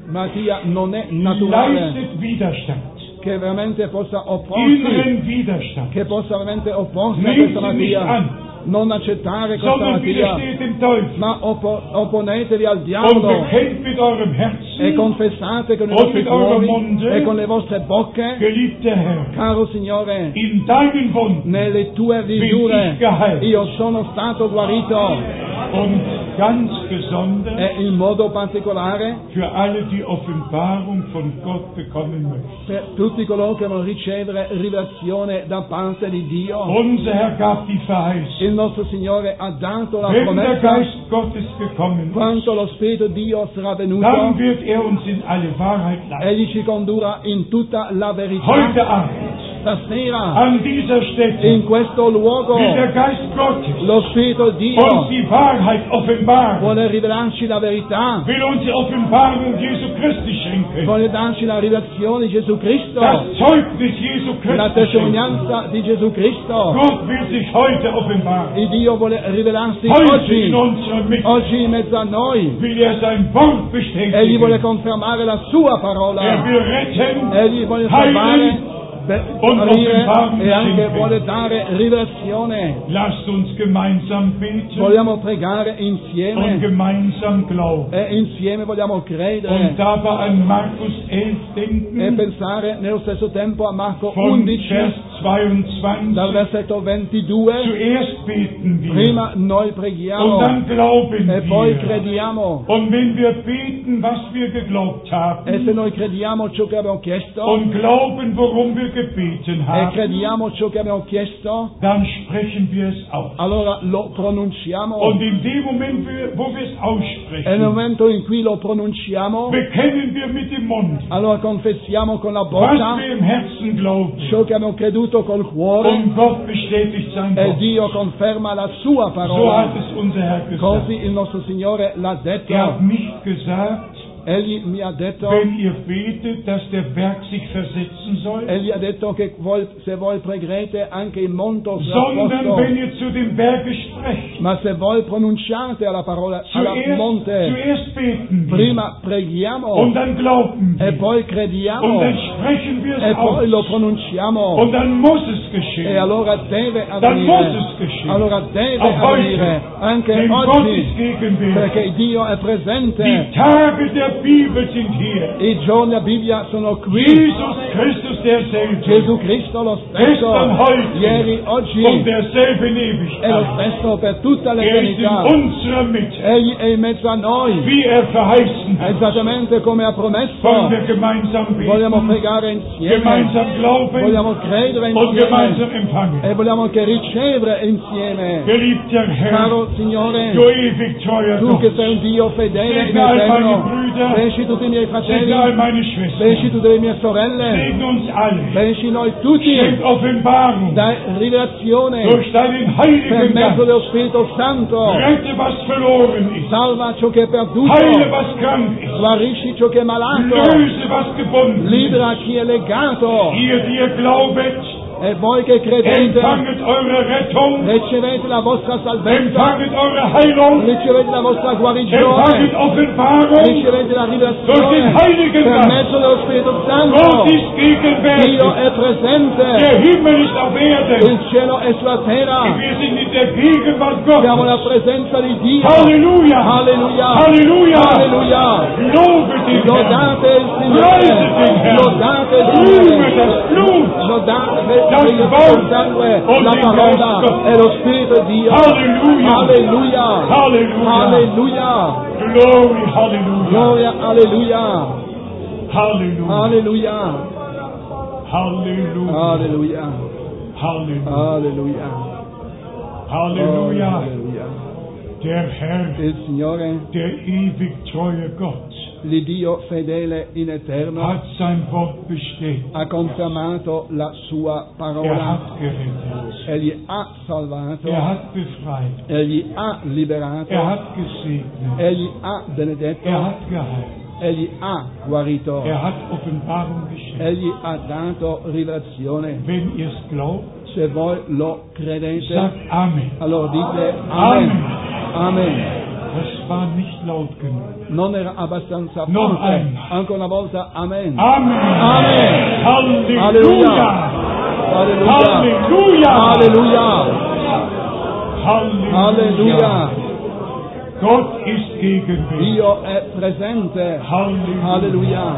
Speaker 2: malattia non è naturale, Oh,
Speaker 1: leistet Widerstand,
Speaker 2: che veramente possa opporsi,
Speaker 1: inneren Widerstand,
Speaker 2: che possa veramente opporsi a
Speaker 1: Niente,
Speaker 2: questa malattia,
Speaker 1: niente.
Speaker 2: non accettare questa
Speaker 1: sondern
Speaker 2: malattia,
Speaker 1: widersteht dem Teufel
Speaker 2: ma oppo- opponetevi al
Speaker 1: und
Speaker 2: diavolo
Speaker 1: bekennt mit eurem
Speaker 2: e
Speaker 1: Herzen,
Speaker 2: confessate con i
Speaker 1: Oggi
Speaker 2: vostri
Speaker 1: d'oro
Speaker 2: cuori
Speaker 1: mondo.
Speaker 2: e con le vostre bocche,
Speaker 1: geliebter Herr,
Speaker 2: caro Signore,
Speaker 1: in deinen Wunden
Speaker 2: nelle tue
Speaker 1: bin ich
Speaker 2: misure
Speaker 1: geheilt.
Speaker 2: io sono stato guarito.
Speaker 1: Und ganz besonders,
Speaker 2: è in modo particolare
Speaker 1: für alle, die Offenbarung von Gott bekommen möchten.
Speaker 2: per tutti coloro che vogliono ricevere rivelazione da parte di Dio.
Speaker 1: Unser Herr gab die Verheißung.
Speaker 2: Il nostro Signore ha dato la
Speaker 1: Wenn der
Speaker 2: promessa
Speaker 1: Geist Gottes gekommen ist,
Speaker 2: quanto lo Spirito Dio sarà
Speaker 1: dann
Speaker 2: venuto,
Speaker 1: wird er uns in alle Wahrheit leiten.
Speaker 2: egli ci condurrà in tutta la verità.
Speaker 1: Heute Abend
Speaker 2: questa sera,
Speaker 1: an dieser
Speaker 2: in
Speaker 1: Stätte,
Speaker 2: questo luogo,
Speaker 1: wie der Geist Gottes
Speaker 2: lo Spirito
Speaker 1: uns
Speaker 2: Dio
Speaker 1: die Wahrheit offenbart,
Speaker 2: vuole rivelarci la verità,
Speaker 1: will uns die Offenbarung Jesu Christi schenken,
Speaker 2: vuole darci la rivelazione di Gesù Cristo,
Speaker 1: das Zeugnis Jesu Christi
Speaker 2: la
Speaker 1: schenken.
Speaker 2: testimonianza di Gesù Cristo.
Speaker 1: Gott will sich heute offenbaren.
Speaker 2: Il Dio vuole rivelarsi
Speaker 1: Heute in
Speaker 2: oggi,
Speaker 1: unserer Mitte
Speaker 2: oggi in mezzo a noi.
Speaker 1: will er sein Wort
Speaker 2: Egli vuole
Speaker 1: bestätigen.
Speaker 2: confermare la sua
Speaker 1: Er
Speaker 2: parola.
Speaker 1: will retten,
Speaker 2: Egli vuole salvare, be- guarire e anche vuole dare rivelazione.
Speaker 1: Lasst uns gemeinsam beten
Speaker 2: Vogliamo pregare
Speaker 1: und
Speaker 2: insieme
Speaker 1: gemeinsam glauben.
Speaker 2: e insieme vogliamo
Speaker 1: Und
Speaker 2: credere
Speaker 1: dabei an Markus 11
Speaker 2: e
Speaker 1: denken,
Speaker 2: pensare nello stesso tempo a Marco
Speaker 1: von Vers
Speaker 2: 11
Speaker 1: 22.
Speaker 2: dal versetto 22.
Speaker 1: Zuerst beten wir
Speaker 2: Prima noi
Speaker 1: und
Speaker 2: preghiamo
Speaker 1: dann glauben
Speaker 2: e poi
Speaker 1: wir.
Speaker 2: crediamo.
Speaker 1: Und wenn wir beten, was wir geglaubt
Speaker 2: E se
Speaker 1: haben,
Speaker 2: noi crediamo ciò che abbiamo chiesto
Speaker 1: und glauben, worum wir gebeten
Speaker 2: e
Speaker 1: haben,
Speaker 2: crediamo ciò che abbiamo chiesto,
Speaker 1: dann sprechen wir es aus.
Speaker 2: allora lo pronunciamo.
Speaker 1: Und in dem Moment, wo wir es
Speaker 2: E nel
Speaker 1: aussprechen,
Speaker 2: momento in cui lo pronunciamo,
Speaker 1: bekennen wir mit dem Mund,
Speaker 2: allora confessiamo con la
Speaker 1: was
Speaker 2: bocca
Speaker 1: wir im Herzen glauben.
Speaker 2: ciò che abbiamo creduto col cuore
Speaker 1: Und Gott bestätigt sein
Speaker 2: e
Speaker 1: Wort.
Speaker 2: Dio conferma la sua
Speaker 1: So hat
Speaker 2: parola.
Speaker 1: es unser Herr gesagt.
Speaker 2: Così il nostro Signore l'ha
Speaker 1: Er hat
Speaker 2: detto.
Speaker 1: nicht gesagt,
Speaker 2: Egli mi ha detto,
Speaker 1: wenn ihr betet, dass der Berg sich versetzen soll,
Speaker 2: egli ha detto che voi- se voi pregherete anche il monte
Speaker 1: sondern
Speaker 2: sarà
Speaker 1: wenn ihr zu dem Berge sprecht.
Speaker 2: Ma se voi pronunciate alla parola alla
Speaker 1: Zuerst,
Speaker 2: monte,
Speaker 1: zuerst beten wir
Speaker 2: prima preghiamo
Speaker 1: und dann glauben
Speaker 2: e
Speaker 1: wir
Speaker 2: poi
Speaker 1: und
Speaker 2: crediamo
Speaker 1: dann sprechen wir
Speaker 2: e
Speaker 1: es
Speaker 2: poi lo
Speaker 1: aus
Speaker 2: pronunciamo
Speaker 1: und dann muss es
Speaker 2: e
Speaker 1: geschehen.
Speaker 2: allora deve
Speaker 1: Dann muss
Speaker 2: avvenire.
Speaker 1: es geschehen.
Speaker 2: Allora deve
Speaker 1: Auch
Speaker 2: avvenire
Speaker 1: heute,
Speaker 2: anche
Speaker 1: denn Gott ist
Speaker 2: oggi
Speaker 1: gegenwärtig.
Speaker 2: perché Dio è
Speaker 1: Die
Speaker 2: presente.
Speaker 1: Tage der Bibel sind hier.
Speaker 2: I giorni della Bibbia sono qui.
Speaker 1: Jesus Christus derselbe
Speaker 2: Gesù Cristo lo stesso,
Speaker 1: Gestern, heute
Speaker 2: ieri, oggi
Speaker 1: und
Speaker 2: è
Speaker 1: derselbe in
Speaker 2: lo
Speaker 1: Ewigkeit.
Speaker 2: stesso per tutta
Speaker 1: Er ist in
Speaker 2: l'eternità.
Speaker 1: unserer Mitte,
Speaker 2: Egli è in mezzo a noi,
Speaker 1: wie er verheißen hat.
Speaker 2: esattamente come ha
Speaker 1: Wollen
Speaker 2: promesso.
Speaker 1: wir gemeinsam
Speaker 2: Vogliamo
Speaker 1: beten,
Speaker 2: pregare insieme,
Speaker 1: gemeinsam glauben
Speaker 2: vogliamo credere
Speaker 1: und gemeinsam
Speaker 2: insieme
Speaker 1: empfangen.
Speaker 2: e vogliamo anche ricevere insieme.
Speaker 1: Geliebter Herr,
Speaker 2: Caro Signore,
Speaker 1: du ewig treuer
Speaker 2: tu che
Speaker 1: Gott,
Speaker 2: sei un Dio fedele e
Speaker 1: Segne all meine
Speaker 2: eterno,
Speaker 1: Brüder,
Speaker 2: benedici tutti i miei
Speaker 1: segne all
Speaker 2: fratelli,
Speaker 1: meine
Speaker 2: benedici
Speaker 1: Schwestern,
Speaker 2: tutte le mie sorelle,
Speaker 1: segne uns alle,
Speaker 2: benedici noi tutti,
Speaker 1: schenk Offenbarung
Speaker 2: dai rivelazione
Speaker 1: durch deinen
Speaker 2: per
Speaker 1: Heiligen
Speaker 2: mezzo
Speaker 1: Geist.
Speaker 2: dello Spirito Santo,
Speaker 1: Rette, was verloren ist,
Speaker 2: salva ciò che è
Speaker 1: heile,
Speaker 2: perduto,
Speaker 1: was krank ist,
Speaker 2: guarisci ciò che è malato,
Speaker 1: löse, was gebunden ist.
Speaker 2: libera chi è legato
Speaker 1: Ihr, die ihr glaubet,
Speaker 2: e voi che credete
Speaker 1: empfanget eure Rettung,
Speaker 2: ricevete la vostra salvezza.
Speaker 1: empfanget eure Heilung,
Speaker 2: ricevete la vostra
Speaker 1: empfanget
Speaker 2: guarigione,
Speaker 1: Offenbarung.
Speaker 2: ricevete la
Speaker 1: Durch den
Speaker 2: rivelazione
Speaker 1: Heiligen
Speaker 2: per
Speaker 1: Geist.
Speaker 2: mezzo dello Spirito Santo.
Speaker 1: Gott ist
Speaker 2: Dio
Speaker 1: gegenwärtig.
Speaker 2: è presente,
Speaker 1: Der Himmel ist auf Erden.
Speaker 2: il cielo è sulla terra,
Speaker 1: Wir sind in der Gegenwart
Speaker 2: siamo
Speaker 1: Gottes.
Speaker 2: la presenza di Dio.
Speaker 1: Halleluja!
Speaker 2: Alleluia,
Speaker 1: Halleluja!
Speaker 2: alleluia,
Speaker 1: Lobet den Herrn.
Speaker 2: lodate il
Speaker 1: Preiset den
Speaker 2: Signore, lodate il
Speaker 1: Herrn. Rühmet
Speaker 2: Signore.
Speaker 1: das Blut.
Speaker 2: Lodate il
Speaker 1: Das
Speaker 2: Signore,
Speaker 1: Wort
Speaker 2: sangue,
Speaker 1: und
Speaker 2: la
Speaker 1: den Geist
Speaker 2: parola
Speaker 1: Gottes.
Speaker 2: e lo Spirito di Dio.
Speaker 1: Halleluja!
Speaker 2: Alleluia,
Speaker 1: Halleluja!
Speaker 2: alleluia,
Speaker 1: Glory, Halleluja!
Speaker 2: gloria, alleluia,
Speaker 1: Halleluja!
Speaker 2: alleluia.
Speaker 1: Halleluja!
Speaker 2: Alleluia,
Speaker 1: Halleluja!
Speaker 2: alleluia,
Speaker 1: Halleluja!
Speaker 2: alleluia.
Speaker 1: Der Herr,
Speaker 2: Il Signore,
Speaker 1: der ewig treue Gott,
Speaker 2: l'Iddio fedele in eterno,
Speaker 1: hat sein Wort bestätigt.
Speaker 2: ha confermato la sua
Speaker 1: Er
Speaker 2: parola.
Speaker 1: hat gerettet.
Speaker 2: Egli ha
Speaker 1: Er
Speaker 2: salvato,
Speaker 1: hat befreit.
Speaker 2: egli ha
Speaker 1: Er
Speaker 2: liberato,
Speaker 1: hat gesegnet.
Speaker 2: egli ha
Speaker 1: Er
Speaker 2: benedetto,
Speaker 1: hat geheilt.
Speaker 2: egli ha guarito,
Speaker 1: Er hat Offenbarung geschenkt.
Speaker 2: egli ha dato rivelazione.
Speaker 1: Wenn ihr es glaubt,
Speaker 2: Se voi lo credete,
Speaker 1: sagt Amen.
Speaker 2: allora dite Amen.
Speaker 1: Amen.
Speaker 2: Amen.
Speaker 1: Das war nicht laut genug.
Speaker 2: Non era abbastanza
Speaker 1: No,
Speaker 2: forte.
Speaker 1: Amen.
Speaker 2: Ancora una volta,
Speaker 1: Amen.
Speaker 2: Amen. Amen.
Speaker 1: Halleluja.
Speaker 2: Alleluia.
Speaker 1: Halleluja.
Speaker 2: Alleluia.
Speaker 1: Halleluja.
Speaker 2: Alleluia.
Speaker 1: Gott ist gegenwärtig.
Speaker 2: Dio è presente.
Speaker 1: Halleluja.
Speaker 2: Alleluia.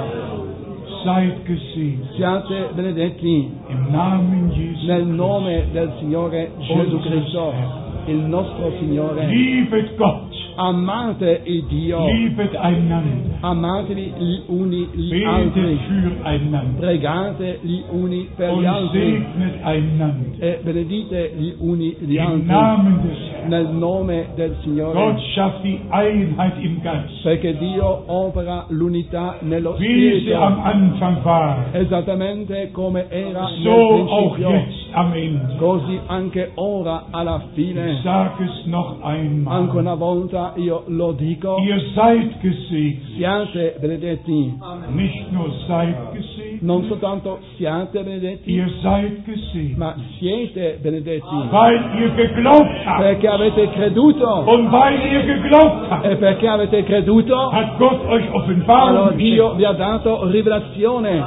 Speaker 1: Seid gesegnet.
Speaker 2: Siate benedetti
Speaker 1: Im Namen Jesu.
Speaker 2: nel
Speaker 1: Christi.
Speaker 2: nome del Signore Gesù
Speaker 1: unseres
Speaker 2: Cristo,
Speaker 1: Herrn.
Speaker 4: il nostro Signore.
Speaker 1: Liebet Gott,
Speaker 4: Amate il
Speaker 2: Oh.
Speaker 4: Dio,
Speaker 1: liebet einander,
Speaker 4: amatevi gli uni gli
Speaker 1: betet
Speaker 4: altri,
Speaker 1: füreinander
Speaker 4: pregate gli uni per gli
Speaker 1: und
Speaker 4: altri
Speaker 1: segnet einander.
Speaker 4: e benedite gli uni gli
Speaker 1: Im
Speaker 4: altri
Speaker 1: Namen des Herrn.
Speaker 4: nel nome del
Speaker 1: Gott
Speaker 4: Signore,
Speaker 1: schafft die Einheit im Geist,
Speaker 4: perché Dio opera l'unità nello
Speaker 1: wie sie am
Speaker 4: Spirito,
Speaker 1: Anfang war,
Speaker 4: esattamente come era nel
Speaker 1: so auch
Speaker 4: principio,
Speaker 1: jetzt am Ende.
Speaker 4: così anche ora alla
Speaker 1: Ich
Speaker 4: fine.
Speaker 1: sage es noch
Speaker 4: Ancora
Speaker 1: einmal.
Speaker 4: una volta io lo dico,
Speaker 1: Ihr seid gesegnet,
Speaker 4: siate benedetti,
Speaker 1: nicht nur seid gesegnet,
Speaker 4: non soltanto siate benedetti,
Speaker 1: ihr seid gesegnet,
Speaker 4: ma siete benedetti
Speaker 1: weil ihr geglaubt habt.
Speaker 4: perché avete creduto
Speaker 1: Und weil ihr geglaubt habt,
Speaker 4: e perché avete creduto
Speaker 1: hat Gott euch
Speaker 4: allora
Speaker 1: Offenbarung
Speaker 4: Dio
Speaker 1: geschenkt.
Speaker 4: vi ha dato rivelazione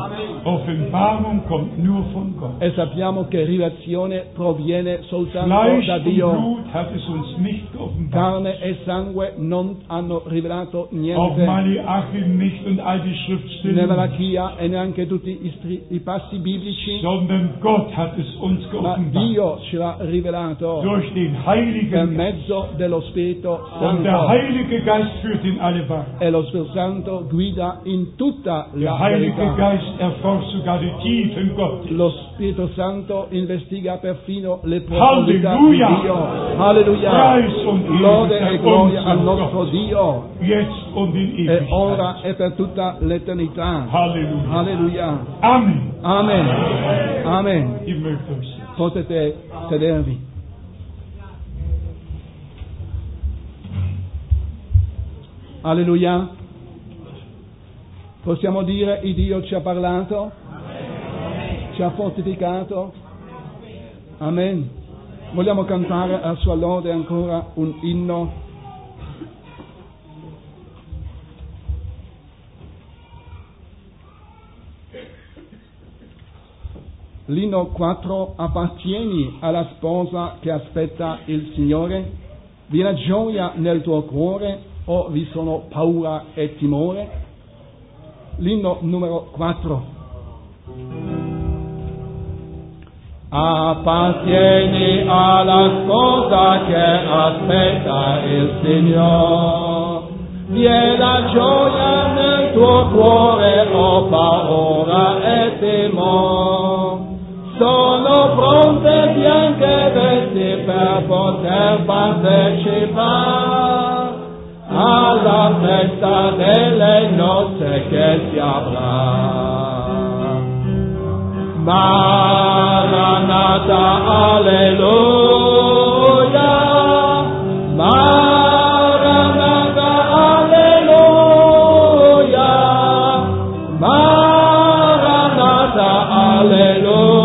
Speaker 1: Offenbarung kommt nur von Gott.
Speaker 4: e sappiamo che rivelazione proviene soltanto
Speaker 1: Fleisch
Speaker 4: da
Speaker 1: und
Speaker 4: Dio
Speaker 1: Blut hat es uns nicht geoffenbart.
Speaker 4: carne e sangue non hanno rivelato
Speaker 1: Auch
Speaker 4: niente
Speaker 1: Maliachim nicht und all die
Speaker 4: né
Speaker 1: Schriftstellen,
Speaker 4: Malachia e neanche tutti i, stri- i passi biblici
Speaker 1: sondern Gott hat es uns
Speaker 4: ma
Speaker 1: geoffenbart.
Speaker 4: Dio ce l'ha rivelato
Speaker 1: Durch den
Speaker 4: per
Speaker 1: Heiligen Geist.
Speaker 4: mezzo dello Spirito
Speaker 1: Und der
Speaker 4: Santo
Speaker 1: Heilige Geist führt in alle Wahrheit.
Speaker 4: e lo Spirito Santo guida in tutta la
Speaker 1: Der Heilige
Speaker 4: verità
Speaker 1: Geist erforscht sogar die Tiefen Gottes.
Speaker 4: Lo Spirito Santo investiga perfino le profondità di
Speaker 1: Alleluia!
Speaker 4: Dio. Alleluia!
Speaker 1: Preis und
Speaker 4: Lode
Speaker 1: Ehre
Speaker 4: e
Speaker 1: sei
Speaker 4: gloria al
Speaker 1: unserem
Speaker 4: nostro
Speaker 1: Gott,
Speaker 4: Dio,
Speaker 1: jetzt und in
Speaker 4: e ora
Speaker 1: Ewigkeit.
Speaker 4: e per tutta l'eternità.
Speaker 1: Halleluja.
Speaker 4: Alleluia!
Speaker 1: Amen.
Speaker 4: Amen! Amen!
Speaker 1: Ihr mögt euch sehen.
Speaker 4: Potete sedervi. Alleluia! Possiamo dire il Dio ci ha parlato? Ci ha fortificato? Amen. Vogliamo cantare a sua lode ancora un inno? L'inno 4 appartieni alla sposa che aspetta il Signore. Vi è la gioia nel tuo cuore o vi sono paura e timore? L'inno numero 4. Appartieni alla sposa che aspetta il Signore. Vi è la gioia nel tuo cuore, o paura e timore. Sono pronte bianche vesti per poter partecipare alla festa delle nozze che si avrà. Maranatha, alleluia. Maranatha, alleluia. Maranatha, alleluia.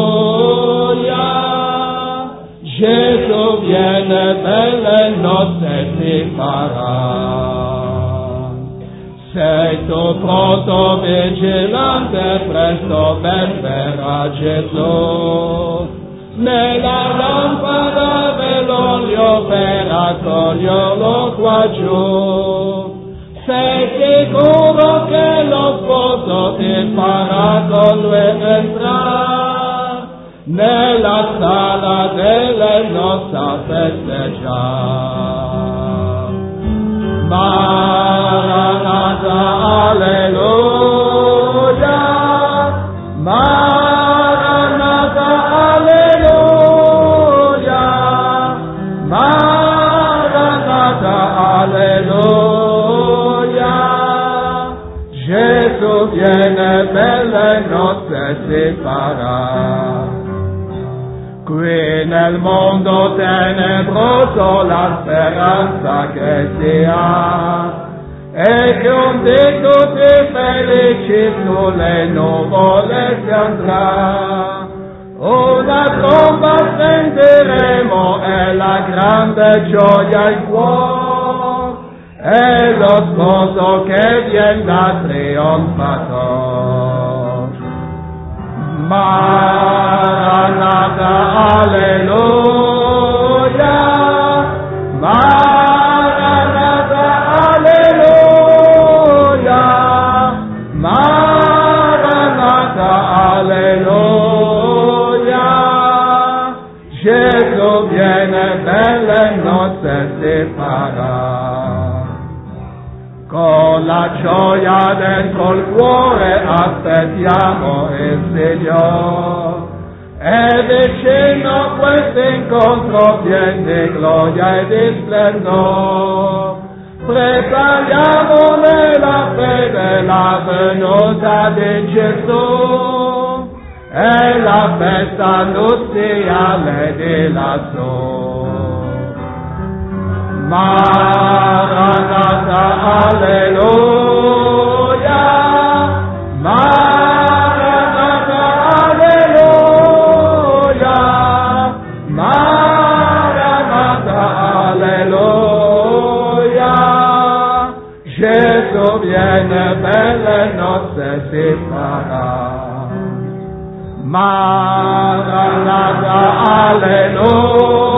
Speaker 4: Gesù viene per le nozze si farà. Sei tu pronto vigilante, presto verrà Gesù. Nella lampada dell'olio per accoglierlo qua giù. Sei sicuro che lo sposo ti farà con lui entrare nella sala delle nostre festeggiare. Maranatha, alleluia. Maranatha, alleluia. Maranatha, alleluia. Gesù viene per le nozze si farà. Qui nel mondo tenebroso la speranza che si ha e che un dì tutti felici sulle nuvole si andrà. Una tromba sentiremo e la grande gioia al cuore e lo sposo che viene da trionfatore. Maranatha, alleluia. Maranatha, alleluia. Maranatha, alleluia. Gesù questo viene e belle nozze si farà. Con la gioia dentro il cuore aspettiamo il Signore. E vicino questo incontro viene gloria ed il splendor. Prepariamo nella fede la venuta di Gesù. E la festa nuziale di lassù. Maranatha, alleluia. Maranatha, alleluia. Maranatha, alleluia. Gesù viene, belle nozze si farà. Maranatha, alleluia.